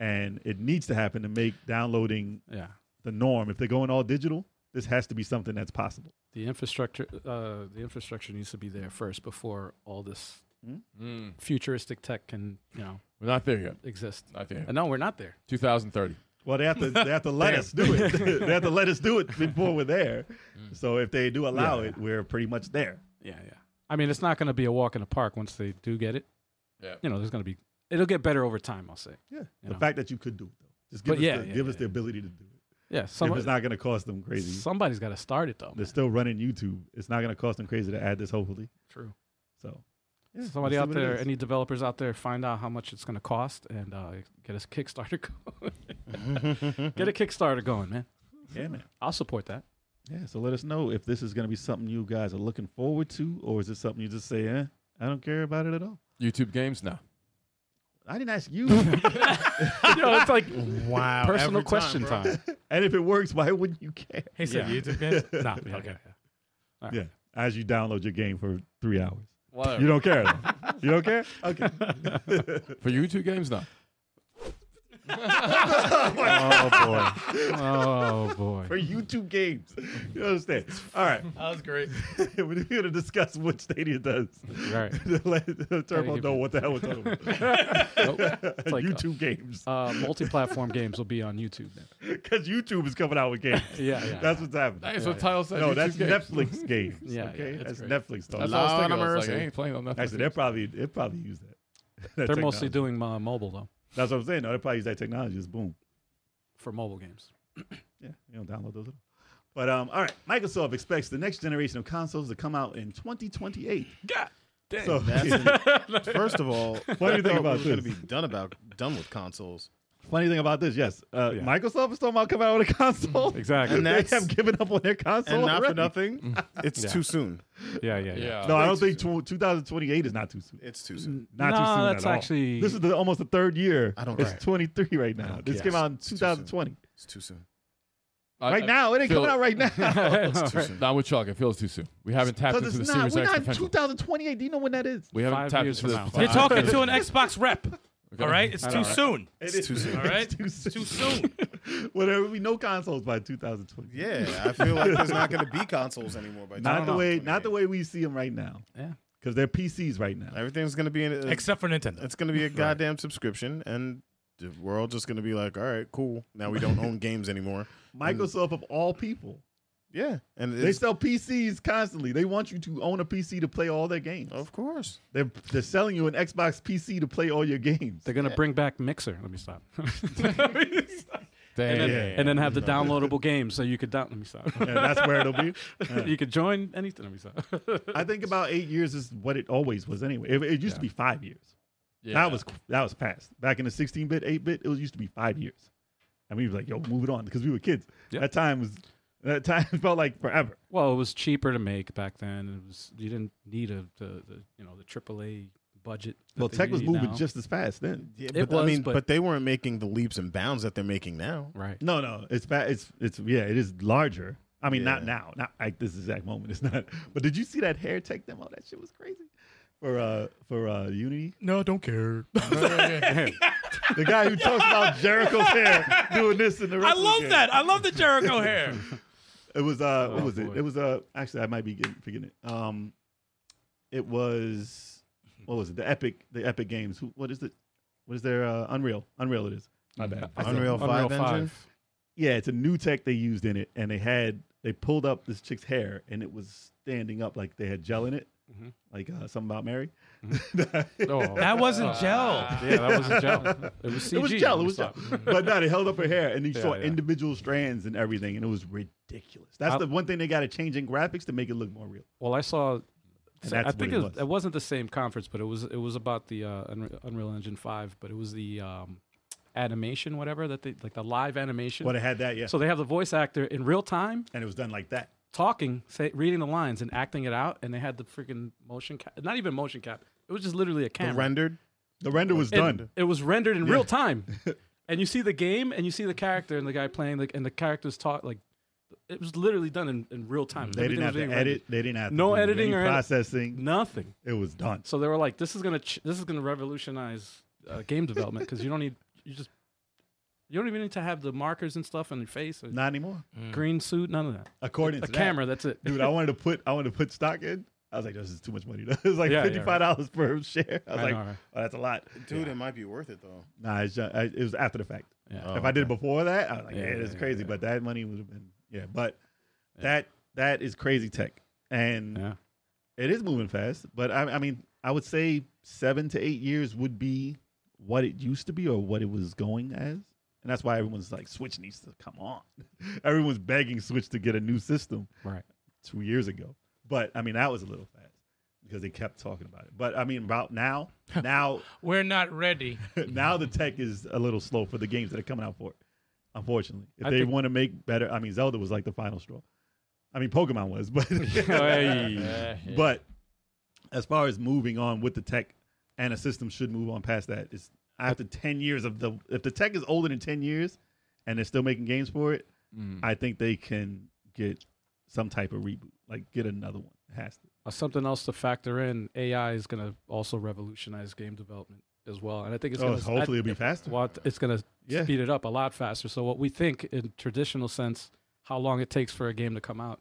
E: and it needs to happen to make downloading
B: Yeah.
E: the norm. If they're going all digital, this has to be something that's possible.
B: The infrastructure. Uh, the infrastructure needs to be there first before all this
D: Mm,
B: futuristic tech can you know
D: we're not there yet.
B: exist.
D: Not there. yet.
B: And no, we're not there.
D: 2030.
E: Well, they have to they have
B: [LAUGHS]
E: to let us do it. they have to let us do it before we're there. So if they do allow it, we're pretty much there.
B: Yeah, yeah. I mean, it's not going to be a walk in the park once they do get it.
D: Yeah.
B: You know, there's going to be. It'll get better over time. I'll say.
E: Yeah,
B: You
E: the
B: know.
E: fact that you could do it though, just
B: But
E: give us
B: yeah,
E: the,
B: yeah,
E: give
B: yeah,
E: us the ability to do it.
B: Yeah.
E: if
B: Somebody,
E: it's not going to cost them crazy,
B: somebody's got to start it though.
E: they're still running YouTube. It's not going to cost them crazy to add this hopefully.
B: True.
E: So yeah,
B: Somebody
E: we'll see
B: out
E: what it
B: there,
E: is.
B: any developers out there, find out how much it's going to cost and uh, get us [LAUGHS] Kickstarter going. get a Kickstarter going, man.
E: yeah, man.
B: I'll support
E: [LAUGHS]
B: that.
E: Yeah, so let us know if this is going to be something you guys are looking forward to, or is it something you just say, eh, I don't care about it at all.
D: YouTube games now.
E: I didn't ask you.
B: you know, it's like
C: Wow.
B: personal question time.
E: [LAUGHS] and if it works, why wouldn't you care?
F: He said YouTube games. Nah,
B: Yeah,
F: okay.
B: yeah.
E: Yeah, as you download your game for three hours.
D: Whatever.
E: You don't care. Though. you don't [LAUGHS] care? Okay.
D: For YouTube games now.
E: oh, boy.
B: Oh boy.
E: [LAUGHS] For YouTube games. You understand? All right. [LAUGHS]
F: That was great.
E: We're going to discuss what Stadia does.
B: Right.
E: [LAUGHS] Let Turbo know what the hell we're talking [LAUGHS] about.
B: Nope. It's like
E: [LAUGHS] YouTube games.
B: uh, multi-platform games will be on YouTube. Then.
E: Because YouTube is coming out with games.
B: [LAUGHS] Yeah, yeah.
E: That's what's happening.
D: That's what title said.
E: No,
D: YouTube
E: that's
D: games.
E: Netflix games.
B: Yeah, yeah,
E: okay,
B: that's
E: that's,
B: great.
E: Netflix stuff.
D: That's all I was thinking. I was
C: Lord have
D: like, I
C: mercy.
D: ain't playing on Netflix.
E: Actually, they probably they probably use that. [LAUGHS] that
B: They're mostly
E: technology.
B: doing uh, mobile though
E: That's what I'm saying. No, they probably use that technology. Just boom.
B: for mobile games.
E: Yeah, you don't download those. At all. But um, all right. Microsoft expects the next generation of consoles to come out in 2028.
B: God damn.
E: So [LAUGHS]
C: First of all,
E: What do you think about
C: Going to
E: this?
C: be done about done
E: [LAUGHS]
C: with consoles,
E: funny thing about this, yes, uh,
B: Yeah.
E: Microsoft is talking about coming out with
B: [LAUGHS]
E: a console.
B: exactly.
E: [LAUGHS]
C: And
E: They
C: that's-
E: have given up on their console.
C: and not for
E: already.
C: nothing.
E: Mm.
C: [LAUGHS] It's too soon.
B: Yeah, yeah, yeah.
D: Yeah.
E: No, I don't think tw 2028 is not too soon.
C: It's too soon.
E: Not
B: No,
E: too soon.
B: that's
E: at all.
B: actually- [LAUGHS]
E: this is [LAUGHS] the, almost the third year.
C: I don't
E: It's
C: care.
E: 23 right now. This
C: care.
E: came out in
C: too soon.
E: 2020.
C: It's too soon.
D: I-
E: right
D: I
E: now. It ain't
D: feel-
E: coming out
D: [LAUGHS]
E: right now.
C: It's too
B: Right.
C: soon.
D: Nah, I'm with Chuck. It feels too soon. We haven't tapped into
E: Because
D: the
E: it's not.
D: Series
E: We're
D: X
E: not in
D: potential.
E: 2028. Do you know when that is?
D: We haven't
B: Five
D: tapped
B: years
D: into
B: from
D: this.
B: now.
D: potential.
F: You're talking to an Xbox rep. All
D: [LAUGHS]
F: right, it's too soon.
E: It
C: It's too soon.
F: All right,
E: [LAUGHS] Too soon.
F: too soon.
E: well, there will be no consoles by 2020.
C: Yeah, I feel like there's not going to be consoles anymore. By
E: Not the way.
C: 2028.
E: Not the way we see them right now.
B: Yeah.
E: Because they're PCs right now.
C: Everything's going to be in. A,
F: Except for Nintendo.
C: it's going to be a goddamn subscription, and the- we're all just going to be like, all right, cool. Now we don't own [LAUGHS] games anymore.
E: Microsoft of all people,
C: Yeah, and
E: they
C: it's,
E: sell PCs constantly. They want you to own a PC to play all their games.
C: of course.
E: They're they're selling you an Xbox PC to play all your games.
B: They're gonna bring back Mixer. Let me stop. [LAUGHS]
F: [LAUGHS]
D: Damn.
E: then- [LAUGHS] Yeah.
B: and then have the downloadable games so you could down. Let me stop. [LAUGHS]
E: Yeah, that's where it'll
C: [LAUGHS]
E: be.
B: you could join anything. Let me stop. [LAUGHS]
E: I think about eight years is what it always was anyway. It, it used to be five years.
D: Yeah.
E: That was that was past. Back in the 16 bit, 8 bit, it was used to be five years. I mean, we were like, yo, move it on because we were kids.
B: Yeah.
E: That time was that time [LAUGHS] felt like forever.
B: Well, it was cheaper to make back then. It was you didn't need a the, the you know the AAA budget. that
E: Well,
B: they
E: tech was
B: need
E: moving
B: now.
E: just as fast then.
C: Yeah,
B: It
C: but I
B: was,
C: mean,
B: but-
C: but, they weren't making the leaps and bounds that they're making now.
B: right.
E: No, no, it's fast. It's it's yeah, it is larger. I mean, not
C: Yeah.
E: now, not like this exact moment. It's not. [LAUGHS] But did you see that hair tech demo? That shit was crazy. For uh for uh Unity,
F: No, don't
G: [LAUGHS]
F: care.
E: the guy who talks about Jericho's hair doing this in the
F: I
E: wrestling
F: love
E: game.
F: that. I love the Jericho hair.
E: It was uh, what
B: Oh,
E: was
B: boy.
E: it? It was uh, actually I might be getting forgetting it. Um, it was what was it? The Epic, the Epic Games. Who? What is it? What is their uh, Unreal? Unreal it is. My bad. I said-
C: Unreal Five
B: Unreal
C: engine.
B: Oh, Five.
E: Yeah, it's a new tech they used in it, and they had they pulled up this chick's hair, and it was standing up like they had gel in it,
B: Mhm.
E: like uh, something about Mary. [LAUGHS]
B: Oh,
F: That
B: [LAUGHS]
F: wasn't gel.
B: yeah,
G: [LAUGHS]
B: that wasn't gel. It was CG.
E: it was gel.
B: Let
E: It
B: me
E: was gel.
B: stop.
E: [LAUGHS] but no, they held up her hair, and you
B: Yeah,
E: saw
B: yeah.
E: individual strands and everything, and it was ridiculous. That's
B: I'll-
E: the one thing they got to change in graphics to make it look more real.
B: Well, I saw.
E: And
B: I
E: that's
B: think it,
E: what it
B: was,
E: was.
B: it wasn't the same conference, but it was it was about the uh, Unre- Unreal Engine Five, but it was the um, animation, whatever that they like the live animation.
E: But it had that, yeah.
B: So they have the voice actor in real time,
E: and it was done like that.
B: talking, say, reading the lines and acting it out, and they had the freaking motion cap. Not even motion cap. It was just literally a camera.
C: rendered.
E: The render was
B: And
E: done.
B: It was rendered in real
E: [LAUGHS]
B: time. and you see the game and you see the character and the guy playing like and the characters talk like it was literally done in, in real time.
E: They didn't
B: Everything
E: have
B: was
E: to
B: being rendered.
E: edit. They didn't have to
B: No
E: do any
B: editing or edit-
E: processing.
B: Nothing.
E: It was done.
B: So they were like, "This is gonna ch- this is gonna revolutionize uh, game development because you don't need you just you don't even need to have the markers and stuff on your face or
E: Not anymore.
B: green suit, none of that.
E: According
B: A
E: to that.
B: camera, that's it. [LAUGHS]
E: dude. I wanted to put I wanted to put stock in. I was like, this is too much money. [LAUGHS] it was like
B: Yeah, yeah,
E: fifty five dollars per share. I was
B: I
E: like,
B: know, right?
E: oh, that's a lot.
C: Dude, it might be worth it though.
E: Nah, it's just, I, it was after the fact.
B: Yeah.
E: if I did it before that, I was like,
B: Yeah,
E: yeah, it's
B: yeah,
E: crazy.
B: yeah.
E: But that money would have been yeah. But that that is crazy tech, and
B: Yeah.
E: it is moving fast. But I, I mean, I would say seven to eight years would be what it used to be or what it was going as. And that's why everyone's like, Switch needs to come on. [LAUGHS] everyone's begging Switch to get a new system.
B: Right.
E: two years ago. But I mean, that was a little fast because they kept talking about it. But I mean,
B: [LAUGHS]
E: about now, now,
G: We're not ready.
E: now the tech is a little slow for the games that are coming out for it. Unfortunately, if
B: I
E: they
B: think-
E: want to make better, I mean, Zelda was like the final straw. I mean, Pokemon was,
B: [LAUGHS]
E: but [LAUGHS] but as far as moving on with the tech and a system should move on past that. It's after ten years of the if the tech is older than ten years and they're still making games for it,
D: Mm.
E: I think they can get some type of reboot, like get another one. It has to.
B: Uh, something else to factor in: AI is gonna also revolutionize game development as well, and I think it's
E: Oh,
B: gonna
E: hopefully it'll be faster.
B: Well, it's gonna
E: Yeah.
B: speed it up a lot faster. So what we think in traditional sense, how long it takes for a game to come out,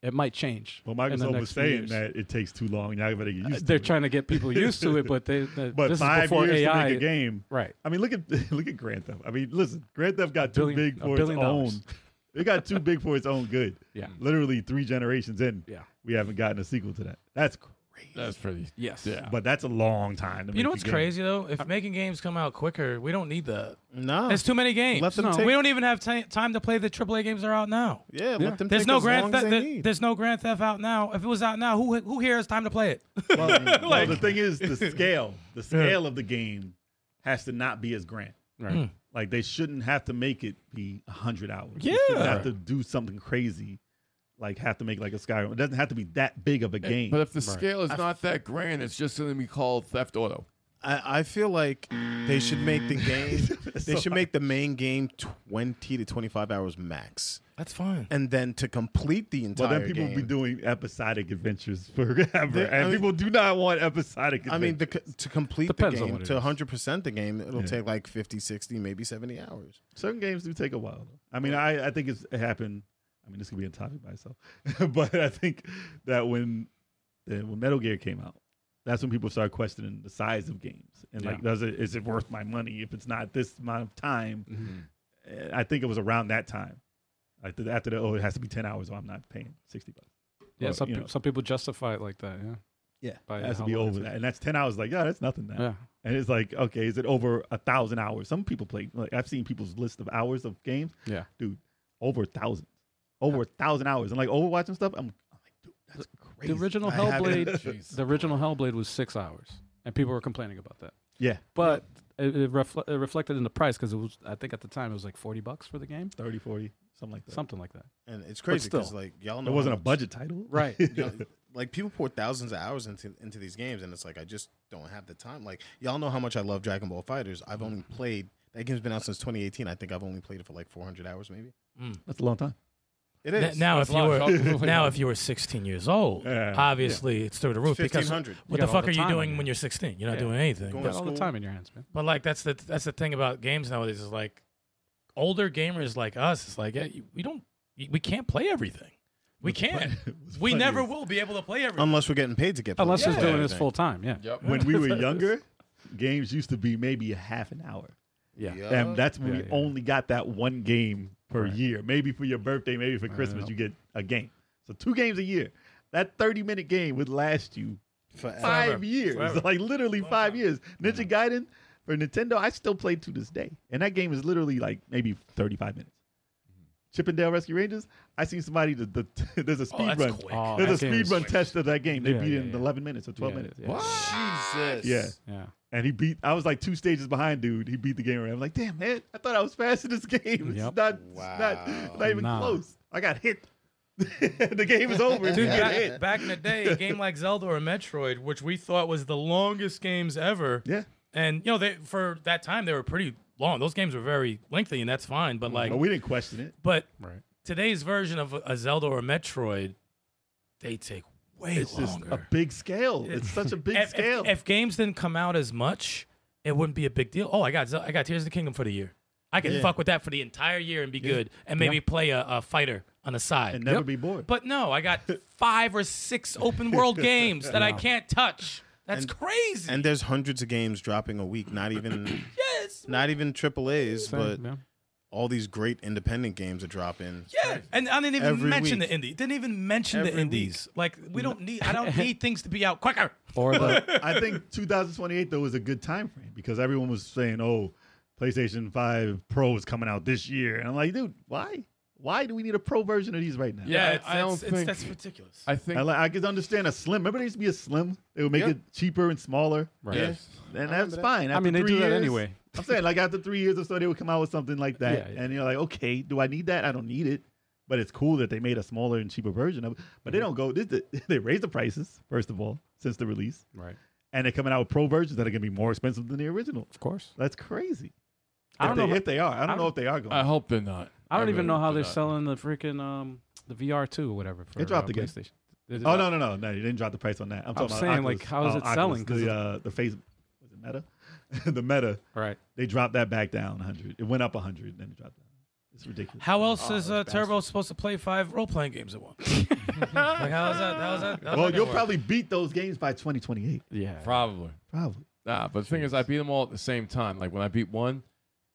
B: it might change.
E: Well,
B: in the
E: Microsoft was
B: next few
E: saying
B: years. Uh,
E: that it takes too long. Y'all better get used to
B: They're
E: it.
B: trying to get people used to it, but
E: [LAUGHS]
B: they, they
E: But
B: this
E: five
B: is before
E: years
B: AI.
E: to make a game.
B: Right.
E: I mean, look at [LAUGHS] look at Grand Theft. I mean, listen, Grand Theft got too
B: billion-
E: big
B: a
E: for its
B: billion
E: own.
B: dollars.
E: It got too big for its own good.
B: [LAUGHS] Yeah.
E: Literally three generations in,
B: Yeah.
E: we haven't gotten a sequel to that. That's crazy.
D: That's pretty.
B: Yes.
D: Yeah.
E: but that's a long time. To
G: You know
E: make
G: what's
E: a game.
G: crazy though? If making games come out quicker, we don't need that.
C: No.
G: There's too many games.
C: Let them
G: No,
C: take-
G: we don't even have ti- time to play the AAA games that are out now.
C: yeah,
B: Yeah.
C: let them
G: There's
C: take
G: no
C: as
G: Grand
C: long
G: Theft.
C: as they
G: there-
C: need.
G: there's no Grand Theft out now. If it was out now, who who here has time to play it?
E: Well, well, the thing
B: [LAUGHS]
E: is, the scale, the scale of the game has to not be as grand.
B: Right.
E: Like they shouldn't have to make it be hundred hours.
G: Yeah.
E: you shouldn't have to do something crazy, like have to make like a Skyrim. It doesn't have to be that big of a game.
D: But if the scale is not that grand, it's just going to be called Theft Auto.
C: I, I feel like they should make the [LAUGHS] game. they should make the main game twenty to twenty five hours max,
G: That's fine.
C: and then to complete the
E: well,
C: entire.
E: then people
C: game,
E: will be doing episodic adventures [LAUGHS] forever,
C: They- I
E: and
C: mean-
E: people do not want episodic. Adventures.
C: I mean, the, c- to complete
B: Depends
C: the
B: on
C: game,
B: what it
C: to
B: is.
C: 100% the game, it'll take like 50, 60, maybe 70 hours.
E: certain games do take a while. Though. I mean, I, I think it's it happened. I mean, this could be a topic by itself, [LAUGHS] but I think that when that when Metal Gear came out, that's when people started questioning the size of games and like, does it is it worth my money if it's not this amount of time? And I think it was around that time. Like the, after the oh, it has to be ten hours, or I'm not paying sixty bucks.
B: Yeah.
E: Or,
B: some,
E: you
B: pe-
E: know,
B: some people justify it like that. Yeah.
E: yeah,
B: by
E: it has to
B: how
E: be
B: long it
E: over
B: takes.
E: that, and that's ten hours. Like, yeah, that's nothing. Now.
B: Yeah.
E: And it's like, okay, is it over a thousand hours? Some people play. Like I've seen people's list of hours of games.
B: Yeah.
E: dude, over a thousand, over a thousand hours, and like Overwatch and stuff. I'm, I'm like, dude, that's
B: The
E: crazy.
B: original Hellblade. the original Hellblade was six hours, and people were complaining about that.
E: [LAUGHS] yeah,
B: But it, it, refle- it reflected in the price because it was, I think at the time it was like forty bucks for the game,
E: 30, 40, something like that.
B: something like that.
C: And it's crazy because,
B: still,
C: like, y'all know.
E: It wasn't a
C: how
E: budget title,
B: Right.
C: much-
B: [LAUGHS]
C: y'all- like, people pour thousands of hours into, into these games, and it's like, I just don't have the time. Like, y'all know how much I love Dragon Ball Fighters. I've only
B: Mm-hmm.
C: played, that game's been out since 2018. I think I've only played it for like 400 hours, maybe.
E: That's a long time.
C: It
G: N-
C: is.
G: now, if you
D: That's a lot of
G: were
D: talk.
G: [LAUGHS] now if you were 16 years old,
E: Yeah.
G: obviously it's through the roof. Because
C: 1500.
G: what
B: You
G: the
B: got all
G: fuck
B: the
G: are you
B: time on
G: doing
B: your
G: when you're 16? You're not doing anything.
C: Going
B: You got
C: to
B: all the
C: school.
B: time in your hands, man.
G: But like that's the that's the thing about games nowadays is like older gamers like us. It's like yeah, you- we don't we can't play everything. We
E: [LAUGHS]
G: can't.
B: [LAUGHS]
E: What's
G: We
E: funny
G: never
E: is
G: will be able to play everything.
C: Unless we're getting paid to get paid.
B: Unless
G: Yeah.
B: he's doing this full time. Yeah.
D: Yep.
E: When [LAUGHS] we
C: [LAUGHS]
E: were younger, games used to be maybe a half an hour,
B: Yeah.
E: and that's when
B: Yeah,
E: we
B: yeah.
E: only got that one game per year. Maybe for your birthday, maybe for Christmas, you get a game. So two games a year. That thirty-minute game would last you
C: Forever.
E: five years, [LAUGHS] like literally five years. Ninja Gaiden for Nintendo, I still play to this day, and that game is literally like maybe thirty-five minutes. Chippendale Rescue Rangers. I seen somebody that the, [LAUGHS] there's a speed
G: oh, that's
E: run.
G: quick.
B: Oh,
E: There's
B: that
E: a
B: game
E: speed
B: is
E: run
B: quick.
E: test of that game. They
B: Yeah,
E: beat
B: yeah,
E: it in
B: yeah.
E: eleven minutes or twelve
B: Yeah,
E: minutes.
B: yeah.
C: Jesus.
E: Yeah.
B: Yeah.
E: And he beat. I was like two stages behind, dude. He beat the game. around. I'm like, damn man, I thought I was fast in this game. It's
B: Yep.
E: not, it's
C: Wow.
E: not, not even
B: Nah.
E: close. I got hit [LAUGHS] the game is over. if you
F: Dude,
E: get
F: back,
E: hit.
F: back in the day, a game like Zelda or Metroid, which we thought was the longest games ever,
E: Yeah.
F: and you know, they for that time they were pretty long. Those games were very lengthy, and that's fine. But like,
E: But Mm-hmm. we didn't question it.
F: but
B: Right.
F: today's version of a- a Zelda or a Metroid, they take way
E: It's just
F: longer.
E: a big scale. It's such a big
F: if, if-
E: scale.
F: if games didn't come out as much, it wouldn't be a big deal. Oh, I got Zel- I got Tears of the Kingdom for the year. I can fuck with that for the entire year and be good, and maybe play a, a fighter on the side.
E: and never be bored.
F: But no,
E: [LAUGHS]
F: I got five or six open world games that I can't touch. That's
C: And-
F: crazy.
C: And there's hundreds of games dropping a week.
B: [COUGHS]
C: Not even
F: yes.
C: not even triple A's, but
B: Same, yeah.
C: all these great independent games are dropping.
F: Yeah, and I didn't even
C: Every
F: mention
C: week.
F: the indie. Didn't even mention the
C: Every
F: indies. Like we don't need. I don't need things to be out quicker.
B: Or the
E: I think 2028 though is a good time frame because everyone was saying, "Oh, PlayStation 5 Pro is coming out this year," and I'm like, "Dude, why? Why do we need a Pro version of these right now?"
D: Yeah, I don't think-
F: that's ridiculous.
D: I think
E: I, like, I could understand a slim. Remember, there used to be a slim. They would make
C: Yeah.
E: it cheaper and smaller,
D: yes.
E: and
C: I remember
E: that's
C: that.
E: fine.
B: I mean, they
E: After
B: do
E: three
B: that
E: years- [LAUGHS]
B: anyway.
E: I'm saying, like, after three years or so, they would come out with something like that,
B: Yeah, yeah.
E: and you're like, "Okay, do I need that? I don't need it." But it's cool that they made a smaller and cheaper version of it. But
B: Mm-hmm.
E: they don't go. They, [LAUGHS] they raise the prices first of all since the release,
B: Right.
E: and they're coming out with pro versions that are going to be more expensive than the original.
B: Of course.
E: That's crazy.
B: I
E: I
B: don't Uh,
E: don't
B: know
E: know if they are. I don't
B: I
E: know if they are going.
D: I hope they're not.
B: I don't even
D: really
B: know how
D: hope
B: they're
D: not.
B: selling the freaking um the VR two or whatever. For,
E: It dropped
B: uh,
E: again.
B: PlayStation.
E: oh no, no, no, no! You didn't drop the price on that. I'm, talking about
B: saying, like,
E: Oculus.
B: how is
E: Uh,
B: it selling? 'Cause
E: Oculus, the uh, the face was it Meta, [LAUGHS] the Meta.
B: All right.
E: They dropped that back down 100. It went up 100, and then it dropped down. It's ridiculous.
F: How else is uh, Turbo supposed to play five role playing games at once? like how is that? How is that?
E: well,
F: how's that
E: you'll
F: gonna work?
E: probably beat those games by 2028.
B: Yeah.
D: Probably.
E: Probably.
D: Nah, but the thing is, I beat them all at the same time. Like when I beat one,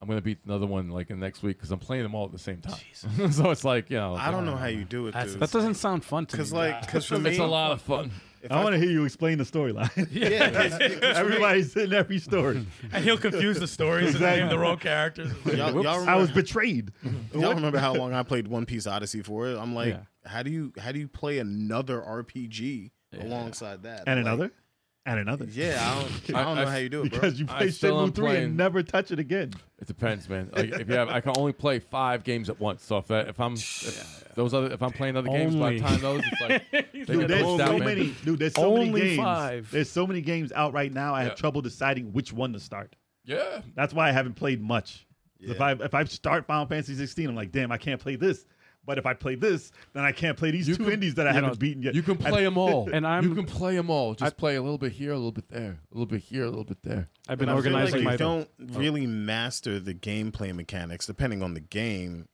D: I'm gonna beat another one like in next week because I'm playing them all at the same time. [LAUGHS] so it's like you know,
C: I don't know how you do it,
F: That's-
C: dude.
B: That doesn't sound fun to me.
C: Because like, because for me,
D: it's a lot of fun.
C: If
E: I want to hear you explain the storyline. [LAUGHS]
C: Yeah, 'cause- 'cause for me-
E: Everybody's in every story.
F: And he'll confuse the stories and name the wrong characters.
C: Y'all, y'all remember,
E: I was betrayed.
C: y'all
E: [LAUGHS]
C: remember how long Mm-hmm. I played One Piece Odyssey for? I'm like,
B: Yeah.
C: how do you how do you play another RPG alongside that?
E: And
C: Like,
E: another. And another. [LAUGHS]
C: Yeah, I don't, I don't
D: I-
C: know
D: I-
C: how you do it, bro.
E: Because you
D: I
E: play
D: still am
E: Shenmue 3
D: playing-
E: and never touch it again.
D: It depends, man. Like if you have, I can only play five games at once. So if that, if I'm if those other, if I'm playing other games by the
B: Only.
D: time those, it's
E: [LAUGHS]
D: like they
E: Dude,
D: get
E: there's
D: old
E: so
D: out, man.
E: many. Dude, there's so
B: Only
E: many games.
B: five.
E: There's so many games out right now. I have
D: Yeah.
E: trouble deciding which one to start.
D: Yeah,
E: That's why I haven't played much. 'Cause If
C: Yeah.
E: I if I start Final Fantasy 16, I'm like, damn, I can't play this. But if I play this, then I can't play these
D: You
E: two
D: can-
E: indies that I
B: you
E: haven't
B: know,
E: beaten yet.
D: you can
E: And- [LAUGHS]
D: play them all,
B: And
D: and I'm
B: I'm-
D: you can play them all. Just play a little bit here, a little bit there, a little bit here, a little bit there.
B: I've
C: But
B: been
C: I feel like
B: organizing
C: you
B: my.
C: don't
E: Oh.
C: really master the gameplay mechanics, depending on the game,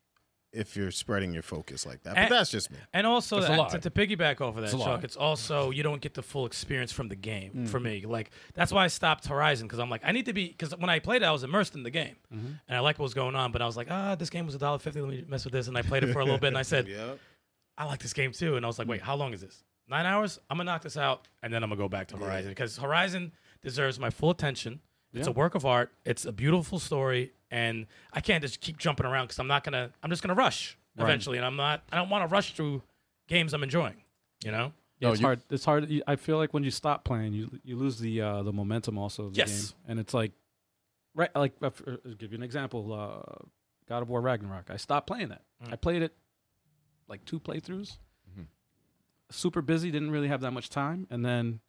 C: if you're spreading your focus like that. But
F: And-
C: that's just me.
F: And also,
D: That's a
F: that-
D: lie.
F: to, to piggyback off of that,
D: It's a
F: Chuck,
D: lie.
F: it's also you don't get the full experience from the game
D: Mm.
F: for me. Like that's why I stopped Horizon because I'm like I need to be because when I played it, I was immersed in the game
D: Mm-hmm.
F: and I liked what was going on. But I was like, ah, this game was a dollar fifty. Let me mess with this, and I played it for a little bit, and
D: [LAUGHS]
F: I said,
C: Yep.
F: I like this game too. And I was like,
D: Mm.
F: wait, how long is this? Nine hours? I'm gonna knock this out, and then I'm gonna go back to Horizon because Horizon deserves my full attention. It's a work of art. It's a beautiful story, and I can't just keep jumping around because I'm not gonna. I'm just gonna rush eventually, and I'm not. I don't want to rush through games I'm enjoying. You know?
B: Yeah,
D: No,
B: it's
D: you-
B: hard. It's hard. You- I feel like when you stop playing, you you lose the uh, the momentum also of the
F: Yes.
B: game, and it's like, right? Like, uh, for- uh, give you an example. Uh, God of War Ragnarok. I stopped playing that.
D: Mm.
B: I played it like two playthroughs.
D: Mm-hmm.
B: Super busy. Didn't really have that much time, and then.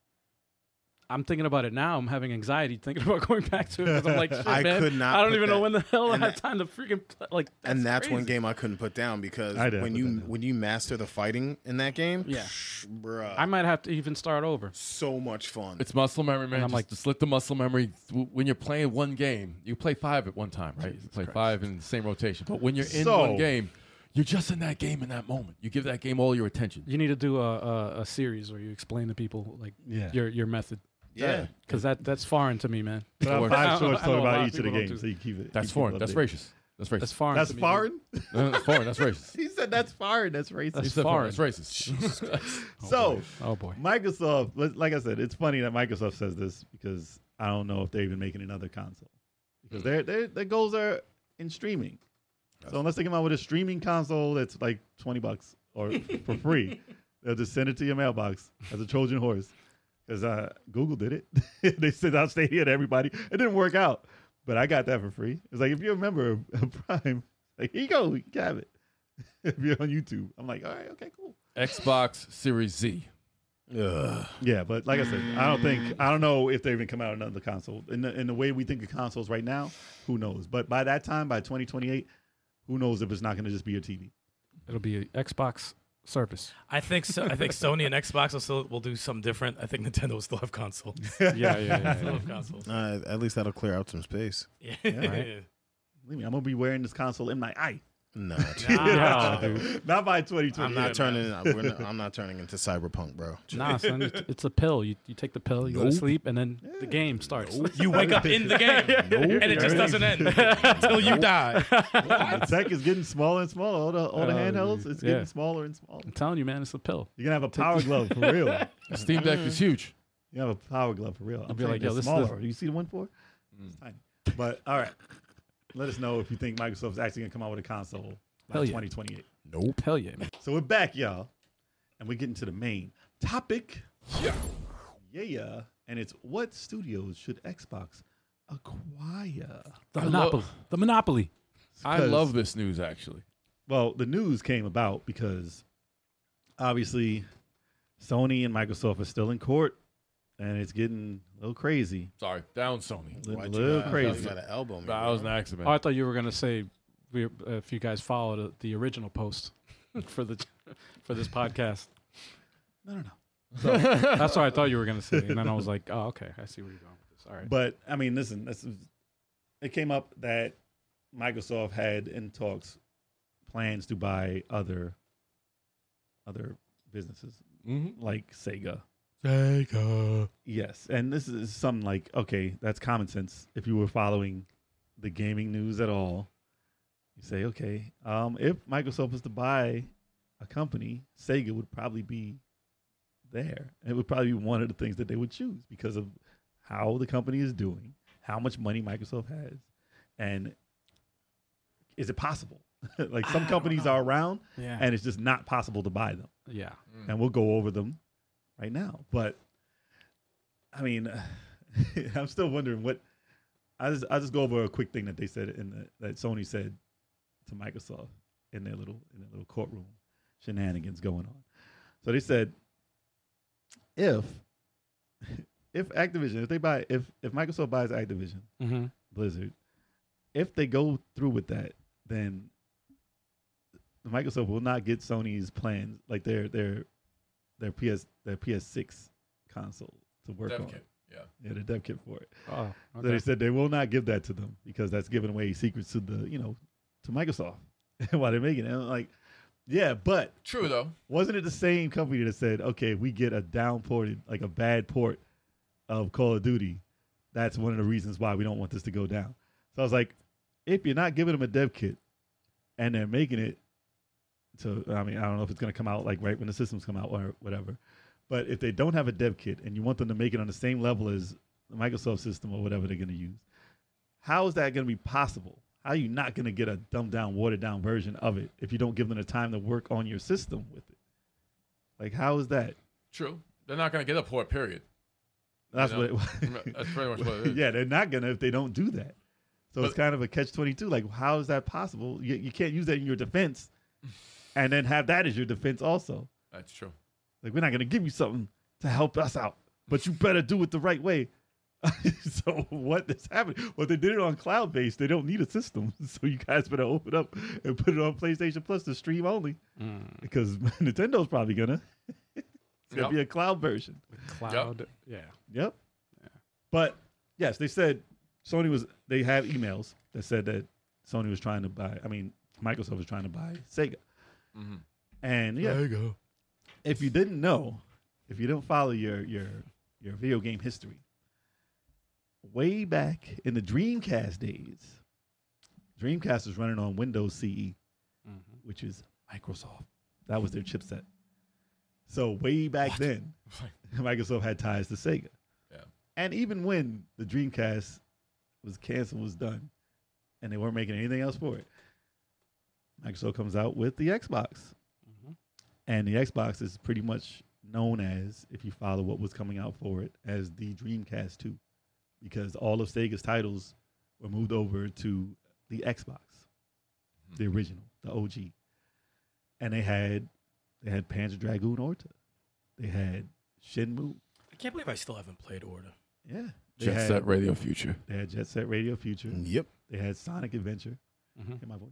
B: I'm thinking about it now. I'm having anxiety thinking [LAUGHS] about going back to it because I'm
C: [LAUGHS]
B: like, Shit,
C: I
B: man,
C: could not
B: I don't
C: put
B: even know
C: that-
B: when the hell I
C: and
B: had
C: that-
B: time to freaking pl- like.
C: and that's one
B: crazy.
C: game I couldn't put down because
E: I did
C: when
E: put
C: you
E: that down.
C: when you master the fighting in that game,
B: Yeah.
C: psh, bruh,
B: I might have to even start over.
C: so much fun.
D: It's muscle memory, man.
B: I'm
D: I'm just,
B: like-
D: like, just let the muscle memory. When you're playing one game, you play five at one time, right? you play five in the same rotation. But when you're in
E: So-
D: one game, you're just in that game in that moment. You give that game all your attention.
B: You need to do a, a, a series where you explain to people like
E: Yeah.
B: your your method
C: yeah.
B: because that that's foreign to me, man.
E: But
D: Or-
E: I'm
B: I
E: five
B: don't-
E: shorts
B: I know
E: talking
B: a lot
E: about
B: of
E: each of the
B: people don't
E: games,
B: do-
E: so you keep it.
D: That's
E: keep
D: foreign.
E: people
D: That's
E: updated.
D: racious. That's racist.
B: That's foreign.
E: That's
B: to me.
E: foreign. [LAUGHS]
D: No, no, that's foreign. That's racist.
E: He said that's foreign. That's racist.
B: That's
D: It's foreign.
B: foreign.
D: It's racist.
E: so
B: [LAUGHS] Oh boy.
E: Microsoft, li- like I said, it's funny that Microsoft says this because I don't know if they're even making another console because their their their goals are in streaming. So unless they come out with a streaming console that's like twenty bucks or for free, they'll just send it to your mailbox as a Trojan horse. Because uh, Google did it, [LAUGHS] they sent out Stadia to everybody. It didn't work out, but I got that for free. It's like if you're a member of of Prime, like here you go, you can have it. [LAUGHS] if you're on YouTube. I'm like, all right, okay, cool.
D: [LAUGHS] Xbox Series Z.
E: Yeah, but like I said, I don't think I don't know if they even come out on another console. In the in the way we think of consoles right now, who knows? But by that time, by 2028, who knows if it's not going to just be a TV?
B: It'll be an Xbox Surface.
G: I think so. I think Sony and Xbox will still will do something different. I think Nintendo will still have consoles.
B: [LAUGHS]
F: [LAUGHS]
B: Yeah, yeah, [LAUGHS] yeah.
G: Still have consoles.
C: Uh, at least that'll clear out some space.
G: Yeah.
F: [LAUGHS]
B: right.
E: Believe me, I'm gonna be wearing this console in my eye. [LAUGHS]
C: No,
B: Nah, dude.
E: Not by 2028.
C: I'm not turning. we're not- I'm not turning into cyberpunk, bro.
B: Nah, son, it- it's a pill. You, you take the pill, you go to
C: Nope.
B: sleep, and then the game starts. [LAUGHS]
G: You wake up in the game, and it just doesn't end
F: [LAUGHS]
G: until you die.
E: the tech is getting smaller and smaller. All the all the
B: Oh,
E: handhelds,
B: dude.
E: it's
B: Yeah.
E: getting smaller and smaller.
B: I'm telling you, man, it's a pill.
E: You're gonna have a power glove for
B: [LAUGHS]
E: real. You
D: Steam Deck is huge.
E: have a power glove for real. I'm
B: be
E: saying
B: like, yo,
E: they're
B: this- Mm.
E: smaller. You see the one for? It's tiny. But all right, let us know if you think Microsoft's actually gonna come out with a console by
B: Hell yeah.
E: 2028.
C: Nope.
B: Hell yeah, man.
E: So we're back, y'all, and we're getting to the main topic. Yeah, yeah, and it's what studios should Xbox acquire?
B: The
D: I lo-
B: monopoly. the monopoly.
D: I
E: 'Cause-
D: love this news actually.
E: Well, the news came about because obviously Sony and Microsoft are still in court, and it's getting a little crazy.
D: Sorry, down Sony.
E: A
C: Why'd you
E: little
C: gotta-
E: crazy.
C: You gotta elbow me.
D: That
C: bro?
D: was an accident.
B: Oh, I thought you were gonna say we, uh, if you guys followed uh, the original post [LAUGHS] for the for this podcast.
E: No, no, no.
B: That's what I thought you were gonna say, and then I was like, oh, okay, I see where you're going with this. All right.
E: But I mean, listen, this is, it came up that Microsoft had in talks plans to buy other other businesses
D: Mhm.
B: Mm-hmm.
E: like Sega.
G: Sega.
E: Yes, and this is something like okay, that's common sense. If you were following the gaming news at all, you say okay, um, if Microsoft was to buy a company, Sega would probably be there. It would probably be one of the things that they would choose because of how the company is doing, how much money Microsoft has, and is it possible? [LAUGHS] like some companies are around,
B: yeah.
E: and it's just not possible to buy them
B: yeah.
E: and we'll go over them right now. But I mean, [LAUGHS] I'm still wondering what I just I just go over a quick thing that they said in the, that Sony said to Microsoft in their little in their little courtroom shenanigans going on. So they said if [LAUGHS] if Activision if they buy if if Microsoft buys Activision
B: hmm
E: Blizzard. If they go through with that, then Microsoft will not get Sony's plans, like their their their PS their PS6 console to work
D: Dev
E: on.
D: kit, yeah.
E: yeah, the dev kit for it.
B: Oh,
E: So they
B: okay.
E: said they will not give that to them because that's giving away secrets to the you know to Microsoft [LAUGHS] while they're making it. And I'm like, yeah, but
D: True though.
E: wasn't it the same company that said, okay, if we get a downported, like a bad port of Call of Duty, that's one of the reasons why we don't want this to go down. So I was like, if you're not giving them a dev kit and they're making it to, I mean, I don't know if it's going to come out like right when the systems come out or whatever, but if they don't have a dev kit and you want them to make it on the same level as the Microsoft system or whatever they're going to use, how is that going to be possible? How are you not going to get a dumbed down, watered down version of it if you don't give them the time to work on your system with it? Like, how is that?
D: True. They're not gonna get a port. Period.
E: That's
D: Yeah.
E: what it [LAUGHS]
D: That's pretty much what it is.
E: yeah, they're not going to if they don't do that. So it's
D: But-
E: kind of a catch 22. Like, how is that possible? You, you can't use that in
D: [LAUGHS]
E: your defense and then have that as your defense also.
D: That's true.
E: Like, we're not going to give you something to help us out, but you better do it the right way. [LAUGHS] so what is happening? Well, they did it on cloud based. They don't need a system. [LAUGHS] So you guys better open up and put it on PlayStation Plus to stream only
B: Mm,
E: because [LAUGHS] Nintendo's probably going to. [LAUGHS] It's going
D: Yep.
E: to be a cloud version.
B: cloud. Yeah.
E: Yep. But yes, they said Sony was. They have emails that said that Sony was trying to buy. I mean, Microsoft was trying to buy Sega.
D: Mhm.
E: And yeah,
G: Sega.
E: if you didn't know, if you don't follow your your your video game history, way back in the Dreamcast days, Dreamcast was running on Windows E. CE, which is Microsoft. That was their chipset. So way back then, Microsoft had ties to Sega.
D: Yeah.
E: And even when the Dreamcast was canceled, was done, and they weren't making anything else for it, Microsoft comes out with the Xbox
B: Mm-hmm.
E: and the Xbox is pretty much known as, if you follow what was coming out for it, as the Dreamcast 2, because all of Sega's titles were moved over to the Xbox, the original, the OG. and they had they had Panzer Dragoon Orta, they had Shinmu,
F: I can't believe I still haven't played Order.
E: yeah, they
D: Jet
E: had,
D: Set Radio Future.
E: They had Jet Set Radio Future.
C: Yep.
E: They had Sonic Adventure.
B: Mhm.
E: Hear my voice.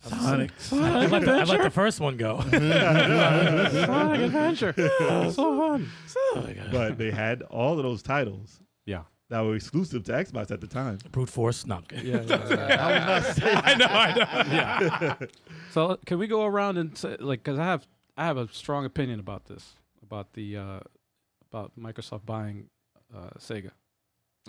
E: Sonic.
F: I let, the, I let the first one go.
B: [LAUGHS]
F: [LAUGHS]
B: Sonic Adventure. [LAUGHS] so fun.
F: Oh
E: but they had all of those titles
B: Yeah.
E: that were exclusive to Xbox at the time.
F: Brute force, no. I'm kidding.
B: Yeah. yeah, yeah.
F: I know, I know.
B: yeah. So uh, can we go around and say, like, because I have I have a strong opinion about this, about the uh, about Microsoft buying uh, Sega.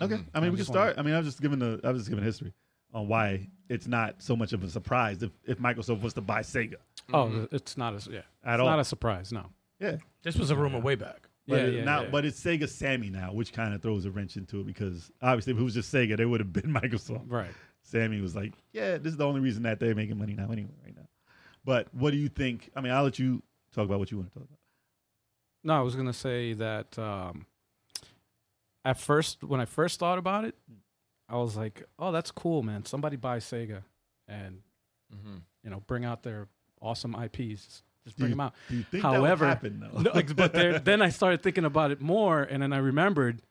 E: Okay, I mean
B: Mm-hmm. I
E: we can
B: just wanna-
E: start. I mean I'm just giving the I was just giving history on why it's not so much of a surprise if, if Microsoft was to buy Sega
B: Oh, it's not a yeah,
E: Mm-hmm. at
B: it's
E: all.
B: not a surprise. No.
E: yeah,
G: This was a rumor way back.
E: but
B: yeah,
E: it-
B: yeah,
E: now
B: yeah.
E: but it's Sega Sammy now, which kind of throws a wrench into it because obviously if it was just Sega, they would have been [LAUGHS] Microsoft.
B: right.
E: Sammy was like, "Yeah, this is the only reason that they're making money now, anyway, right now." But what do you think? I mean, I'll let you talk about what you want to talk about.
B: No, I was gonna say that um, at first, when I first thought about it, I was like, "Oh, that's cool, man! Somebody buy Sega, and
E: Mm-hmm.
B: you know, bring out their awesome IPs. Just, just bring
E: Dude.
B: them out."
E: Do you think
B: However,
E: that would happen though?
B: No, ex-
E: [LAUGHS]
B: but there, then I started thinking about it more, and then I remembered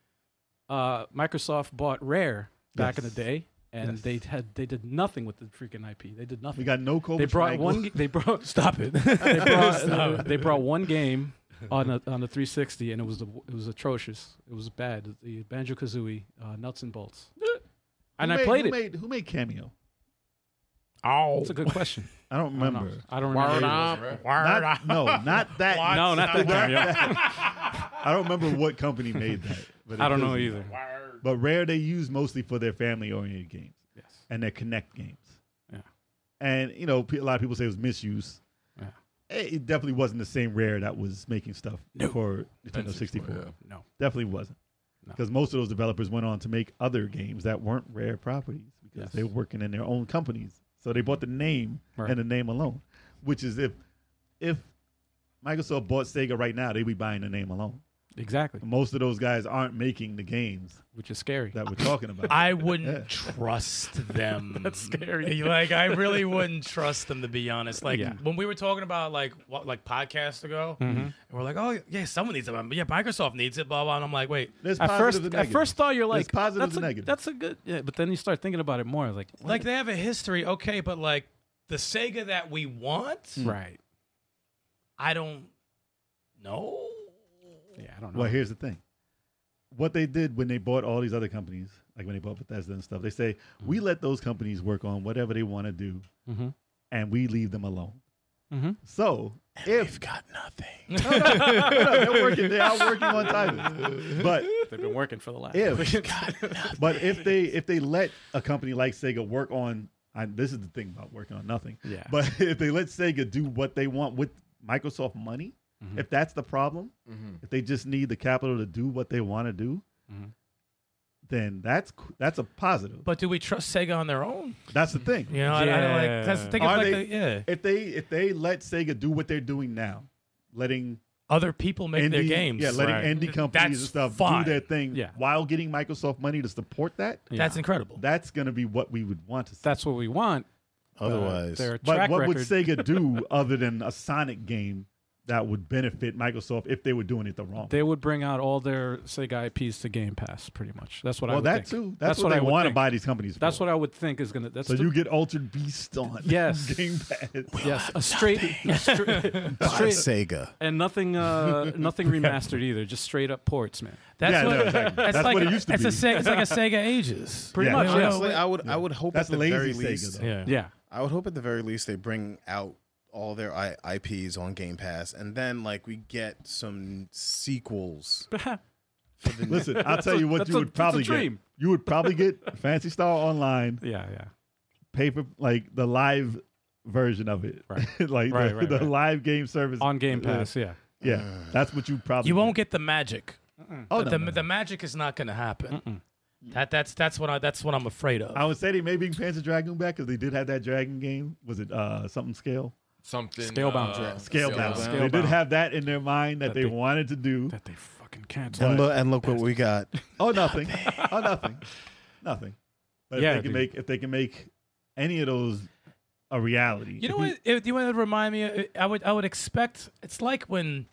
B: uh, Microsoft bought Rare back in
E: Yes.
B: the day, and
E: Yes.
B: they had they did nothing with the freaking IP. They did
E: we
B: nothing.
E: got no Cobra
B: They brought
E: Triangle.
B: one. g- They brought [LAUGHS] stop it. they, [LAUGHS] brought, they brought one game on a, on the 360, and it was the, it was atrocious. It was bad. The Banjo Kazooie uh, nuts and bolts, and
E: Who
B: I
E: made-
B: played
E: who
B: it.
E: Made, who made cameo?
G: Oh,
B: That's a [LAUGHS] good question.
E: I don't
B: I don't
E: remember.
B: know. I don't remember.
G: Word
E: Not-
G: up.
E: no,
B: [LAUGHS]
E: not [LAUGHS] that.
B: No, not that game. yeah.
E: I don't remember what company made
B: [LAUGHS]
E: that. But it
B: I don't know
E: doesn't-
B: either.
E: But Rare they use mostly for their family-oriented games
B: Yes.
E: and their Connect games.
B: Yeah.
E: And you know, pe- a lot of people say it was misuse. Eh,
B: Yeah.
E: It it definitely wasn't the same Rare that was making stuff for Nintendo 64.
B: No.
E: Definitely wasn't.
B: No.
E: Because most of those developers went on to make other games that weren't Rare properties because
B: Yes.
E: they were working in their own companies. So they bought the name
B: Right.
E: and the name alone, which is if if Microsoft bought Sega right now, they'd be buying the name alone.
B: Exactly.
E: Most of those guys aren't making the games
B: Which is scary.
E: that we're talking about.
G: I wouldn't trust them. That's scary. Like I really wouldn't trust them to be honest. Like
B: Yeah. Mm-hmm.
G: when we were talking about like what, like podcasts ago, and we're like, oh yeah, someone needs it. Um, Yeah, Microsoft needs it. Blah blah. And I'm like, wait,
E: There's
B: At
E: positives
B: first,
E: and
B: at
E: negatives.
B: first thought you're
E: There's
B: like,
E: positives
B: that's
E: and
B: a,
E: negatives.
B: that's a good, yeah, but then you start thinking about it more, like,
G: like they have a history. Okay, but like the Sega that we want,
B: Mm. right?
G: I don't know.
B: Yeah, I don't know.
E: Well, here's the thing. What they did when they bought all these other companies, like when they bought Bethesda and stuff, they say,
B: Mm-hmm.
E: we let those companies work on whatever they want to do
B: Mhm.
E: and we leave them alone.
B: Mhm.
E: So if
C: Got
E: [LAUGHS]
C: nothing.
E: they're working, they are working on titles. But
B: They've been working for the last.
E: if but if they if they let a company like Sega work on I, this is the thing about working on nothing.
B: Yeah.
E: But [LAUGHS] if they let Sega do what they want with Microsoft money,
G: Mm-hmm.
E: if that's the problem, if they just need the capital to do what they want to do,
B: Mhm.
E: then that's c- that's a positive.
G: Mm-hmm. But do we trust Sega on their own?
E: that's the thing.
G: You know, I- I, don't like that's the thing. It's
E: Are
G: like
E: they-
G: the, yeah,
E: If they if they let Sega do what they're doing now, letting
G: other people make their games.
E: yeah, letting indie
G: Th-
E: companies and
G: that's
E: stuff
G: fine.
E: do their thing
B: Yeah.
E: while getting Microsoft money to support that,
G: That's incredible.
E: that's going to be what we would want to see.
B: That's what we want. but
C: Otherwise,
B: their
E: But
B: track
E: what
B: record.
E: would
G: [LAUGHS]
E: Sega do other than a Sonic game that would benefit Microsoft if they were doing it the wrong? way?
B: they would bring out all their Sega IPs to Game Pass, pretty much. That's what I.
E: well,
B: would
E: that
B: think.
E: too. That's, what,
B: I
E: they
B: would
E: want to
B: think.
E: buy these companies.
B: That's
E: for.
B: what I would think is gonna. That's
E: So
B: the-
E: you get Altered Beast on [LAUGHS]
B: Yes.
E: Game
B: [LAUGHS]
E: Pass.
B: yes,
E: [LAUGHS]
B: a straight, a straight, [LAUGHS]
C: Buy
B: straight
C: Sega.
B: and nothing,
E: [LAUGHS]
B: uh, nothing remastered either. Just straight up ports, man.
G: That's
E: Yeah,
F: [LAUGHS]
G: what,
E: no, exactly.
G: that's
E: That's
G: like
E: what it
G: a-
E: used to
G: it's
E: be.
G: A Sega, it's
E: [LAUGHS]
G: like a Sega Ages.
B: Pretty
E: Yeah.
B: much.
G: Yeah.
B: Yeah.
G: Honestly,
C: I would. I would hope
E: That's
C: at the
E: lazy
C: very
E: Sega,
C: least.
E: though.
G: Yeah.
B: yeah.
C: I would hope at the very least they bring out all their I- IPs on Game Pass, and then like we get some sequels. for the-
E: Listen, I'll tell
B: a-
E: you what
B: that's
E: you
B: a-
E: would
B: that's a
E: probably
B: dream.
E: get. You would probably
B: [LAUGHS]
E: get Fancy Star Online
B: Yeah. Yeah.
E: paper, like the live version of it,
B: Right.
E: [LAUGHS] like
B: Right,
E: the,
B: right,
E: the
B: right.
E: live game service
B: On Game Pass. Yeah.
E: Yeah, that's what you probably
G: You won't get the magic.
E: Oh,
G: the,
E: no, no,
G: the magic is not going to happen. That that's that's what I that's what I'm afraid of.
E: I would say they may bring Panzer Dragoon back because they did have that dragon game. Was it uh, something scale?
D: Something
B: Scalebound,
D: uh,
B: yeah.
E: Scale bound.
B: Scalebound.
E: They did have that in their mind that, they,
B: they-
E: wanted to do.
B: That they fucking canceled.
C: and, look, and look what we got.
F: [LAUGHS]
E: Oh, nothing. oh, nothing. Nothing. But
B: Yeah,
E: if they can
B: dude.
E: make if they can make any of those a reality.
F: You know
E: If
F: what? If you want to remind me, uh, I would I would expect it's like when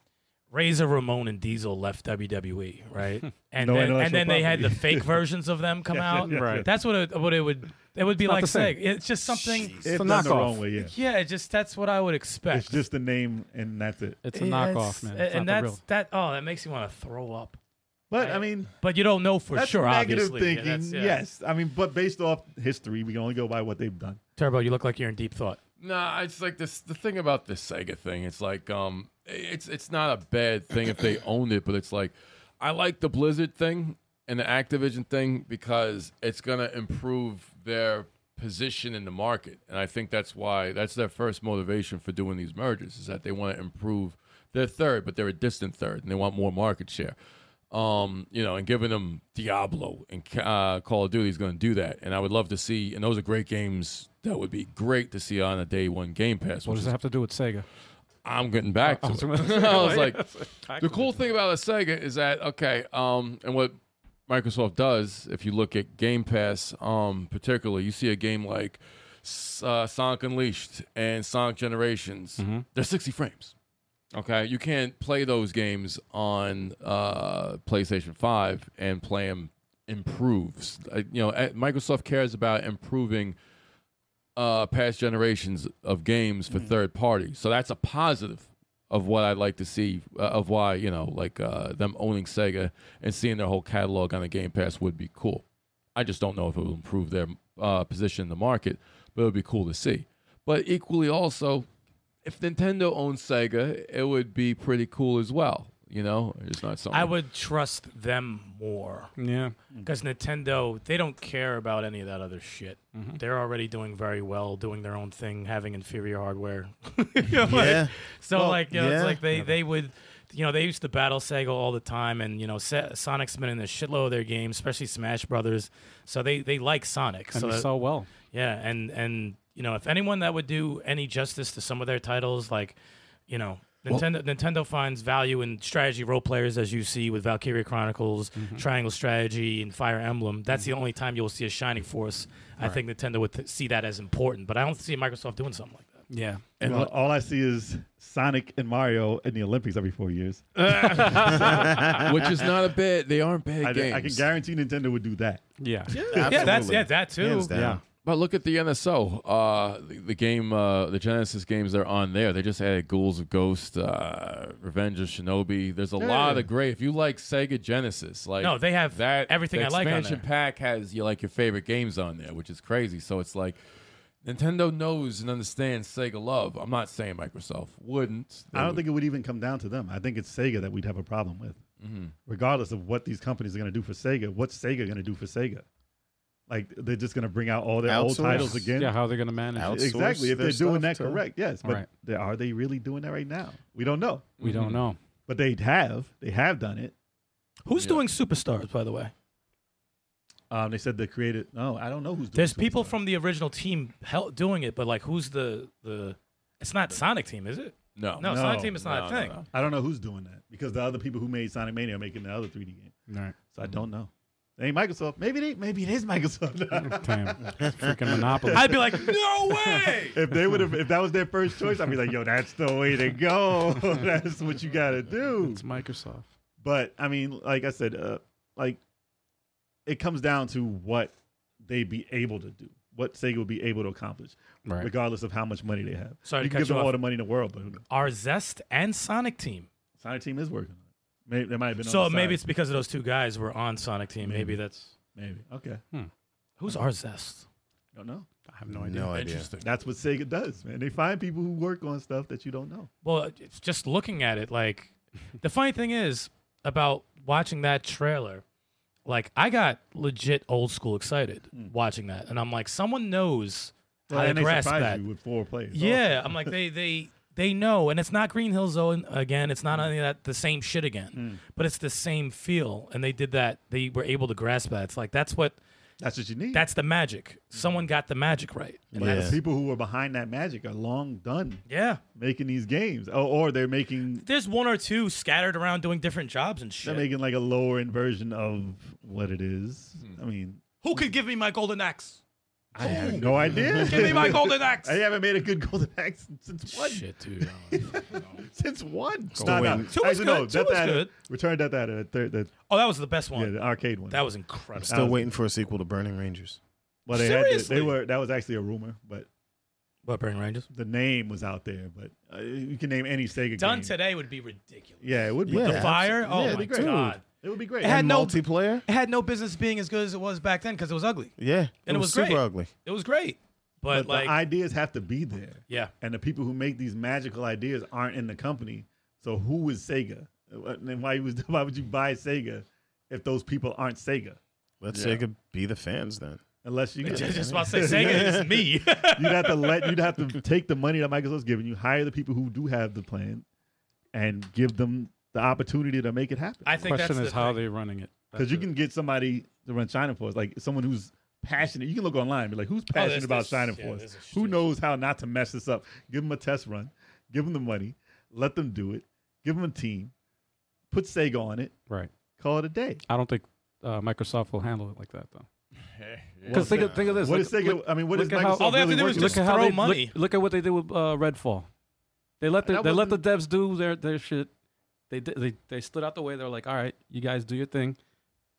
F: Razor Ramon and Diesel left WWE,
E: [LAUGHS]
F: right? And
E: No
F: then,
E: intellectual
F: and then they had the
E: property.
F: fake versions of them come
E: [LAUGHS]
F: out.
E: yeah, Right. yeah.
F: That's what it, what it would it would be
B: not
F: like
B: the same.
F: saying it's just something.
E: It's
B: a
E: done the
B: knockoff.
E: wrong way, yeah.
F: Yeah, it just that's what I would expect.
E: It's just the name and that's it.
B: It's a
F: Yeah,
B: knockoff,
F: it's-
B: man.
F: a-
B: It's
F: and
B: not the
F: that's
B: real.
F: that. Oh, that makes you want to throw up.
E: But I mean,
F: But you don't know for
E: that's
F: sure.
E: negative
F: obviously,
E: thinking.
F: Yeah, that's- yeah.
E: Yes, I mean, but based off history, we can only go by what they've done.
F: Turbo, you look like you're in deep thought.
D: Nah, it's like this. The thing about this Sega thing, it's like um, it's it's not a bad thing if they owned it, but it's like I like the Blizzard thing and the Activision thing because it's gonna improve their position in the market, and I think that's why that's their first motivation for doing these mergers is that they want to improve their third, but they're a distant third, and they want more market share. Um, you know, and giving them Diablo and uh, Call of Duty is going to do that, and I would love to see. And those are great games. That would be great to see on a day one Game Pass.
B: What
D: Which
B: does
D: is,
B: that have to do with Sega?
D: Oh, I'm getting back to.
B: I was gonna
D: it.
B: say,
D: [LAUGHS] I was
B: like,
D: like, the cool thing about a Sega is that okay, um, and what Microsoft does, if you look at Game Pass, um, particularly, you see a game like S- uh, Sonic Unleashed and Sonic Generations. They're 60 frames. Okay, you can't play those games on uh, PlayStation 5 and play them improves. Uh, you know, uh, Microsoft cares about improving uh, past generations of games for third parties. So that's a positive of what I'd like to see uh, of why you know like uh, them owning Sega and seeing their whole catalog on the Game Pass would be cool. I just don't know if it will improve their uh, position in the market, but it would be cool to see. But equally also, if Nintendo owns Sega, it would be pretty cool as well. You know, it's not something
F: I would trust them more.
B: Yeah.
C: Mm-hmm.
F: Because Nintendo, they don't care about any of that other shit.
C: Mm-hmm.
F: They're already doing very well, doing their own thing, having inferior hardware. [LAUGHS] You know, like-
C: Yeah.
F: so
C: Well,
F: like, you know,
C: yeah.
F: it's like they they would, you know, they used to battle Sega all the time, and you know, Se- Sonic's been in the shitload of their games, especially Smash Brothers. So they they like Sonic.
B: And
F: so
B: so,
F: that-
B: so well.
F: yeah, and and you know, if anyone that would do any justice to some of their titles, like you know, Nintendo Nintendo finds value in strategy role players, as you see with Valkyria Chronicles, Triangle Strategy, and Fire Emblem. That's the only time you'll see a shining force. I think Nintendo would th- see that as important, but I don't see Microsoft doing something like that.
B: Yeah.
D: and
E: Well, all I see is Sonic and Mario in the Olympics every four years.
D: which is not a bad. They aren't bad
E: [LAUGHS] I,
D: games.
E: I can guarantee Nintendo would do that.
B: Yeah.
F: Yeah, that's
C: Absolutely.
F: yeah, that too.
C: Hands down.
B: Yeah.
D: But look at the NSO. Uh, the, the game, uh, the Genesis games, they're on there. They just added Ghouls of Ghost, uh, Revenge of Shinobi. There's a lot of great. If you like Sega Genesis, like
F: No, they have everything
D: the
F: I like on
D: Expansion
F: there.
D: pack has you like your favorite games on there, which is crazy. So it's like Nintendo knows and understands Sega love. I'm not saying Microsoft wouldn't. They
E: I don't
D: would-
E: think it would even come down to them. I think it's Sega that we'd have a problem with, regardless of what these companies are going to do for Sega. What's Sega going to do for Sega? Like they're just going to bring out all their old
C: Outsource.
E: titles again.
B: Yeah. How are they going to manage it?
C: Out-
E: exactly.
C: Outsource
E: If they're
C: their
E: doing
C: stuff
E: that
C: to-
E: correct, yes. But
B: Right.
E: they- are they really doing that right now? We don't know.
B: We don't know.
E: But they have. They have done it.
F: Who's
D: Yeah.
F: doing Superstars, by the way?
E: Um, they said they created. No, I don't know who's. Doing
F: There's people
E: Superstars.
F: from the original team hel- doing it, but like, who's the the? It's not Sonic Team, is it?
D: no,
F: No,
E: No,
F: Sonic Team is not
D: no,
F: a
D: no,
F: thing.
D: no.
E: I don't know who's doing that because the other people who made Sonic Mania are making the other 3D game.
B: Right.
E: So I don't know. It ain't Microsoft. Maybe they. Maybe it is Microsoft. [LAUGHS]
B: Damn. Freaking Monopoly.
F: I'd be like, no way.
E: if they would have, if that was their first choice, I'd be like, yo, that's the way to go. [LAUGHS] that's what you gotta do.
B: It's Microsoft.
E: But I mean, like I said, uh, like it comes down to what they be able to do, what Sega will be able to accomplish,
B: Right.
E: regardless of how much money they have.
F: Sorry to
E: you can
F: cut
E: give them
F: you
E: all
F: off.
E: the money in the world, but who knows?
F: Our Zest and Sonic Team.
E: Sonic Team is working on it. Maybe they might have been.
F: So
E: on the
F: maybe it's
E: side.
F: because of those two guys were on Sonic Team. Maybe,
E: Maybe.
F: that's
E: maybe okay.
F: who's our Zest.
E: Don't know.
B: I have no idea.
C: No idea.
D: Interesting.
E: That's what Sega does, man. They find people who work on stuff that you don't know.
F: Well, it's just looking at
E: [LAUGHS]
F: it, like the funny thing is about watching that trailer. Like I got legit old school excited watching that, and I'm like, someone knows how to
E: Hmm. and they
F: grasp
E: surprise
F: that.
E: you Oh. with four players.
F: Yeah, I'm like
E: [LAUGHS]
F: they they they know, and it's not Green Hill Zone again. It's
E: Hmm.
F: not any of that the same shit again, but it's the same feel. And they did that. They were able to grasp that. It's like that's what
E: that's what you need.
F: that's the magic. Someone got the magic right. And
E: Like,
C: Yeah.
E: the people who are behind that magic are long done
F: Yeah.
E: making these games, or, or they're making
F: There's one or two scattered around doing different jobs and shit.
E: they're making like a
F: Hmm.
E: lower end version of what it is. I mean,
F: Who could give me my golden axe?
E: I have no
F: [LAUGHS]
E: idea.
B: Give me
E: [LAUGHS]
B: my golden axe.
E: I haven't made a good golden axe since one.
F: Shit, dude.
E: since one.
C: Golden Wing.
E: Two
F: was good. Two
E: that,
F: was
E: that,
F: good.
E: Return that that that, that, that
F: [LAUGHS] Oh, that was the best
E: yeah,
F: one.
E: the arcade one.
F: That was incredible.
B: [LAUGHS]
E: That
C: Still
E: was-
C: waiting for a sequel to Burning Rangers.
E: well, they had the-
F: Seriously?
E: they were that was actually a rumor, but
F: What Burning Rangers?
E: the name was out there. But uh, you can name any Sega
F: Done
E: game.
F: today would be ridiculous.
E: Yeah, it would be
C: Yeah.
E: dope.
C: The
F: Fire? Oh
E: Yeah, it'd
F: my
E: be great.
F: god.
E: It would be great.
F: It had
C: And
F: no-
C: multiplayer.
F: It had no business being as good as it was back then because it was ugly.
C: Yeah, and
F: it was
C: super
F: great.
C: ugly.
F: It was great,
E: but
F: but, like,
E: the ideas have to be there. [LAUGHS]
F: yeah,
E: and the people who make these magical ideas aren't in the company. So who is Sega? And then why was why would [LAUGHS] you buy Sega if those people aren't Sega?
C: Let's
D: Yeah.
C: say could be the fans then.
E: Unless you
F: just, [LAUGHS] just about to say Sega
E: [LAUGHS]
F: is me. [LAUGHS]
E: you'd have to let you'd have to take the money that Microsoft's giving you, hire the people who do have the plan, and give them the opportunity to make it happen.
F: I think
B: Question
F: that's
B: is
F: the
B: how
F: thing.
B: they're running it.
E: Because you can get somebody to run China Force, like someone who's passionate. You can look online, and be like, who's passionate
F: Oh, there's-
E: about
F: there's-
E: China
F: yeah,
E: Force?
F: there's a
E: Who
F: shit.
E: knows how not to mess this up? Give them a test run, give them the money, let them do it, give them a team, put Sega on it,
B: Right.
E: call it a day.
B: I don't think uh, Microsoft will handle it like that though.
E: Well,
B: Because think, of- think of this.
E: What
B: look-
E: is Sega?
B: look-
E: I mean, what is
B: look at how-
E: Microsoft?
F: All they have to
E: really
F: do is
E: working
B: look
F: just
E: on?
B: at how
F: throw
B: they,
F: money.
B: Look, look at what they did with uh, Redfall. They let the,
E: That
B: they let the devs do their, their shit. They, di- they they stood out the way. They're like, all right, you guys do your thing,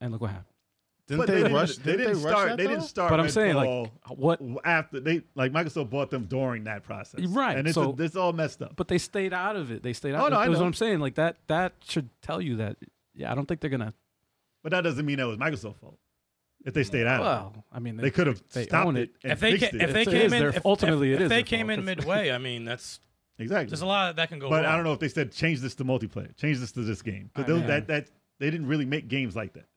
B: and look what happened.
C: Didn't
E: But
C: they,
E: didn't-
C: rush?
E: They didn't
C: didn't rush
E: start.
C: that,
E: They didn't
C: though?
E: start.
B: But I'm saying, like,
E: Redfall
B: what-
E: after they like Microsoft bought them during that process,
B: Right,
E: And it's,
B: so-
E: it's all messed up.
B: But they stayed out of it. They stayed
E: Oh,
B: out.
E: no,
B: of
E: I
B: it. That's
E: know.
B: what I'm saying. Like that that should tell you that. Yeah, I don't think they're gonna.
E: But that doesn't mean that was Microsoft's fault. If they stayed out, of it.
B: Well, I mean,
E: they could have
B: they
E: stopped
B: own
E: it. and
F: if they
E: fixed
F: ca-
E: it.
F: if they
B: It's- it
F: came
B: is
F: in
B: their-
F: if,
B: ultimately
F: if,
B: it is
F: if they
B: their
F: came
B: fault.
F: in midway, I mean that's
E: exactly.
F: there's a lot that can go.
E: But
F: wrong.
E: I don't know if they said change this to multiplayer, change this to this game.
B: I
E: Because
B: know.
E: that that they didn't really make games like that.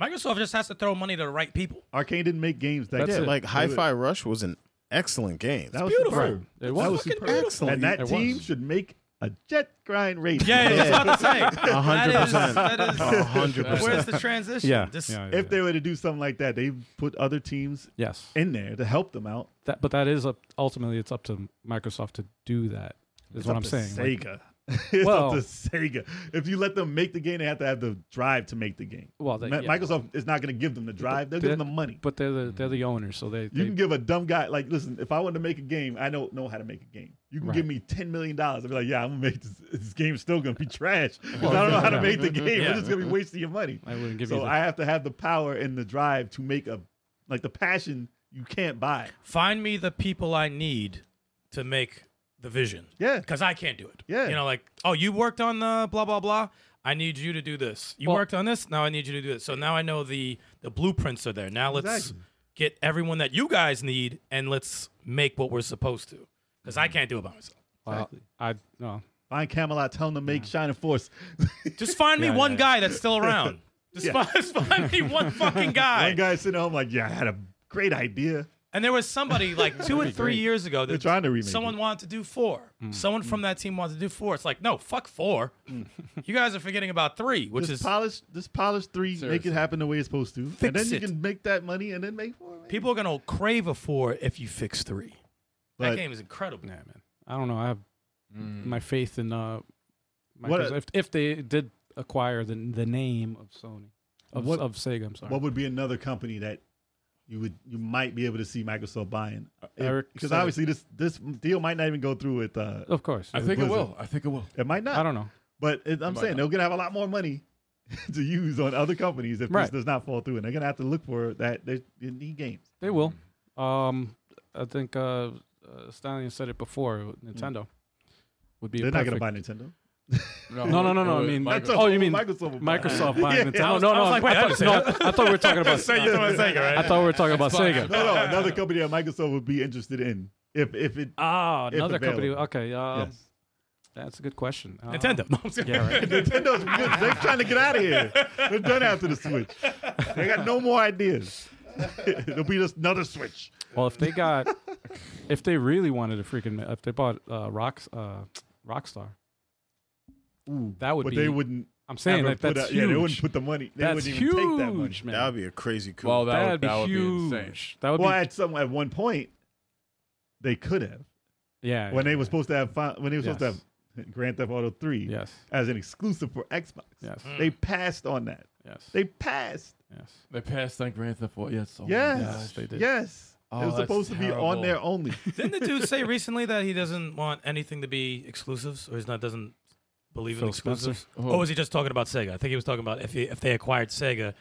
F: Microsoft just has to throw money to the right people.
E: Arcane didn't make games that.
B: That's
E: good.
B: it.
C: Like
E: They were-
C: Hi-Fi Rush was an excellent game.
E: That was
F: beautiful.
E: superb.
B: It
E: That
B: was
E: was
F: fucking
E: superb.
C: excellent.
E: And that
B: It
E: team
B: was.
E: should make a jet grind race.
F: Yeah, yeah,
E: [LAUGHS]
F: [LAUGHS] yeah. that's what I'm saying.
C: A hundred
F: That is-
C: percent.
F: that is-
C: A hundred
F: [LAUGHS] Where's
C: percent.
F: the transition?
B: yeah,
F: This-
B: yeah, yeah,
E: If they were to do something like that, they put other teams
B: yes,
E: in there to help them out.
B: that, but that is up, ultimately it's up to Microsoft to do that. Is
E: It's
B: what
E: up
B: I'm
E: to
B: saying. Like,
E: Sega. [LAUGHS] it's
B: Well-
E: up to Sega. If you let them make the game, they have to have the drive to make the game.
B: well, they,
E: Ma-
B: yeah.
E: Microsoft is not going to give them the drive. They'll
B: they-
E: give them the money.
B: but they're the they're the owners, so they,
E: You
B: they
E: can give a dumb guy like, listen, if I want to make a game, I don't know how to make a game. You can
B: Right.
E: give me ten million dollars. I'd be like, yeah, I'm gonna make this. This game's still gonna be trash 'cause I don't know how to
B: yeah.
E: make the game.
F: Yeah.
E: We're just gonna be wasting your money.
B: I wouldn't give you.
E: So
B: The,
E: I have to have the power and the drive to make a, like the passion you can't buy.
F: Find me the people I need to make the vision.
E: Yeah.
F: Because I can't do it.
E: Yeah.
F: You know, like, oh, you worked on the blah blah blah. I need you to do this. You
B: Well-
F: worked on this. Now I need you to do this. So now I know the the blueprints are there. Now let's
E: Exactly.
F: get everyone that you guys need and let's make what we're supposed to. Because I can't do it by myself.
B: well, I no.
E: Find Camelot, tell him to make Shining Force. [LAUGHS]
F: Just find me
B: Yeah,
F: one
B: yeah.
F: guy that's still around. Just, find, just find me one fucking guy.
E: One guy sitting at home like, yeah, I had a great idea.
F: And there was somebody like two or three years ago that
E: They're trying to remake
F: someone wanted to do four. Someone from that team wanted to do four. It's like, no, fuck four. you guys are forgetting about three, which
E: Just
F: is
E: polish, just polish three, make
D: Seriously.
E: it happen the way it's supposed to,
F: Fix
E: and then you
F: it.
E: can make that money and then make more. maybe.
F: people are gonna crave a four if you fix three.
E: But-
F: that game
B: [LAUGHS]
F: is incredible.
B: Yeah, man. I don't know. I have
D: Mm.
B: my faith in uh,
E: What
B: Microsoft.
E: a-
B: if, if they did acquire the the name of Sony of
E: What-
B: of Sega, I'm sorry.
E: What would be another company that you would you might be able to see Microsoft buying?
B: Eric
E: Because
B: said it.
E: obviously this this deal might not even go through with. Uh,
B: of course,
D: I
B: yeah.
D: think it
E: Blizzard.
D: will. I think it will.
E: it might not.
B: I don't know.
E: but it, I'm
D: might
E: saying
D: not.
E: they're gonna have a lot more money [LAUGHS] to use on other companies if this
B: Right.
E: does not fall through, and they're gonna have to look for that. They they need games.
B: They will.
D: Mm.
B: Um, I think uh, uh, Stallion said it before. uh, Nintendo would be.
E: Mm. They're
B: perfect.
E: not gonna buy Nintendo.
B: No, no, no, no, I mean-
D: Microsoft-
E: That's a
B: Oh, you
E: whole
B: mean
E: Microsoft? would buy. [LAUGHS]
B: Microsoft buying Nintendo.
F: was-
B: no,
F: I
B: no,
F: was like, wait,
B: I,
F: wait
B: thought,
F: a
B: no, I thought we were talking about.
F: you're talking about Sega, right?
B: I thought we were talking about
E: [LAUGHS]
B: Sega.
E: No, no, another company that Microsoft would be interested in if if it.
B: Ah, another company.
E: available.
B: Okay, um,
E: yes.
B: that's a good question. Um,
F: Nintendo. No, I'm just
B: [LAUGHS]
F: kidding.
B: Yeah,
F: [LAUGHS]
B: right.
E: Nintendo's good. They're trying to get out of here. They're done after the Switch. They got no more ideas. [LAUGHS] It'll be just another Switch.
B: Well, if they
E: [LAUGHS]
B: got, if they really wanted a freaking, if they bought uh, Rocks, uh, Rockstar, that would
E: but
B: be.
E: they wouldn't.
B: I'm saying
E: ever
B: that
E: put
B: that's
E: out-
B: huge.
E: Yeah, they wouldn't put the money. They
B: that's
E: wouldn't even
B: huge,
E: take that money.
B: man.
C: That would be a crazy cool.
D: Well, that
B: That'd
D: would,
B: be
D: that would be
B: huge.
D: insane.
B: that would
E: Well,
B: be.
E: at some at one point, they could have
B: yeah.
E: when
B: yeah,
E: they were supposed to have fi- when they were supposed
B: Yes.
E: to have Grand Theft Auto Three
B: Yes.
E: as an exclusive for Xbox.
B: Yes.
E: They passed on that.
B: Yes.
E: Hmm. They passed.
B: yes.
D: They passed on Grand Theft Auto. Yes. Oh my
E: Yes.
D: gosh.
B: Yes, they did.
E: Yes. it was
D: that's
E: supposed to be on
D: terrible.
E: there only.
G: Didn't the dude say recently that he doesn't want anything to be exclusives, or he's not doesn't believe in
B: Phil Spencer?
G: exclusives?
E: Oh.
G: Or was he just talking about Sega? I think he was talking about if he, if they acquired Sega.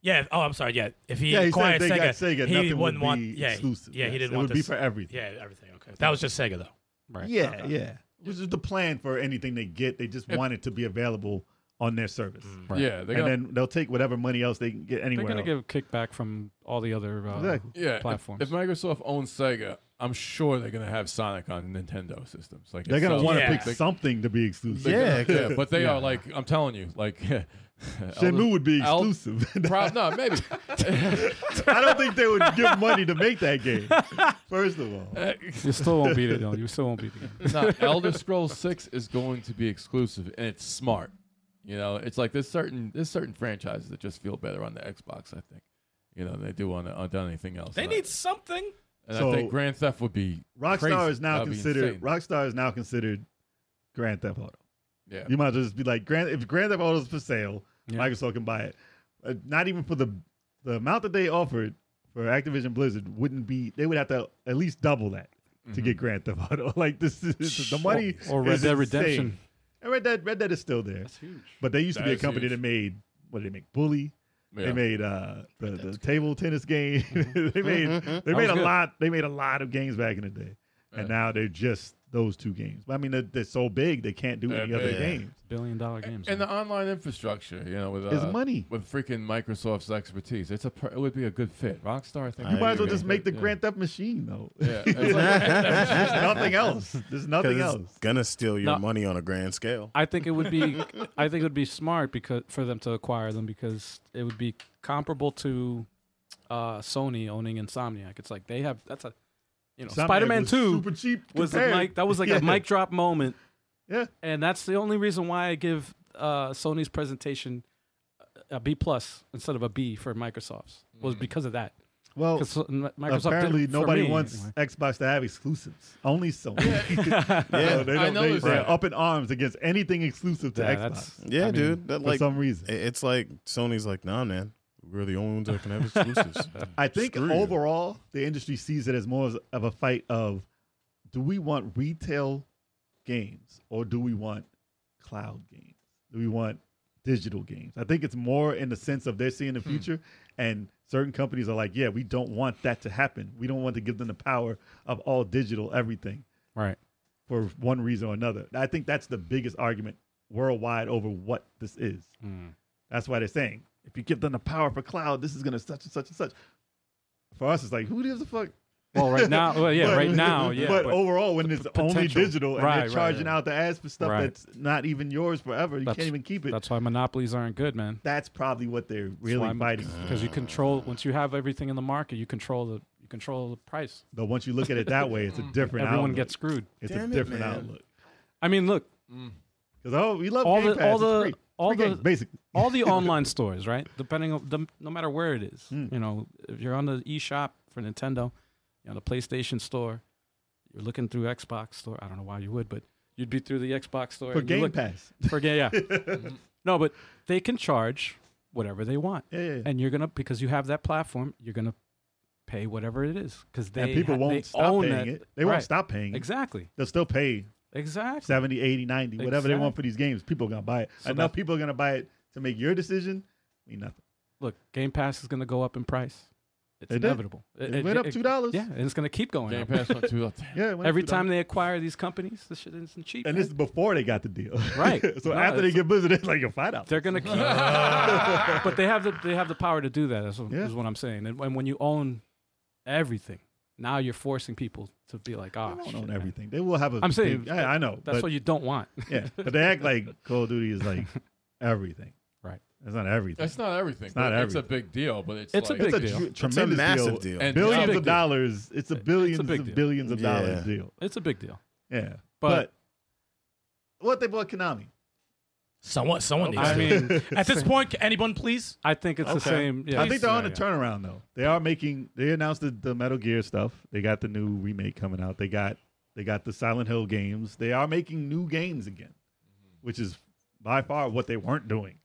G: Yeah. Oh, I'm sorry. Yeah. If he
E: yeah, he said
G: acquired
E: if
G: Sega,
E: they got Sega.
G: he
E: nothing
G: wouldn't
E: would be
G: want. yeah. he-
E: exclusive.
G: Yeah. He
E: Yes,
G: didn't
E: it
G: want
E: would be
G: this.
E: for everything.
G: yeah. Everything. Okay. That was just Sega though.
B: Right.
E: Yeah, yeah. Which is the plan for anything they get. They just want it to be available on their service.
B: Right.
D: Yeah, they
E: and
D: got
E: then they'll take whatever money else they can get
B: They're
E: anywhere.
B: going to
E: else.
B: give kickback from all the other uh,
E: Exactly.
D: yeah. if-
B: platforms.
D: If, Microsoft owns Sega, I'm sure they're gonna have Sonic on Nintendo systems. Like
E: They're gonna
D: to
E: want to
G: Yeah.
E: pick something to be exclusive.
C: Yeah,
D: yeah, but they are like I'm telling you, like [LAUGHS]
E: Shenmue would be
D: I'll-
E: exclusive.
D: [LAUGHS]
E: [LAUGHS]
D: Pro- no, maybe.
E: I don't think they would give money to make
D: [LAUGHS]
E: that game. First of all,
B: You still won't beat it, though.
E: [LAUGHS]
B: You still won't beat the game.
D: Uh, no, Elder Scrolls Six is going to be exclusive, and it's smart. You know, it's like there's certain there's certain franchises that just feel better on the Xbox. I think, you know, than they do on on done anything else.
G: They
D: And I-
G: need something.
D: And
E: So-
D: I think Grand Theft would be
E: Rockstar
D: crazy.
E: is now
D: That'd be
E: considered
D: insane.
E: Rockstar is now considered Grand Theft Auto.
D: Yeah.
E: You might as well just be like Grand if Grand Theft Auto is for sale,
B: Yeah.
E: Microsoft can buy it. Uh, not even for the the amount that they offered for Activision Blizzard wouldn't be. They would have to at least double that to get Grand Theft Auto. [LAUGHS] Like this is the money
B: Or Red
E: is
B: Dead
E: insane.
B: Redemption.
E: And Red Dead Red Dead is still there,
B: huge.
E: but they used to
D: That
E: be a
D: is
E: company
D: huge.
E: that made what did they make? Bully.
D: yeah.
E: They made uh, the, the table tennis game. [LAUGHS] they made they
D: was
E: made a
D: good.
E: lot. They made a lot of games back in the day,
D: Yeah.
E: and now they're just those two games. But I mean, they're, they're so big they can't do
D: Yeah,
E: any other
C: yeah.
E: games.
B: Billion dollar games.
D: and
B: man.
D: the online infrastructure, you know, with uh,
E: It's money.
D: with freaking Microsoft's expertise, it's a per- it would be a good fit. Rockstar, I think.
C: You
D: would
E: You might
D: be
E: as well
D: a
E: just
D: good
E: make the
D: fit, yeah.
E: Grand Theft machine though. [LAUGHS]
D: Yeah, it's like-
E: There's nothing else. There's [LAUGHS] nothing
C: Because
E: else.
C: it's
B: Oh,
C: gonna steal your
B: No.
C: money on a grand scale.
B: [LAUGHS] I think it would be
C: [LAUGHS]
B: I think it would be smart because for them to acquire them because it would be comparable to uh, Sony owning Insomniac. It's like they have that's a you know
E: Something that
B: Spider-Man
E: was
B: Two
E: super cheap.
B: was a
E: compared.
B: mic that was like
E: [LAUGHS] Yeah.
B: a mic drop moment,
E: Yeah,
B: and that's the only reason why I give uh, Sony's presentation a B plus instead of a B for Microsoft's
C: Mm.
B: was because of that.
E: well,
B: Because Microsoft
E: Oh, apparently
B: did it for
E: nobody
B: me,
E: wants
B: anyway.
E: Xbox to have exclusives. Only Sony. [LAUGHS]
C: yeah,
E: they
D: I
E: don't, they,
D: noticed
E: they're
D: that.
E: up in arms against anything exclusive to
B: Yeah,
E: Xbox
B: that's-
E: for
C: yeah, dude. That like
E: some reason.
C: i- it's like Sony's like, nah, man, we're the only ones that can have exclusives.
E: I think
C: Screw you.
E: overall the industry sees it as more as- of a fight of do we want retail games or do we want cloud games? Do we want digital games? I think it's more in the sense of they're seeing the
C: Hmm.
E: future and certain companies are like, yeah, we don't want that to happen. We don't want to give them the power of all digital everything
B: right.
E: for one reason or another. I think that's the biggest argument worldwide over what this is.
C: Hmm.
E: That's why they're saying if you give them the power for cloud, this is going to such and such and such. For us, it's like who gives a fuck?
B: Well, right now, well, yeah,
E: But-
B: right now, yeah.
E: [LAUGHS] But,
B: but-
E: overall, when it's only
B: potential.
E: digital and
B: Right,
E: they're
B: right,
E: charging
B: yeah.
E: out the ads for stuff
B: Right.
E: that's not even yours forever, you
B: That's-
E: can't even keep it. That's,
B: that's why monopolies aren't good, man.
E: probably what they're really fighting.
B: because you control once you have everything in the market you control the you control the price
E: Though once you look at it that way, it's a different.
B: everyone
E: outlook.
B: gets screwed
E: it's
C: Damn
E: a
C: it,
E: different
C: man.
E: outlook.
B: i mean look
E: Because oh, we love
B: All
E: Game
B: the-
E: Pass,
B: all
E: it's
B: the-
E: free. It's
B: all
E: free
B: the-
E: [LAUGHS] games, basically.
B: all the online stores right depending on the, no matter where it is
E: Hmm.
B: you know if you're on the eShop for nintendo you know the playstation store you're looking through xbox store i don't know why you would but you'd be through the xbox store
E: for
B: and you
E: Game
B: look-
E: Pass.
B: for game
E: [LAUGHS]
B: yeah no but they can charge whatever they want
E: Yeah, yeah, yeah.
B: and you're gonna because you have that platform you're gonna pay whatever it is because they
E: And people
B: ha-
E: won't
B: they
E: stop
B: own
E: paying
B: that-
E: it. They won't
B: right.
E: stop
D: Hmm?
E: paying. it.
B: exactly
E: They'll still pay
B: Exactly.
E: 70, 80, 90, whatever they want for these games. People are going to buy it.
B: So
E: Enough
B: that-
E: people are going to buy it to make your decision mean nothing.
B: Look, Game Pass is going to go up in price. It's
E: It did.
B: inevitable.
E: It, went up $2.
B: Yeah, and it's going to keep going
D: Game
B: up.
D: Pass oh, went too.
E: Yeah, it went up
B: Every
E: $2.
B: time they acquire these companies, this shit isn't cheap.
E: And
B: man.
E: this is before they got the deal. [LAUGHS]
B: Right.
E: so
B: No,
E: after they
B: it's-
E: get Blizzard, it's like, you'll find out.
B: [LAUGHS] they're
D: [LAUGHS]
B: going to keep, but they have the they have the power to do that. Is, what-
E: Yeah.
B: is what I'm saying. And, and when you own everything, now you're forcing people to be like, ah,
E: They
B: shit,
E: won't own
B: man."
E: everything. They will have a.
B: I'm saying
E: big- yeah, I know.
B: That's
E: but,
B: what you don't want. [LAUGHS]
E: yeah, but they act like Call of Duty is like everything.
B: Right.
E: That's not everything.
D: That's not everything.
E: not
D: but It's a
E: everything.
D: big deal, but it's
B: It's a
D: like,
B: big
E: it's
B: deal.
E: a tr-
B: It's
C: it's a
E: tremendous
C: massive
E: deal.
C: deal.
D: And
E: Billions
B: big
E: of
B: deal.
E: dollars. It's a billions
B: big
E: of
B: deal.
E: billions of dollars
C: Yeah.
E: deal.
B: It's a big deal.
E: Yeah.
B: But-
E: But, what they bought Konami.
G: Someone. Someone needs
B: I
G: to.
E: [LAUGHS]
B: mean,
G: At this point, can anyone please?
B: I think it's the same. Yeah,
E: I think they're on a
B: scenario.
E: turnaround though. They are making. They announced the, the Metal Gear stuff. They got the new remake coming out. They got they got the Silent Hill
D: Mm-hmm.
E: games. They are making new games again, which is by far what they weren't doing.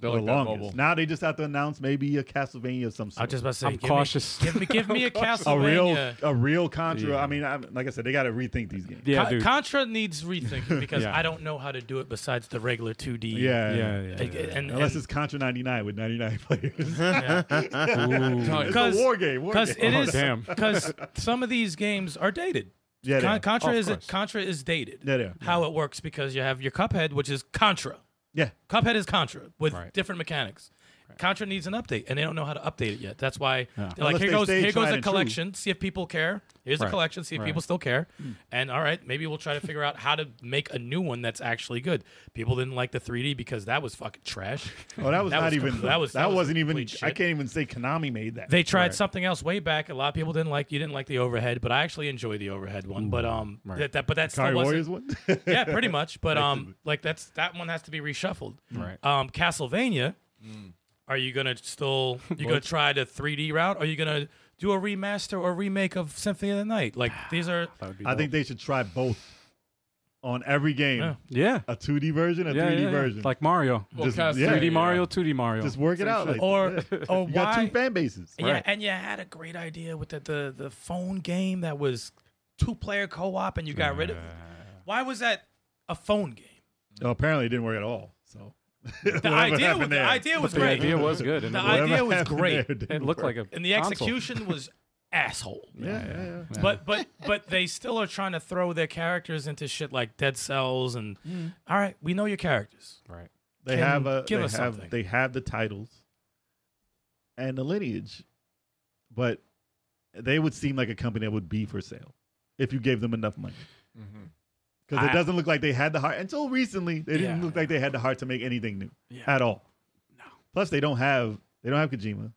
D: They're
E: for the
D: like that
E: longest.
D: mobile.
E: Now they just have to announce maybe a Castlevania of some
F: I
E: sort.
F: was just about to say,
B: I'm
F: give me-
B: cautious.
F: give me,
E: [LAUGHS]
F: give me a
E: a
F: Castlevania.
E: real, a real Contra.
D: Yeah.
E: I mean, I, like I said, they got to rethink these games.
B: yeah,
F: Con-
B: dude.
E: [LAUGHS]
F: Contra needs rethinking because
B: Yeah.
F: I don't know how to do it besides the regular 2D.
B: yeah,
E: Yeah,
B: yeah,
F: Uh, And,
E: Unless
F: and,
E: it's Contra 99 with 99 [LAUGHS] players.
F: [LAUGHS]
B: Ooh.
D: It's
E: It's
F: Because-
E: a war game. War
F: because
E: game.
F: it
B: Oh,
F: is
B: damn.
F: because some of these games are dated.
E: Yeah, they
F: Con-
E: are.
F: Contra
B: Of
F: is
B: course.
F: Contra is dated.
E: Yeah, they are.
F: How it works because you have your Cuphead, which is Contra.
E: Yeah.
F: Cuphead is Contra with
B: Right.
F: different mechanics. Contra needs an update, and they don't know how to update it yet. That's why they're like,
E: Unless
F: here
E: they
F: goes
E: stay
F: here goes
E: tried
F: a
E: and true.
F: collection. See if people care. Here's
B: Right.
F: a collection. See if
B: Right.
F: people still care.
E: Hmm.
F: And all right, maybe we'll try to figure out how to make a new one that's actually good. People didn't like the 3D because that was fucking trash.
E: Oh, that was
F: That
E: not
F: was
E: even.
F: complete- [LAUGHS] that
E: That
F: was-
E: was.
F: that
E: That
F: was
E: wasn't even.
F: complete
E: I
F: shit.
E: can't even say Konami made that.
F: They tried something else way back. A lot of people didn't like. You didn't like the overhead, but I actually enjoy the overhead one.
B: Mm-hmm.
F: But um, that, that but that's
E: Sorry,
F: still wasn't.
E: Warriors one.
F: [LAUGHS]
E: [LAUGHS]
F: yeah, pretty much. But um, like that's that one has to be reshuffled.
B: Right.
F: Um, Castlevania.
B: Mm.
F: Are you gonna still? You gonna try the 3D route? Are you gonna do a remaster or remake of Symphony of the Night?
B: [SIGHS]
F: Like these are.
B: That would be
E: I
B: dope.
E: think they should try both on every game.
F: Yeah.
B: yeah.
E: A 2D version, a
B: Yeah,
E: 3D
B: yeah, yeah.
E: version.
B: Like Mario.
D: Well,
E: Just-
D: Cast-
E: yeah,
B: 3D
E: yeah.
B: Mario, 2D Mario.
E: just work it out.
B: [LAUGHS]
E: Like,
F: Or
E: yeah.
F: or
E: you got
F: why?
E: two fan bases.
F: Yeah,
B: Right.
F: and you had a great idea with the the, the phone game that was two player co op, and you got rid of. Why was that a phone game?
E: No, apparently, it didn't work at all. So [LAUGHS]
F: The idea, was, the idea was
B: the
F: great.
B: idea was good. And
F: The
B: it,
F: idea
B: looked-
F: was great.
B: it looked like a
F: and the
B: console.
F: execution was asshole.
E: Yeah, yeah, yeah.
F: But but but they still are trying to throw their characters into shit like Dead Cells and all right, we know your characters.
B: Right.
E: They
F: Can
E: have a.
F: give
E: they
F: us
E: have.
F: something.
E: They have the titles and the lineage, but they would seem like a company that would be for sale if you gave them enough money. Because
B: I-
E: it doesn't look like they had the heart until recently. They didn't
F: Yeah.
E: look like they had the heart to make anything new
B: Yeah.
E: at all. Plus, they don't have they don't have Kojima. No.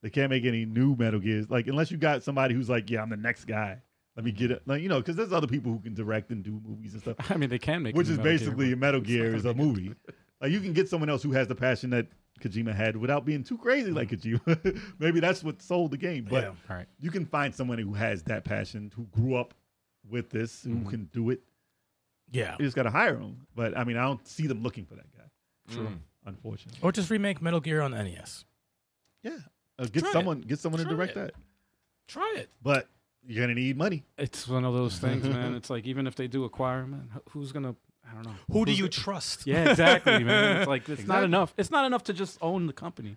E: They can't make any new Metal Gears. Like unless you got somebody who's like, yeah, I'm the next guy. Let me get it. Like you know, because there's other people who can direct and do movies and stuff
B: [LAUGHS] I mean, they can make
E: which
B: it a
E: is
B: Metal Gear,
E: basically
B: but-
E: Metal Gear is a movie. Like you can get someone else who has the passion that Kojima had without being too crazy like Kojima. [LAUGHS] Maybe that's what sold the game, but
F: Yeah.
B: All Mm-hmm. right.
E: you can find someone who has that passion, who grew up with this, who
B: Mm-hmm.
E: can do it.
F: Yeah.
E: You just got to hire them. But I mean, I don't see them looking for that guy.
D: True.
B: Oh,
E: Unfortunately,
F: Or just remake Metal Gear on E NES.
E: yeah. Uh, get
F: Try it.
E: someone, get someone to
F: Try
E: direct
F: it.
E: that.
F: Try it.
E: But you're gonna need money.
B: It's one of those things,
E: [LAUGHS]
B: man. It's like even if they do acquire, man, wh- who's gonna? I don't know.
F: Who do you trust?
B: Yeah, exactly, man.
E: [LAUGHS]
B: It's like it's not
E: Exactly.
B: enough. It's not enough to just own the company.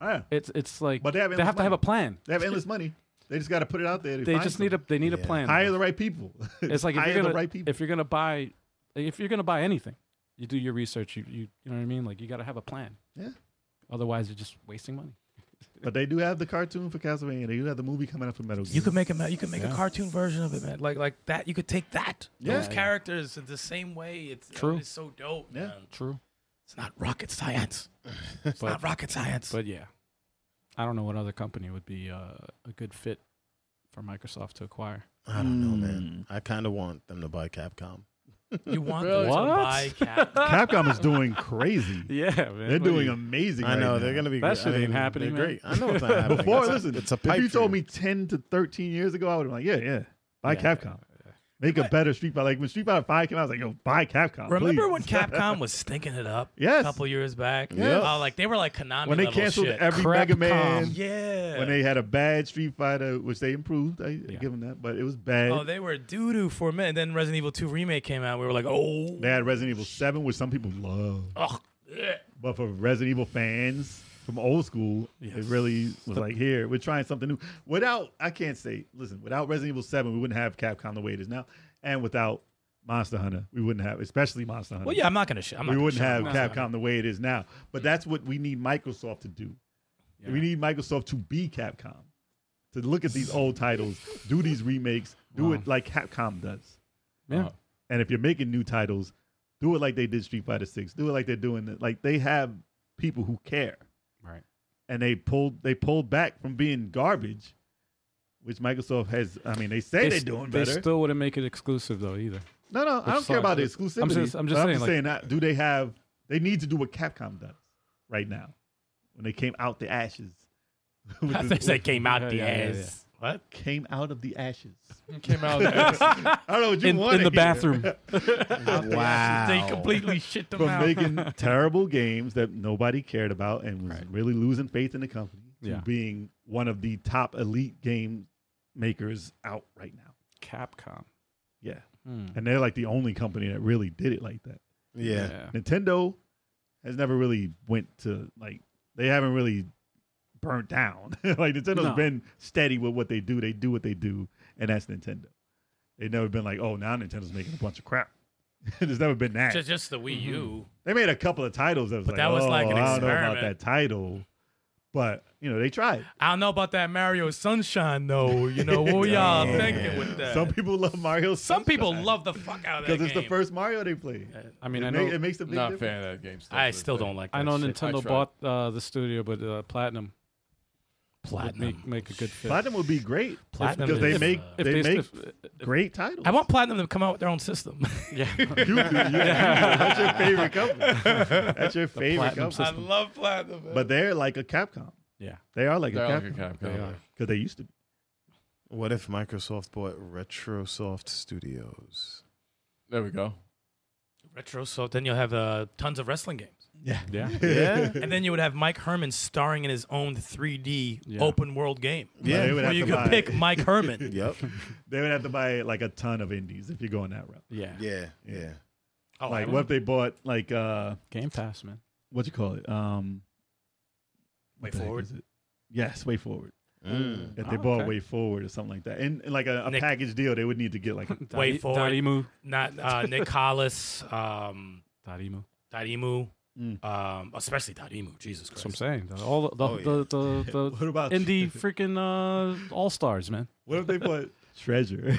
E: Yeah.
B: It's it's like
E: But they have endless
B: to have
E: money.
B: a plan.
E: They have endless money. They just got to put it out there. to
B: They
E: find
B: just need a
E: someone.
B: they need a
C: Yeah.
B: plan.
E: hire the right people.
B: it's like if
E: [LAUGHS] hire
B: you're gonna
E: the right people.
B: if you're gonna buy if you're gonna buy anything, you do your research. You you, you know what I mean? Like you got to have a plan.
E: Yeah.
B: Otherwise, you're just wasting money.
E: But they do have the cartoon for Castlevania. They do have the movie coming out for Metal Gear.
F: You could make a you could make a cartoon version of it, man. Like like that. You could take that.
E: Yeah.
F: Those characters in the same way. It's
B: True.
F: It's so dope.
E: Yeah.
F: man.
B: True.
F: It's not rocket science. It's
B: But-
F: not rocket science.
B: But yeah, I don't know what other company would be uh, a good fit for Microsoft to acquire.
C: [LAUGHS] I don't know, man. I kind of want them to buy Capcom.
F: you want
D: Really?
F: them to
B: What?
F: buy cat.
E: Capcom is doing crazy.
C: [LAUGHS]
B: Yeah, man.
E: They're
B: What
E: doing
B: do you-
E: amazing.
C: I know
E: right
C: they're
E: now. [LAUGHS]
C: gonna be.
B: That
C: great.
B: shit
C: I
B: ain't
C: mean,
B: happening,
C: They're
B: man.
C: great. I know it's not happening.
E: Before,
C: it's
E: listen,
C: a, it's a
E: If
C: pipe
E: you told me
C: dream.
E: ten to thirteen years ago, I would have been like, yeah, yeah, buy
B: Yeah,
E: Capcom, make a better Street Fighter. Like when Street Fighter Five came out, I was like, yo, buy Capcom.
F: Remember
E: please.
F: when Capcom was stinking it up?
E: Yes.
F: A couple years back.
C: Yes.
F: Oh, like they were like Konami
E: when they
F: level
E: canceled
F: shit.
E: every
B: Crap
E: Mega Man?
B: com.
F: yeah.
E: When they had a bad Street Fighter, which they improved, I I give them that, but it was bad.
F: oh, they were doo doo for a minute. And then Resident Evil 2 remake came out. We were like, oh,
E: they had Resident Evil Seven, which some people love.
F: ugh, bleh.
E: But for Resident Evil fans from old school, it really was like, here, we're trying something new. Without, I can't say, listen, without Resident Evil 7, we wouldn't have Capcom the way it is now. And without Monster Hunter, we wouldn't have, especially Monster Hunter.
F: Well, yeah, I'm not gonna shit. I'm not
E: we
F: gonna
E: wouldn't
F: shit on
E: have
F: Monster Hunter.
E: Capcom the way it is now. But that's what we need Microsoft to do. We need Microsoft to be Capcom, to look at these old titles, do these remakes, do it like Capcom does.
B: Yeah.
E: And if you're making new titles, do it like they did Street Fighter Six. Do it like they're doing. Like they have people who care,
B: Right.
E: and they pulled they pulled back from being garbage, which Microsoft has. I mean, they say they are
B: s-
E: doing
B: they
E: better.
B: still wouldn't make it exclusive though either.
E: no, no, I don't care
B: sucks.
E: about the
B: I'm
E: exclusivity.
B: just- I'm just
E: but
B: saying, like-
E: that, do they have? They need to do what Capcom does right now. When they came out the ashes, [LAUGHS]
B: [LAUGHS]
F: I think [LAUGHS] they came out the
B: Yeah, yeah, yeah,
F: ass. What?
E: Came out of the ashes.
D: Came out.
E: [LAUGHS]
D: of the-
E: I don't know what you
B: in,
E: want
B: in the
E: [LAUGHS]
B: bathroom.
C: Wow.
F: They completely shit them
E: From
F: out.
E: making terrible games that nobody cared about and was really losing faith in the company to
B: Yeah.
E: being one of the top elite game makers out right now.
B: Capcom.
E: Yeah.
B: Hmm.
E: And they're like the only company that really did it like that.
C: Yeah.
E: Nintendo has never really went to like they haven't really burnt down. [LAUGHS] like Nintendo's
B: No.
E: been steady with what they do. They do what they do, and that's Nintendo. They've never been like, oh, now Nintendo's making a bunch of crap. [LAUGHS] There's never been that.
F: Just, just the Wii U.
E: they made a couple of titles that was
F: But
E: like,
F: that was
E: oh,
F: like an
E: I don't know about
F: experiment.
E: that title, but you know they tried.
F: I don't know about that Mario Sunshine though. You
E: [LAUGHS]
F: know what were y'all
C: Yeah.
F: thinking with that?
E: Some people love Mario.
F: Some people love the fuck out of that
E: because it's the
F: game.
E: first Mario they played.
B: I mean, I
E: it,
B: know,
E: ma- it makes a big
D: not a
E: difference.
D: fan of that game. Still
F: I
D: to this
F: still
D: day.
F: don't like. That
B: I know
F: shit.
B: Nintendo
D: tried.
B: bought uh, the studio, but uh, Platinum, would
F: platinum.
B: make make a good fit.
E: Platinum would be great
F: Platinum
E: because they
F: is,
E: make
F: uh,
E: they, make great titles.
F: I want platinum to come out with their own system.
E: [LAUGHS]
B: yeah,
E: You do, you do.
B: [LAUGHS]
E: That's your favorite company.
F: [LAUGHS]
E: That's your favorite
B: platinum
E: company.
B: system.
F: love platinum.
E: But they're like a Capcom.
B: Yeah.
E: They are like
D: They're
E: a
D: like a
E: Capcom.
D: Capcom. They are.
E: Because they used to be.
C: What if Microsoft bought RetroSoft Studios?
D: There we go.
F: retro, so then you'll have uh, tons of wrestling games,
E: [LAUGHS] Yeah.
B: yeah.
C: Yeah.
F: and then you would have Mike Herman starring in his own 3D
B: Yeah.
F: open world game.
E: [LAUGHS] They
C: yeah.
E: would
F: Where
E: have
F: you
E: to
F: could
E: buy,
F: pick Mike Herman.
C: Yep.
E: [LAUGHS] They would have to buy like a ton of indies if you're going that route.
B: yeah,
C: [LAUGHS] Yeah. Yeah.
F: Oh,
E: like what if they bought like uh
B: Game Pass, man.
E: what you call it? Um
F: Way
E: what the heck
F: Forward?
E: is it? Yes, way forward.
C: Mm.
E: If they
B: Oh,
E: bought
B: okay.
E: way forward or something like that, and, and like a, a
F: Nick-
E: package deal, they would need to get
B: [LAUGHS]
E: like
F: Way
B: Dot-
F: forward.
B: Dot emu.
F: Not uh, Nick Hollis, um,
B: Dot emu.
F: Dadimu,
E: Mm.
F: um, especially Dadimu. Jesus
B: That's what I'm
F: Christ.
B: saying. The- All the the
C: Oh, yeah.
B: the, the, the,
E: [LAUGHS] what about
B: indie freaking uh, all stars, man.
E: What if they
B: [LAUGHS]
E: bought treasure?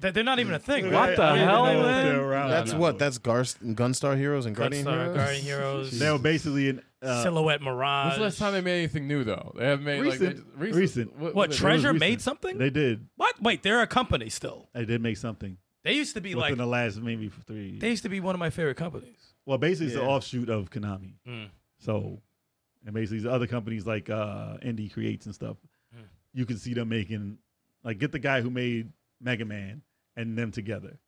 F: They- They're not even a thing.
B: What
F: right?
B: the
E: [LAUGHS] I don't even
B: hell,
E: know if
B: man?
E: they're around.
C: That's
D: no.
C: what? That's Gar- Gunstar Heroes and Guardian
F: Gunstar,
C: Heroes?
F: Guardian Heroes,
E: They were basically in uh,
F: Silhouette Mirage.
D: When's the last time they made anything new though? They haven't made like
E: Recent.
D: they- recent.
E: Recent.
F: what
D: was it?
F: Treasure
E: recent.
F: made something?
E: They did.
F: what? Wait, they're a company still.
E: They did make something
F: They used to be
E: within
F: like
E: the last maybe three.
F: they used to be one of my favorite companies.
E: well, basically, it's
C: Yeah.
E: an offshoot of Konami.
F: Mm.
E: So, and basically, these other companies like uh, Indie Creates and stuff,
F: Mm.
E: you can see them making like get the guy who made Mega Man and them together,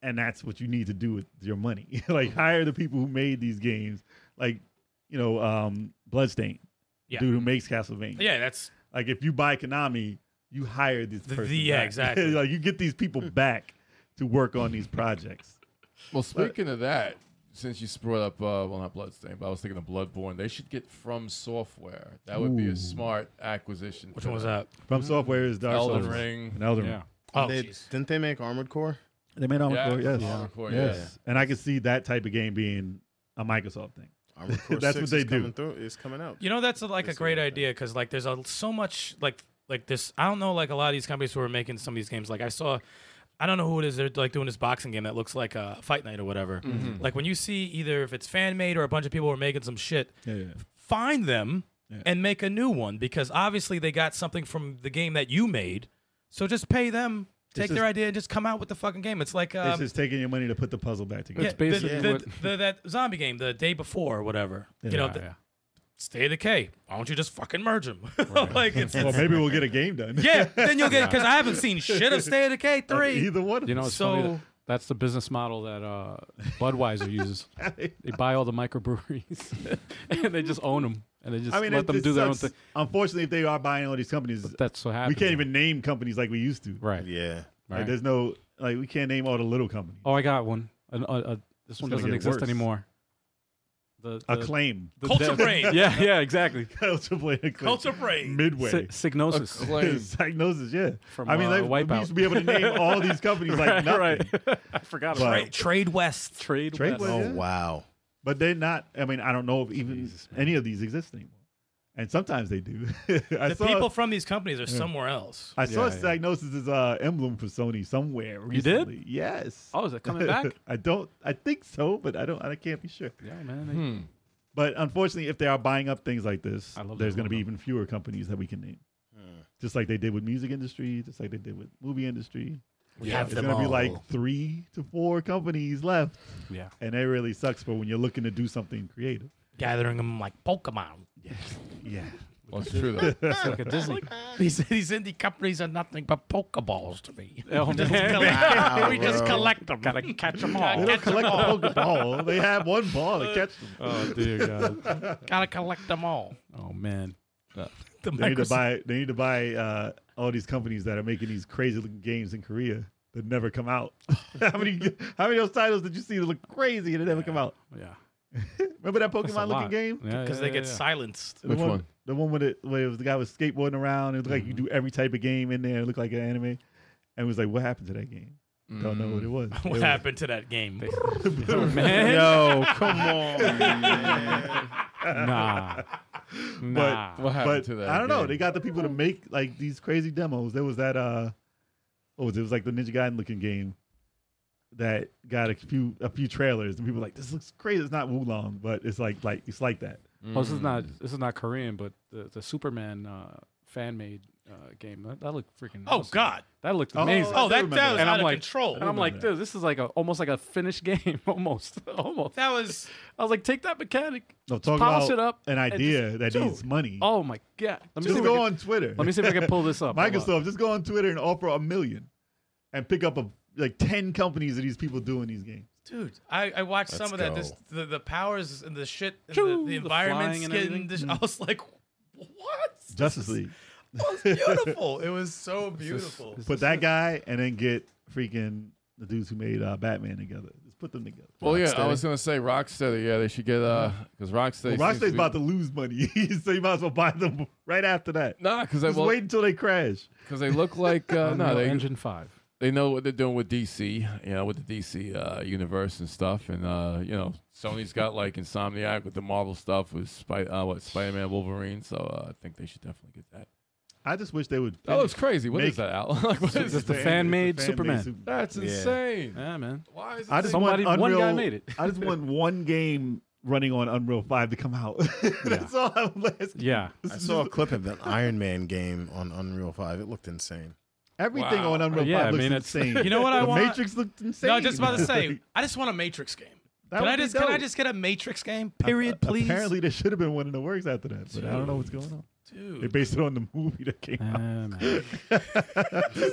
E: and that's what you need to do with your money. [LAUGHS]
F: Hmm.
E: like hire the people who made these games, like you know, um, Bloodstain,
F: Yeah.
E: dude who makes Castlevania.
F: Yeah, that's
E: Like if you buy Konami, you hire this
F: The-
E: person.
F: the- yeah,
E: back.
F: exactly.
E: [LAUGHS] like you get these
F: [LAUGHS]
E: people back to work on these projects.
D: Well, speaking of that, since you brought up, uh, well, not Bloodstain, but I was thinking of Bloodborne. They should get From Software. That would be a smart acquisition.
F: which
D: for
F: one was
D: them.
F: that?
E: From software is Dark
D: Hmm. Elden
E: Souls.
D: Ring.
E: And Elden Ring.
B: Yeah,
F: Oh,
C: They-
F: jeez.
C: didn't they make Armored Core?
E: They made Armored
D: Yeah.
E: Core, yes.
D: Armored Core,
E: yes.
D: yeah.
E: And I could see that type of game being a Microsoft thing.
C: Armored Core
E: That's
C: 6
E: what they
C: is
E: do.
C: coming through. It's coming out.
F: You know, that's like a
C: Let's see
F: great
C: what
F: idea because like there's a, so much like like this. I don't know like a lot of these companies who are making some of these games. Like I saw, I don't know who it is. They're like doing this boxing game that looks like a fight night or whatever.
E: Mm-hmm.
F: Like when you see either if it's fan made or a bunch of people who are making some shit,
E: Yeah, yeah.
F: find them
E: Yeah.
F: and make a new one because obviously they got something from the game that you made. So just pay them, take their
E: just-
F: idea, and just come out with the fucking game. It's like
E: It's
F: um,
E: just taking your money to put the puzzle back together.
B: That's basically
F: the,
B: what-
F: the- that zombie game the day before or whatever. You know,
B: yeah,
F: th-
B: yeah.
F: stay the K. Why don't you just fucking merge [LAUGHS] them? like
E: [LAUGHS]
F: it's,
E: Well, maybe we'll get a game done. [LAUGHS]
F: yeah. Then you'll get because I haven't seen shit of Stay of the K three.
E: Either one. of
B: You know,
E: us.
B: it's funny that-
F: So-
B: that's the business model that uh, Budweiser
E: [LAUGHS]
B: uses. they buy all the microbreweries [LAUGHS] and they just own them, and they just
E: I mean,
B: let
E: it-
B: them
E: it
B: do their own
E: sucks.
B: thing.
E: Unfortunately, if they are buying all these companies,
B: That's what
E: we
B: happens.
E: can't even name companies like we used to.
B: right.
C: Yeah.
E: Like,
B: right.
E: there's no like we can't name all the little companies.
B: Oh, I got one. An, uh, uh, this one
E: gonna
B: doesn't
E: get
B: exist
E: worse.
B: anymore. The, the,
E: Acclaim. [LAUGHS]
B: the
F: Culture
B: dev-
F: Brain.
B: [LAUGHS] Yeah, yeah, exactly.
E: Culture Blade Acclaim.
F: Culture Brain.
E: Midway.
B: Sy-
E: [LAUGHS]
B: Psygnosis.
D: Acclaim.
E: Psychnosis, yeah.
B: From,
E: I mean,
B: uh,
E: like, we
B: Wipeout.
E: used to be able to name all these companies like nothing.
B: [LAUGHS] right. I forgot about
E: But,
F: Trade, Trade West.
B: Trade,
E: Trade
B: West.
E: West.
C: Oh
E: Yeah.
C: wow.
E: but they're not. I mean, I don't know if even any of these exist anymore. And sometimes they do. [LAUGHS] I
F: The
E: saw,
F: people from these companies are somewhere else.
E: I saw
B: Yeah, yeah.
E: Psychnosis's uh, emblem for Sony somewhere
B: You did?
E: recently. Yes.
B: Oh, is it coming back?
E: [LAUGHS] I don't. I think so, but I don't. I can't be sure.
B: yeah, man. they-
D: Hmm.
E: But unfortunately, if they are buying up things like this,
B: I love
E: there's
B: that
E: going to be
B: logo.
E: even fewer companies that we can name. Just like they did with music industry, just like they did with movie industry.
F: We have
E: It's going to be like three to four companies left, [LAUGHS]
B: Yeah.
E: and that really sucks for when you're looking to do something creative.
F: [LAUGHS] gathering them like Pokemon.
E: Yeah,
D: Well, it's true
E: [LAUGHS]
D: though.
B: It's like a Disney.
G: These, these indie companies are nothing but pokeballs to
E: [LAUGHS]
G: me.
B: Oh, man.
F: [LAUGHS]
C: Wow,
G: we just
C: bro.
G: collect them. Gotta catch them all.
E: They don't collect the Pokeball. They have one ball to catch them.
B: [LAUGHS] oh dear God.
G: Gotta collect them all.
B: Oh man.
G: The
E: They need to
G: Microsoft-
E: buy. They need to buy uh, all these companies that are making these crazy looking games in Korea that never come out. [LAUGHS] how many? How many of those titles did you see that look crazy and it never come out?
B: Yeah.
E: Remember that
B: That's a
E: Pokemon looking
B: lot.
E: game?
F: [LAUGHS]
B: Yeah,
G: because
B: yeah,
G: they
B: yeah,
G: get
B: yeah.
G: silenced.
E: the
D: Which one?
E: The one with it, where it was the guy was skateboarding around. It was like you
B: Mm-hmm.
E: do every type of game in there. It looked like an anime. And it was like, what happened to that game? Don't know
B: Mm.
E: what it
B: [LAUGHS]
E: was.
G: [LAUGHS] What happened to that game?
B: Oh, Man, [LAUGHS]
C: Yo, come on, man.
B: nah, nah.
D: What happened
E: But
D: to that?
E: I don't know.
D: game?
E: They got the people to make like these crazy demos. There was that uh, what was it? It was like the Ninja Gaiden looking game that got a few a few trailers and people were like, this looks crazy. It's not Wulong, but it's like like it's like that.
B: Oh, this is not
G: Hmm.
B: this is not Korean, but the, the Superman uh, fan made uh, game that, that looked freaking.
G: Oh
B: awesome.
G: God!
B: that looked
E: Oh,
B: amazing.
E: I
G: Oh, that,
E: remember
G: that was
B: And
G: out
B: I'm
G: of
B: like-
G: control.
B: and I'm like,
E: that.
B: dude, this is like a almost like a finished [LAUGHS] game, almost, almost.
G: that was
B: I was like, take that mechanic,
E: No, talk
B: polish
E: about
B: it up.
E: an
B: and
E: idea that
B: dude.
E: needs money.
B: Oh my god! Let me see
E: just
B: if
E: go
B: I
E: on Twitter.
B: can, Let me see
E: [LAUGHS]
B: if I can pull this up. Hold on.
E: Microsoft, just go on Twitter and offer a million and pick up a, like 10 companies of these people doing these games.
G: dude. I, I watched some
C: Let's
G: of that. This,
C: go.
G: the the powers and the shit, and
B: Choo,
G: the, the
B: the
G: environment
B: flying and
G: skin.
B: everything.
G: the sh- I was like, what?
E: Justice League.
G: It was beautiful. it was so beautiful.
E: Put that guy and then get freaking the dudes who made uh, Batman together. Just put them together.
D: Well, yeah, I
C: Rocksteady.
D: was gonna say Rocksteady. Yeah, they should get uh, because Rocksteady.
E: Well,
D: seems
E: Rocksteady's
D: be-
E: about to lose money, [LAUGHS] so you might as well buy them right after that.
D: Nah, because they
E: Just wait until they crash.
D: because they
E: [LAUGHS]
D: look like uh, no,
B: Unreal
D: they
B: Engine Five.
D: they know what they're doing with DC, you know, with the DC uh, universe and stuff, and uh, you know, Sony's got like Insomniac with the Marvel stuff with Spy, uh, what Spider-Man, Wolverine. So uh, I think they should definitely get that.
E: I just wish they would.
D: That looks crazy. What is
E: Make-
D: that, Al? [LAUGHS] like, what is
B: Just the
D: that?
B: fan-made
E: fan-made
B: Superman.
E: Superman.
D: That's
C: Yeah.
D: insane.
B: Yeah, man.
D: Why is it?
E: I just
B: Somebody-
E: want
B: one
E: Unreal,
B: guy made it.
E: [LAUGHS] I just want one game running on Unreal Five to come out. [LAUGHS] That's all I'm asking.
B: Yeah,
E: This
C: I
E: is
C: saw a
E: just-
C: clip of an Iron Man game on Unreal Five. It looked insane.
E: everything
D: Wow.
E: on Unreal
B: Yeah, I
E: Five looks
B: mean, it's-
G: [LAUGHS]
E: insane.
G: You know what I
E: The
G: want?
E: Matrix looked insane.
G: No, I was just
E: [LAUGHS]
G: about to say. I just want a Matrix game.
E: That
G: can
E: would
G: I
E: be
G: just can I
E: dope.
G: just get a Matrix game? Period,
E: Uh,
G: please.
E: Apparently, there should have been one in the works after that, but I don't know what's going on. They
G: dude.
E: based it on the movie that came
B: Ah,
E: out.
B: man.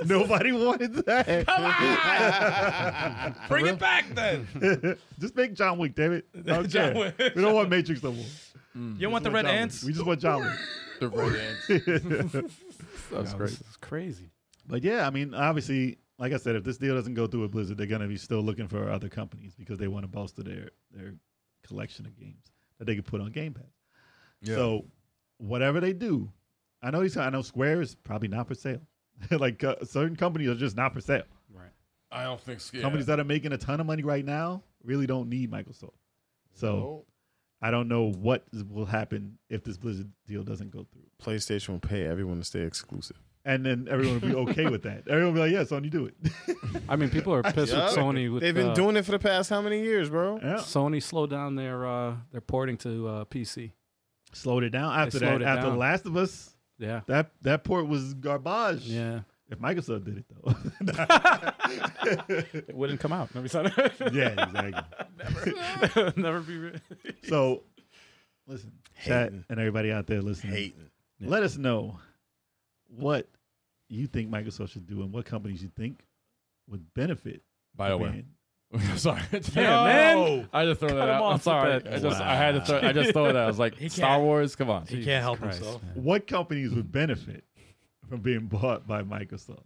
E: [LAUGHS] Nobody wanted that.
G: Come on! Bring it back then.
E: [LAUGHS] just make John Wick, damn it. I
G: [LAUGHS]
E: don't
G: John
E: care.
G: Wick.
E: We don't want Matrix no more.
G: You want the red
E: John Wick.
G: ants?
E: We just want John Wick.
D: the red ants.
G: [LAUGHS]
D: That's
B: Wow,
D: great.
B: This is crazy.
E: [LAUGHS] But yeah, I mean, obviously, like I said, if this deal doesn't go through with Blizzard, they're gonna be still looking for other companies because they want to bolster their their collection of games that they could put on Game Pass.
D: Yeah.
E: So whatever they do, I know these. I know Square is probably not for sale. [LAUGHS] like uh, certain companies are just not for sale.
D: I don't think so.
E: Companies that are making a ton of money right now really don't need Microsoft. So I don't know what is- will happen if this Blizzard deal doesn't go through.
C: [LAUGHS] PlayStation will pay everyone to stay exclusive.
E: And then everyone will be okay with
B: [LAUGHS]
E: that. Everyone will be like, yeah, Sony, do it. [LAUGHS]
B: I mean, people are pissed
C: Yeah.
B: with Sony. With,
C: They've been
B: uh,
C: doing it for the past how many years, bro?
E: yeah.
B: Sony slowed down their uh, their porting to uh, PC.
E: Slowed it down after
B: slowed
E: that.
B: it
E: After
B: down.
E: Last of Us,
B: Yeah,
E: that, that port was garbage.
B: yeah.
E: If Microsoft did it, though. [LAUGHS]
B: It wouldn't come out. Never said
E: yeah, exactly.
B: it. [LAUGHS] Never be. Re-
E: So listen, chat
C: Hating.
E: and everybody out there listening.
C: Hating.
E: Let us know what you think Microsoft should do and what companies you think would benefit.
D: Bioware. [LAUGHS]
E: being-
D: sorry.
B: Yeah, man.
G: Oh!
D: I just throw that
B: him
D: out. I'm
B: off with
D: sorry.
B: that.
D: I just I had to throw. I just throw that. out. I was
G: [LAUGHS]
D: like, Star
G: can't-
D: Wars. Come on.
G: He can't help
B: Christ,
G: himself.
B: man.
E: What companies would benefit from being bought by Microsoft,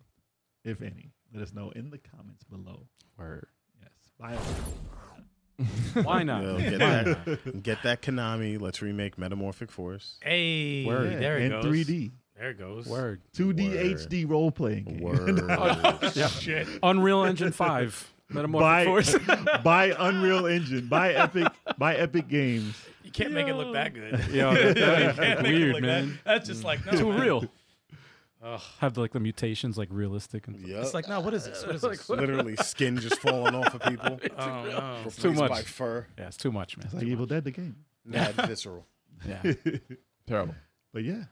E: if any? Let us know in the comments below.
B: Word.
E: Yes, Bioware.
B: Why not?
C: Yo, get, that, get that Konami. Let's remake Metamorphic Force.
G: Hey,
B: Word.
E: Yeah,
G: there it
E: and
G: goes.
E: 3D,
G: There it goes.
B: Word.
E: 2D
C: Word.
E: HD role playing game. [LAUGHS]
C: Word.
G: Shit.
B: Unreal Engine Five. Metamorphic
E: By,
B: Force.
E: by Unreal Engine, by Epic, by Epic Games.
G: You can't make it look that good.
B: Yo,
G: You
B: [LAUGHS] that- that
G: can't
B: looked
G: make it
B: weird,
G: look that-
B: man.
G: That's just like no,
B: Too
G: man.
B: real. Have like the mutations like realistic and
C: Yep.
G: It's like no. What is this? What is
F: [LAUGHS]
G: this?
C: literally skin just falling off of people.
G: Oh, no.
C: Replaced
B: too much.
C: by fur.
B: yeah, it's too much, man.
E: It's like Evil Dead, the game.
C: Mad visceral.
B: Yeah.
D: Terrible.
E: But yeah,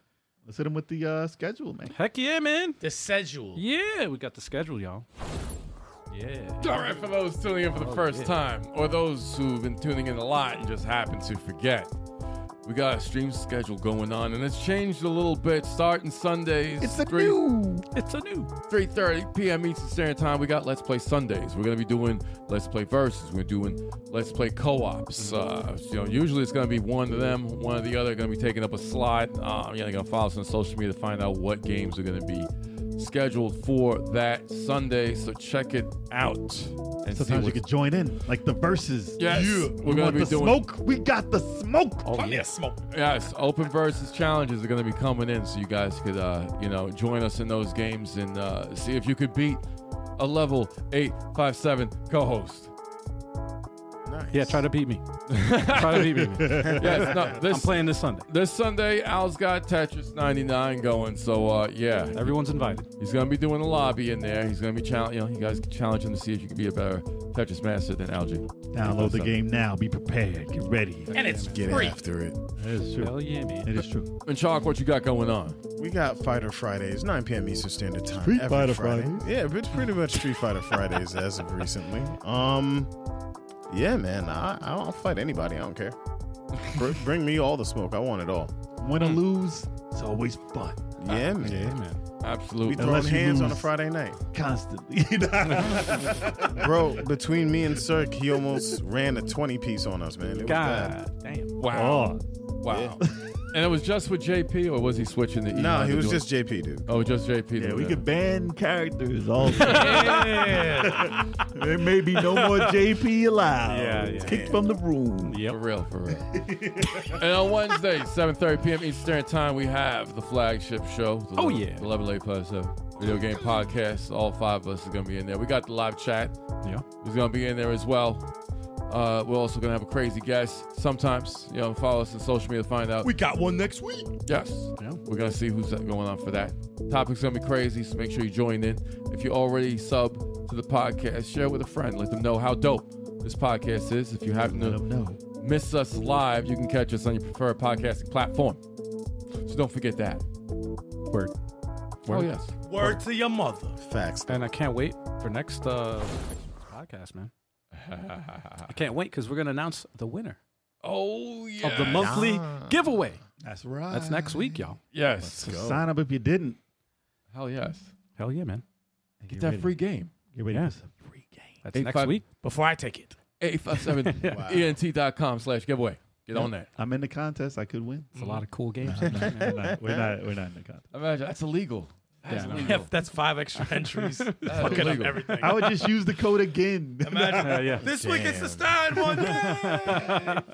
E: let's hit them with the uh, schedule, man.
B: Heck yeah, man.
G: The schedule.
B: Yeah, we got the schedule, y'all. Yeah.
D: All right, for those
B: Oh,
D: tuning in for the first time, or those who've been tuning in a lot and just happen to forget, We got a stream schedule going on, and it's changed a little bit. Starting Sundays,
E: It's a
D: three-
E: new.
B: It's a new.
D: 3.30 p.m. Eastern Standard Time, we got Let's Play Sundays. We're going to be doing Let's Play Versus. We're doing Let's Play Co-ops. Uh, you know, usually it's going to be one of them, one of the other. Going to be taking up a slot. Uh, you're going to follow us on social media to find out what games are going to be scheduled for that Sunday. So check it out. And see
E: Sometimes you
D: what's-
E: could join in, like the verses.
D: Yes,
E: Yeah.
D: we're
E: We
D: gonna
E: want
D: be
E: the
D: doing-
E: smoke. We got the smoke.
B: Oh, yeah.
D: Yes, open versus challenges are going to be coming in, so you guys could, uh, you know, join us in those games and uh, see if you could beat a level eight five seven co-host.
C: Nice.
B: Yeah, try to beat me. try to beat [LAUGHS] me.
D: Yes, no,
B: I'm
D: this
B: playing this Sunday.
D: this Sunday, Al's got Tetris 99 going, so uh, yeah,
B: Everyone's invited.
D: he's going to be doing a lobby in there. He's going to be challenge, you know, you guys can challenge him to see if you can be a better Tetris master than Algie.
E: Download the game now. Be prepared. Get ready.
F: And it's
C: get
F: free.
C: after it.
E: That is true.
B: Hell yeah, man.
E: It is true.
D: And Chalk, what you got going on?
C: We got Fighter Fridays, 9 p.m. Eastern Standard Time.
E: Street
C: every
E: Fighter
C: Friday.
E: Fridays.
C: Yeah, it's pretty much Street Fighter Fridays as of recently. Um, yeah, man, I, I'll fight anybody. I don't care. Br- bring me all the smoke. I want it all.
E: Win or lose, it's always fun.
C: Yeah, man.
B: Yeah, man.
C: We
D: Absolutely.
C: throwing
E: Unless you
C: hands on a
E: lose.
C: Friday night,
E: Constantly. [LAUGHS]
C: bro. Between me and Cirque, he almost ran a 20 piece on us, man. It was bad.
B: God damn.
D: Wow.
E: oh,
D: Wow. and it was just with JP, or was he switching the? E?
C: No, he was just JP, dude.
D: Oh, just JP.
E: yeah.
D: doing
E: We
D: that.
E: could ban characters also. [LAUGHS] there may be no more JP allowed.
B: Yeah, yeah.
E: Kicked from the room.
D: For real, for real. and on Wednesday, 7.30 p.m. Eastern Standard Time, we have the flagship show. The
B: Oh,
D: Love-
B: yeah.
D: The Level A Plus Seven Video Game Podcast. All five of us are going to be in there. We got the live chat.
B: Yeah.
D: He's going to be in there as well. Uh, we're also going to have a crazy guest sometimes. You know, follow us on social media to find out.
F: We got one next week.
D: Yes.
B: Yeah.
D: We're going to see who's going on for that. Topic's going to be crazy, so make sure you join in. If you already sub to the podcast, share with a friend. Let them know how dope this podcast is. If you happen to
E: I don't know.
D: miss us live, you can catch us on your preferred podcasting platform. So don't forget that.
B: Word.
D: Oh,
B: Word.
D: yes.
F: Word to your mother.
C: Facts.
B: And I can't wait for next uh, podcast, man. I can't wait because we're going to announce the winner
D: Oh, yeah.
B: of the monthly giveaway.
E: That's right.
B: That's next week, y'all.
D: Yes.
E: So sign up if you didn't.
D: Hell yes.
B: Hell yeah, man.
D: Get that free game.
E: Get ready
B: Yeah.
E: for some free game.
B: That's
D: Eight
B: next
D: five-
B: week.
F: Before I take it.
B: [LAUGHS]
D: E 857ent.com slash giveaway. Get on that.
E: I'm in the contest. I could win.
B: It's a lot of cool games.
E: we're, not, we're not. We're not in the contest.
D: Imagine that's illegal. That's
B: Yeah, I know.
D: illegal.
F: that's five extra entries.
D: That's
F: Fucking up
D: illegal.
F: everything.
E: I would just use the code again.
F: Imagine
B: Uh, yeah.
F: this week it's the star in one day.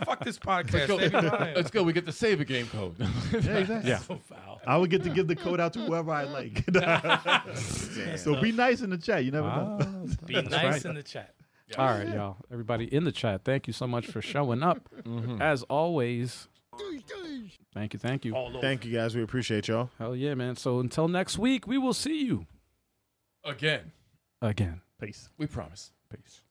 F: Fuck this podcast.
D: Let's
F: Every
D: go.
F: time.
D: Let's go. We get the save a game code.
E: yeah, [LAUGHS] exactly.
B: Yeah.
F: So foul.
E: I would get to give the code out to whoever I like. [LAUGHS] so be nice in the chat. You never know.
B: Ah,
F: Be nice in the chat.
B: All right, y'all. Everybody in the chat, thank you so much for showing up. As always, thank you, thank you.
F: All over.
C: Thank you guys. We appreciate y'all.
B: Hell yeah, man. So until next week, we will see you
D: Again,
B: again.
E: Peace.
D: we promise.
B: Peace.